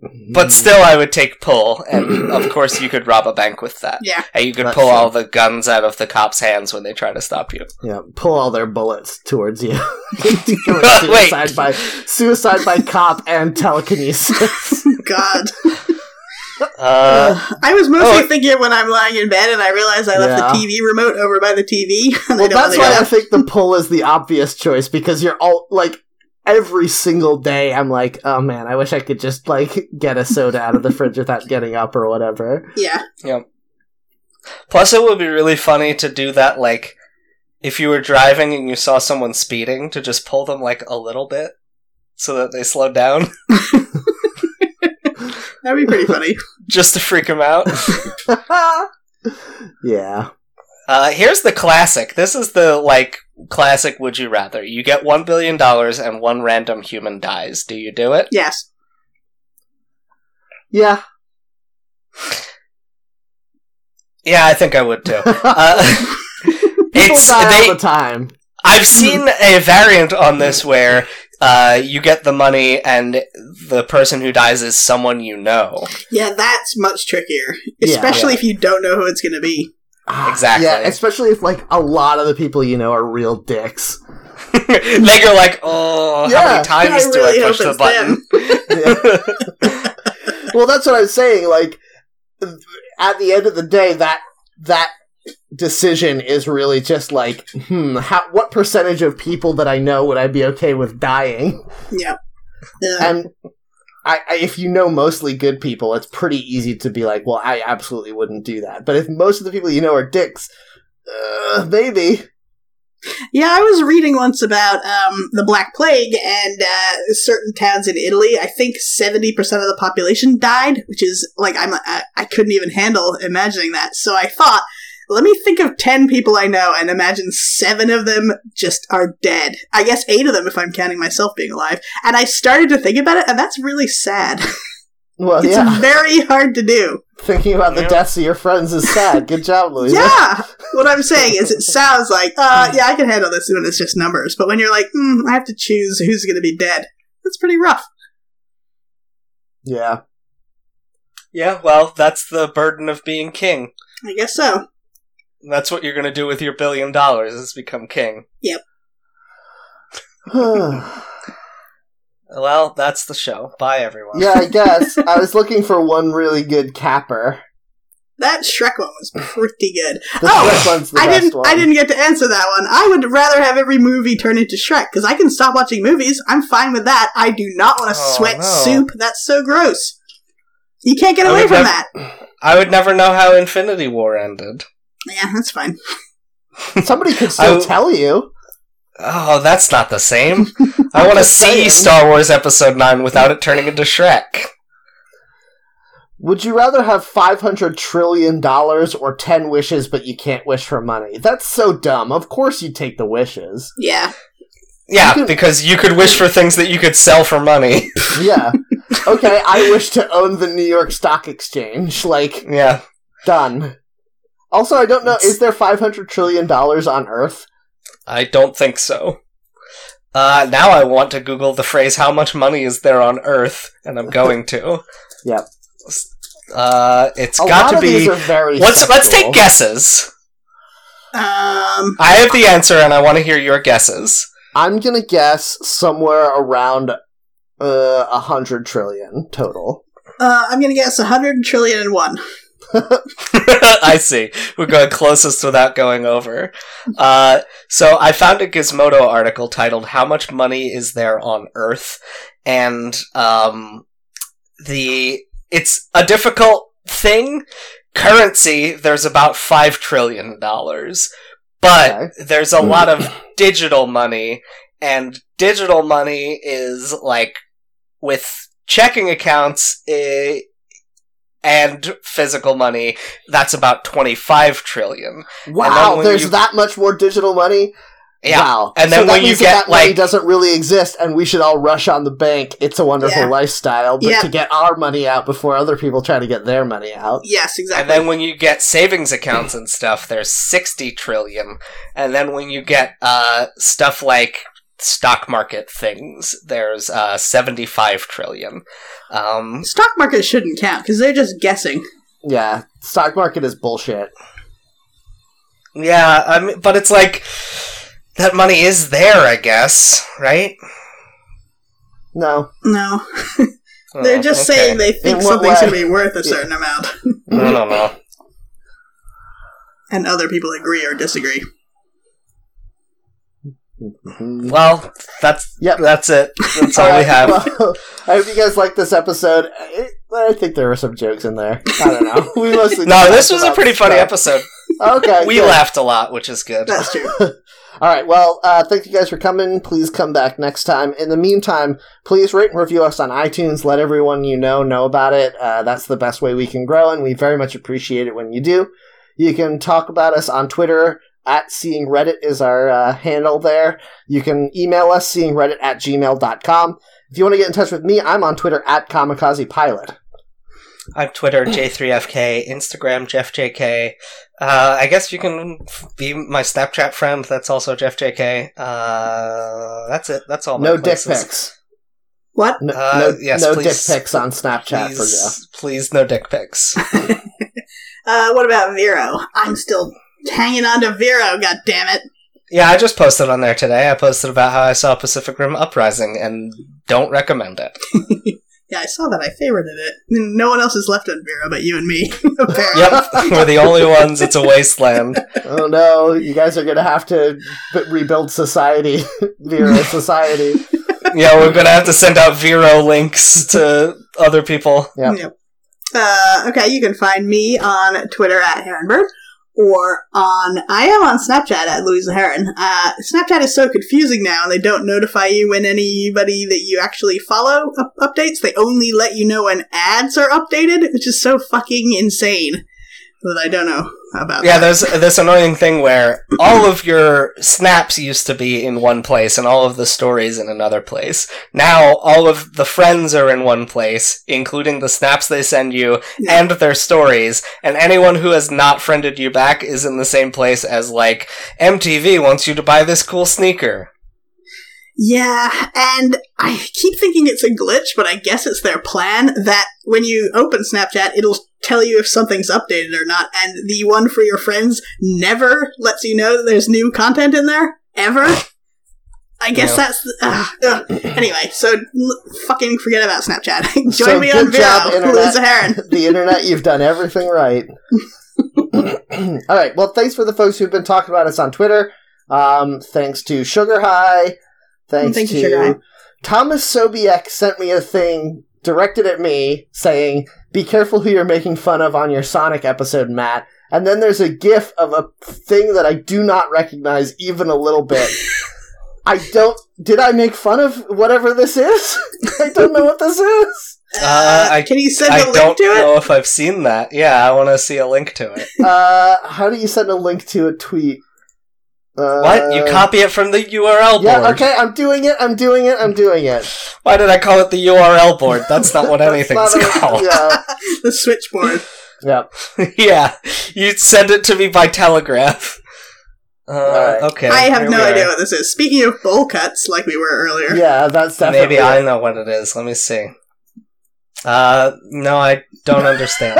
[SPEAKER 1] Mm.
[SPEAKER 2] But still, I would take pull, and of course, you could rob a bank with that.
[SPEAKER 3] Yeah.
[SPEAKER 2] And you could
[SPEAKER 1] That's
[SPEAKER 2] pull
[SPEAKER 1] true.
[SPEAKER 2] all the guns out of the cops' hands when they try to stop you.
[SPEAKER 1] Yeah, pull all their bullets towards you.
[SPEAKER 2] Wait.
[SPEAKER 1] suicide by suicide by cop and telekinesis.
[SPEAKER 3] God.
[SPEAKER 2] Uh,
[SPEAKER 3] I was mostly
[SPEAKER 2] oh.
[SPEAKER 3] thinking of when I'm lying in bed and I realize I left
[SPEAKER 1] Yeah.
[SPEAKER 3] the TV remote over by the TV. And I
[SPEAKER 1] well,
[SPEAKER 3] don't
[SPEAKER 1] that's
[SPEAKER 3] wanna
[SPEAKER 1] why
[SPEAKER 3] go.
[SPEAKER 1] I think the pull is the obvious choice because you're all like every single day. I'm like, oh man, I wish I could just like get a soda out of the fridge without getting up or whatever.
[SPEAKER 3] Yeah.
[SPEAKER 2] plus, it would be really funny to do that, like, if you were driving and you saw someone speeding, to just pull them, like, a little bit so that they slow down,
[SPEAKER 3] That'd be pretty funny.
[SPEAKER 2] just to freak them out.
[SPEAKER 1] Yeah.
[SPEAKER 2] Uh, here's the classic. This is the like classic. Would you rather? You get one billion dollars and one random human dies. Do you do it?
[SPEAKER 3] Yes.
[SPEAKER 1] Yeah.
[SPEAKER 2] Yeah, I think I would too. Uh,
[SPEAKER 1] People
[SPEAKER 2] it's
[SPEAKER 1] die
[SPEAKER 2] they,
[SPEAKER 1] all the time.
[SPEAKER 2] I've seen a variant on this where uh, you get the money and the person who dies is someone you know.
[SPEAKER 3] Yeah, that's much trickier.
[SPEAKER 1] Yeah.
[SPEAKER 3] Especially if you don't know who it's going to be.
[SPEAKER 2] Exactly.
[SPEAKER 1] Yeah, especially if like a lot of the people you know are real dicks.
[SPEAKER 2] like you're like, oh, how
[SPEAKER 1] Yeah,
[SPEAKER 2] many times
[SPEAKER 3] I
[SPEAKER 2] do
[SPEAKER 3] really
[SPEAKER 2] I push
[SPEAKER 3] hope
[SPEAKER 2] the
[SPEAKER 3] it's
[SPEAKER 2] button?
[SPEAKER 1] Yeah. well, that's what I'm saying. Like, at the end of the day, that that decision is really just like, hmm, how, what percentage of people that I know would I be okay with dying?
[SPEAKER 3] Yeah. Uh,
[SPEAKER 1] And I, I, if you know mostly good people, it's pretty easy to be like, well, I absolutely wouldn't do that. But if most of the people you know are dicks, uh, maybe.
[SPEAKER 3] Yeah, I was reading once about um, the Black Plague and uh, certain towns in Italy. I think seventy percent of the population died, which is like I'm I, I couldn't even handle imagining that. So I thought, let me think of ten people I know and imagine seven of them just are dead. I guess eight of them if I'm counting myself being alive. And I started to think about it, and that's really sad.
[SPEAKER 1] Well,
[SPEAKER 3] it's
[SPEAKER 1] Oh, yeah.
[SPEAKER 3] very hard to do.
[SPEAKER 1] Thinking about the
[SPEAKER 2] Yeah.
[SPEAKER 1] deaths of your friends is sad. Good job, Louisa.
[SPEAKER 3] Yeah, what I'm saying is, it sounds like, uh, yeah, I can handle this when it's just numbers. But when you're like, mm, I have to choose who's going to be dead, that's pretty rough.
[SPEAKER 1] Yeah.
[SPEAKER 2] yeah, well, that's the burden of being king.
[SPEAKER 3] I guess so.
[SPEAKER 2] That's what you're gonna do with your billion dollars is become king. Well, that's the show. Bye, everyone.
[SPEAKER 1] yeah, I guess. I was looking for one really good capper.
[SPEAKER 3] That Shrek one was pretty good.
[SPEAKER 1] The
[SPEAKER 3] Oh,
[SPEAKER 1] Shrek one's the
[SPEAKER 3] I
[SPEAKER 1] best
[SPEAKER 3] didn't.
[SPEAKER 1] one.
[SPEAKER 3] I didn't get to answer that one. I would rather have every movie turn into Shrek because I can stop watching movies. I'm fine with that. I do not want to
[SPEAKER 2] Oh,
[SPEAKER 3] sweat
[SPEAKER 2] no.
[SPEAKER 3] soup. That's so gross. You can't get
[SPEAKER 2] I
[SPEAKER 3] away
[SPEAKER 2] would
[SPEAKER 3] from
[SPEAKER 2] nev-
[SPEAKER 3] that.
[SPEAKER 2] I would never know how Infinity War ended.
[SPEAKER 3] Yeah, that's fine.
[SPEAKER 1] Somebody could still
[SPEAKER 2] I-
[SPEAKER 1] tell you.
[SPEAKER 2] Oh, that's not the same. I want to
[SPEAKER 1] Just
[SPEAKER 2] see
[SPEAKER 1] saying.
[SPEAKER 2] Star Wars Episode 9 without it turning into Shrek.
[SPEAKER 1] Would you rather have five hundred trillion dollars or ten wishes, but you can't wish for money? That's so dumb. Of course, you take the wishes.
[SPEAKER 3] Yeah,
[SPEAKER 2] Yeah,
[SPEAKER 1] You can-
[SPEAKER 2] because you could wish for things that you could sell for money.
[SPEAKER 1] Yeah. okay, I wish to own the New York Stock Exchange. Like
[SPEAKER 2] yeah.
[SPEAKER 1] done. Also, I don't know.
[SPEAKER 2] It's-
[SPEAKER 1] Is there five hundred trillion dollars on Earth?
[SPEAKER 2] I don't think so. Uh, now I want to Google the phrase "How much money is there on Earth?" and I'm going to.
[SPEAKER 1] Yep.
[SPEAKER 2] Uh, it's
[SPEAKER 1] A
[SPEAKER 2] got
[SPEAKER 1] lot
[SPEAKER 2] to
[SPEAKER 1] of
[SPEAKER 2] be.
[SPEAKER 1] these are very.
[SPEAKER 2] Let's let's
[SPEAKER 1] sexual.
[SPEAKER 2] take guesses.
[SPEAKER 3] um,
[SPEAKER 2] I have the answer, and I want to hear your guesses.
[SPEAKER 1] I'm gonna guess somewhere around uh, a hundred trillion total.
[SPEAKER 3] uh, I'm gonna guess a hundred trillion and one.
[SPEAKER 2] I see. We're going closest without going over. Uh, so I found a Gizmodo article titled "How Much Money Is There on Earth," and um, the it's a difficult thing. Currency, there's about five trillion dollars, but
[SPEAKER 1] Okay.
[SPEAKER 2] there's a lot of digital money, and digital money is like with checking accounts. eh, and physical money, that's about 25 trillion.
[SPEAKER 1] Wow,
[SPEAKER 2] when
[SPEAKER 1] there's
[SPEAKER 2] you-
[SPEAKER 1] that much more digital money.
[SPEAKER 2] Yeah.
[SPEAKER 1] Wow.
[SPEAKER 2] And then
[SPEAKER 1] so that
[SPEAKER 2] when you
[SPEAKER 1] means that,
[SPEAKER 2] get,
[SPEAKER 1] that money
[SPEAKER 2] like-
[SPEAKER 1] doesn't really exist, and we should all rush on the bank. It's a wonderful
[SPEAKER 3] Yeah.
[SPEAKER 1] lifestyle, but
[SPEAKER 3] Yeah.
[SPEAKER 1] to get our money out before other people try to get their money out.
[SPEAKER 3] Yes,
[SPEAKER 2] And
[SPEAKER 3] exactly.
[SPEAKER 2] then when you get savings accounts and stuff, there's 60 trillion. And then when you get uh, stuff like stock market things, there's uh, 75 trillion. Um,
[SPEAKER 3] Stock market shouldn't count because they're just guessing.
[SPEAKER 1] Yeah, stock market is bullshit.
[SPEAKER 2] yeah, I mean, but it's like that money is there, I guess, right?
[SPEAKER 1] No,
[SPEAKER 3] No, they're
[SPEAKER 2] Oh,
[SPEAKER 3] just
[SPEAKER 2] okay.
[SPEAKER 3] saying they think
[SPEAKER 1] what
[SPEAKER 3] something's
[SPEAKER 1] way?
[SPEAKER 3] gonna be worth a certain amount,
[SPEAKER 2] I
[SPEAKER 1] Mm-hmm.
[SPEAKER 2] don't know.
[SPEAKER 3] and other people agree or disagree.
[SPEAKER 1] Mhm.
[SPEAKER 2] Well, that's
[SPEAKER 1] Yep.
[SPEAKER 2] that's it. That's all we
[SPEAKER 1] Alright,
[SPEAKER 2] have.
[SPEAKER 1] well, I hope you guys liked this episode. I I think there were some jokes in there. I don't know. We mostly
[SPEAKER 2] No,
[SPEAKER 1] just
[SPEAKER 2] this
[SPEAKER 1] talked
[SPEAKER 2] was a
[SPEAKER 1] about
[SPEAKER 2] pretty funny
[SPEAKER 1] stuff. Uh,
[SPEAKER 2] episode.
[SPEAKER 1] Okay,
[SPEAKER 2] We
[SPEAKER 1] good.
[SPEAKER 2] laughed a lot, which is good.
[SPEAKER 3] That's true.
[SPEAKER 1] All right. Well, uh, thank you guys for coming. Please come back next time. In the meantime, please rate and review us on iTunes. Let everyone you know know about it. Uh, that's the best way we can grow, and we very much appreciate it when you do. You can talk about us on Twitter. At seeing Reddit is our uh, handle there. You can email us, seeing Reddit at gmail.com. If you want to get in touch with me, I'm on Twitter at Kamikaze Pilot.
[SPEAKER 2] I'm Twitter J3FK, Instagram JeffJK. Uh, I guess you can f- be my Snapchat friend. That's also JeffJK. Uh, that's it. That's all. My
[SPEAKER 1] no dick
[SPEAKER 2] places.
[SPEAKER 1] pics.
[SPEAKER 3] What?
[SPEAKER 1] No,
[SPEAKER 2] Uh,
[SPEAKER 1] no,
[SPEAKER 2] yes,
[SPEAKER 1] no
[SPEAKER 2] please.
[SPEAKER 1] dick pics on Snapchat for Jeff.
[SPEAKER 2] Please, please, no dick pics.
[SPEAKER 3] Uh, what about Vero? I'm still hanging on to Vero. God damn it!
[SPEAKER 2] yeah, I just posted on there today. I posted about how I saw Pacific Rim Uprising and don't recommend it.
[SPEAKER 3] Yeah, I saw that. I favorited it. No one else is left on Vero but you and me. apparently.
[SPEAKER 2] Yep, we're the only ones. It's a wasteland.
[SPEAKER 1] Oh no, you guys are gonna have to b- rebuild society, Vera society.
[SPEAKER 2] Yeah, we're gonna have to send out Vero links to other people.
[SPEAKER 1] Yep.
[SPEAKER 3] Uh, okay, you can find me on Twitter at Herrenberg, or on I am on Snapchat at Louisa Heron. Uh, Snapchat is so confusing now, and they don't notify you when anybody that you actually follow up- updates. They only let you know when ads are updated, which is so fucking insane that I don't know about.
[SPEAKER 2] Yeah,
[SPEAKER 3] that.
[SPEAKER 2] there's this annoying thing where all of your snaps used to be in one place and all of the stories in another place. Now all of the friends are in one place, including the snaps they send you and their stories, and anyone who has not friended you back is in the same place as like MTV wants you to buy this cool sneaker.
[SPEAKER 3] Yeah, and I keep thinking it's a glitch, but I guess it's their plan that when you open Snapchat, it'll tell you if something's updated or not, and the one for your friends never lets you know that there's new content in there, ever. I guess
[SPEAKER 2] No.
[SPEAKER 3] that's. Uh, Anyway, so l- fucking forget about Snapchat. Join
[SPEAKER 1] So
[SPEAKER 3] me on
[SPEAKER 1] good job,
[SPEAKER 3] Vero,
[SPEAKER 1] Internet.
[SPEAKER 3] Louisa Heron.
[SPEAKER 1] the internet, you've done everything right. All right. Well, thanks for the folks who've been talking about us on Twitter. Um, thanks to Sugar High. Thanks
[SPEAKER 3] Thank
[SPEAKER 1] to
[SPEAKER 3] you, Sugar High.
[SPEAKER 1] Thomas Sobiek sent me a thing directed at me saying, "Be careful who you're making fun of on your Sonic episode, Matt." And then there's a GIF of a thing that I do not recognize even a little bit. I don't. Did I make fun of whatever this is? I don't know what this is.
[SPEAKER 2] Uh, I-
[SPEAKER 3] Can you send a
[SPEAKER 2] I
[SPEAKER 3] link
[SPEAKER 2] don't
[SPEAKER 3] to it?
[SPEAKER 2] know if I've seen that. Yeah, I want to see a link to it.
[SPEAKER 1] Uh, how do you send a link to a tweet? Uh,
[SPEAKER 2] what? You copy it from the URL
[SPEAKER 1] Yeah,
[SPEAKER 2] board.
[SPEAKER 1] okay, I'm doing it, I'm doing it, I'm doing it.
[SPEAKER 2] Why did I call it the URL board? That's not what
[SPEAKER 1] That's
[SPEAKER 2] anything's
[SPEAKER 1] not a-
[SPEAKER 2] called.
[SPEAKER 1] Yeah,
[SPEAKER 3] The switchboard.
[SPEAKER 1] yeah.
[SPEAKER 2] yeah, you send it to me by telegraph. Uh,
[SPEAKER 1] Alright.
[SPEAKER 2] Okay.
[SPEAKER 3] I
[SPEAKER 2] here
[SPEAKER 3] have no
[SPEAKER 2] we
[SPEAKER 3] idea
[SPEAKER 2] are.
[SPEAKER 3] what this is. Speaking of bowl cuts, like we were earlier.
[SPEAKER 1] yeah, that's definitely.
[SPEAKER 2] Maybe I know what it is. Let me see. Uh, no, I don't understand.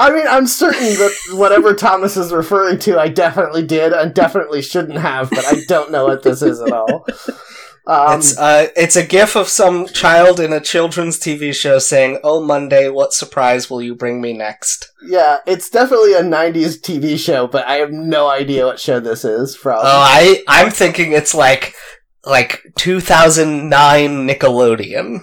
[SPEAKER 1] I mean, I'm certain that whatever Thomas is referring to, I definitely did and definitely shouldn't have, but I don't know what this is at all. Um,
[SPEAKER 2] it's uh, it's a gif of some child in a children's TV show saying, "Oh Monday, what surprise will you bring me next?"
[SPEAKER 1] yeah, it's definitely a 90s TV show, but I have no idea what show this is from.
[SPEAKER 2] Oh, I I'm thinking it's like like 2009 Nickelodeon.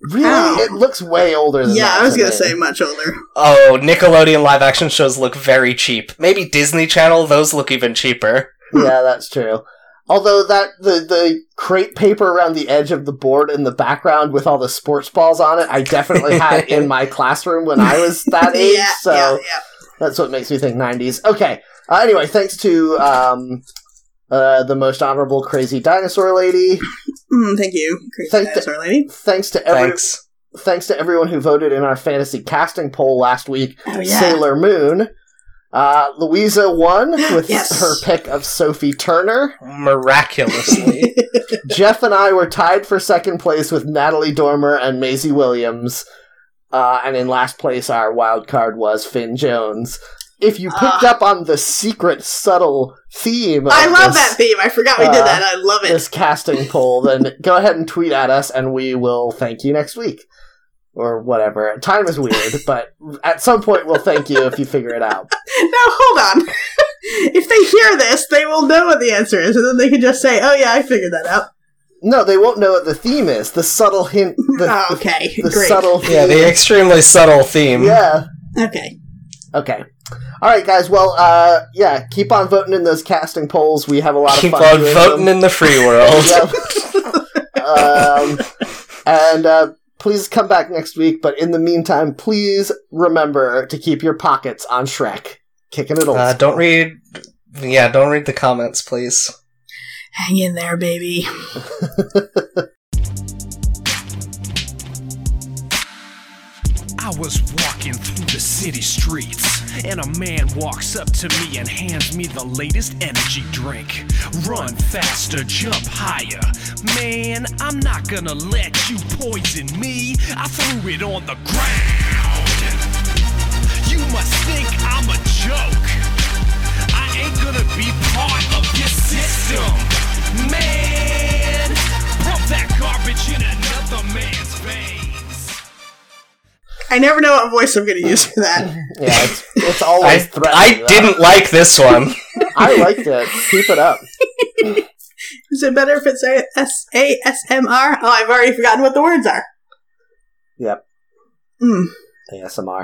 [SPEAKER 1] really?
[SPEAKER 3] Ow.
[SPEAKER 1] It looks way older than
[SPEAKER 3] Yeah,
[SPEAKER 1] that
[SPEAKER 3] I was
[SPEAKER 1] to
[SPEAKER 3] gonna
[SPEAKER 1] me.
[SPEAKER 3] say much older.
[SPEAKER 2] Oh, Nickelodeon live action shows look very cheap. Maybe Disney Channel, those look even cheaper.
[SPEAKER 1] yeah, that's true. Although that the the crepe paper around the edge of the board in the background with all the sports balls on it, I definitely had in my classroom when I was that age.
[SPEAKER 3] yeah,
[SPEAKER 1] so
[SPEAKER 3] yeah, yeah.
[SPEAKER 1] that's what makes me think '90s. Okay. Uh, anyway, thanks to um, uh, the most honorable crazy dinosaur lady.
[SPEAKER 3] Mm, thank you, crazy
[SPEAKER 1] Thank-
[SPEAKER 3] dinosaur lady.
[SPEAKER 1] Thanks to every
[SPEAKER 2] Thanks.
[SPEAKER 1] thanks to everyone who voted in our fantasy casting poll last week.
[SPEAKER 3] Oh yeah,
[SPEAKER 1] Sailor Moon. Uh, Louisa won with
[SPEAKER 3] Yes.
[SPEAKER 1] her pick of Sophie Turner.
[SPEAKER 2] Miraculously.
[SPEAKER 1] Jeff and I were tied for second place with Natalie Dormer and Maisie Williams. Uh, and in last place, our wild card was Finn Jones. If you picked up on the secret, subtle theme, of
[SPEAKER 3] Ah. I love
[SPEAKER 1] this,
[SPEAKER 3] that theme. I forgot we
[SPEAKER 1] uh,
[SPEAKER 3] did that. I love it.
[SPEAKER 1] this casting poll, then go ahead and tweet at us, and we will thank you next week or whatever. Time is weird, but at some point, we'll thank you if you figure it out.
[SPEAKER 3] Now hold on. if they hear this, they will know what the answer is, and then they can just say, "Oh yeah, I figured that out."
[SPEAKER 1] No, they won't know what the theme is. The subtle hint, the,
[SPEAKER 3] Oh, okay,
[SPEAKER 1] the, the
[SPEAKER 3] great.
[SPEAKER 1] subtle,
[SPEAKER 2] yeah, the extremely subtle theme.
[SPEAKER 1] yeah.
[SPEAKER 3] Okay,
[SPEAKER 1] Okay. All right, guys. Well, uh, yeah, keep on voting in those casting polls. We have a lot of
[SPEAKER 2] Keep
[SPEAKER 1] fun
[SPEAKER 2] on
[SPEAKER 1] doing
[SPEAKER 2] voting
[SPEAKER 1] Them.
[SPEAKER 2] in the free world.
[SPEAKER 1] Yep. um, and uh, Please come back next week, but in the meantime, please remember to keep your pockets on Shrek. Kicking it old.
[SPEAKER 2] Uh,
[SPEAKER 1] school.
[SPEAKER 2] don't read. Yeah, don't read the comments, please.
[SPEAKER 3] Hang in there, baby.
[SPEAKER 4] I was walking through the city streets, and a man walks up to me and hands me the latest energy drink. Run faster, jump higher. Man, I'm not gonna let you poison me. I threw it on the ground. You must think I'm a joke. I ain't gonna be part of your system. Man, pump that garbage in another man's veins.
[SPEAKER 3] I never know what voice I'm going to use for that.
[SPEAKER 1] Yeah, it's, it's
[SPEAKER 2] I,
[SPEAKER 1] always threatening.
[SPEAKER 2] I
[SPEAKER 1] though.
[SPEAKER 2] didn't like this one.
[SPEAKER 1] I liked it. Keep it up.
[SPEAKER 3] Is it better if it's A- S A S M R? Oh, I've already forgotten what the words are.
[SPEAKER 1] Yep.
[SPEAKER 3] Mm.
[SPEAKER 1] ASMR.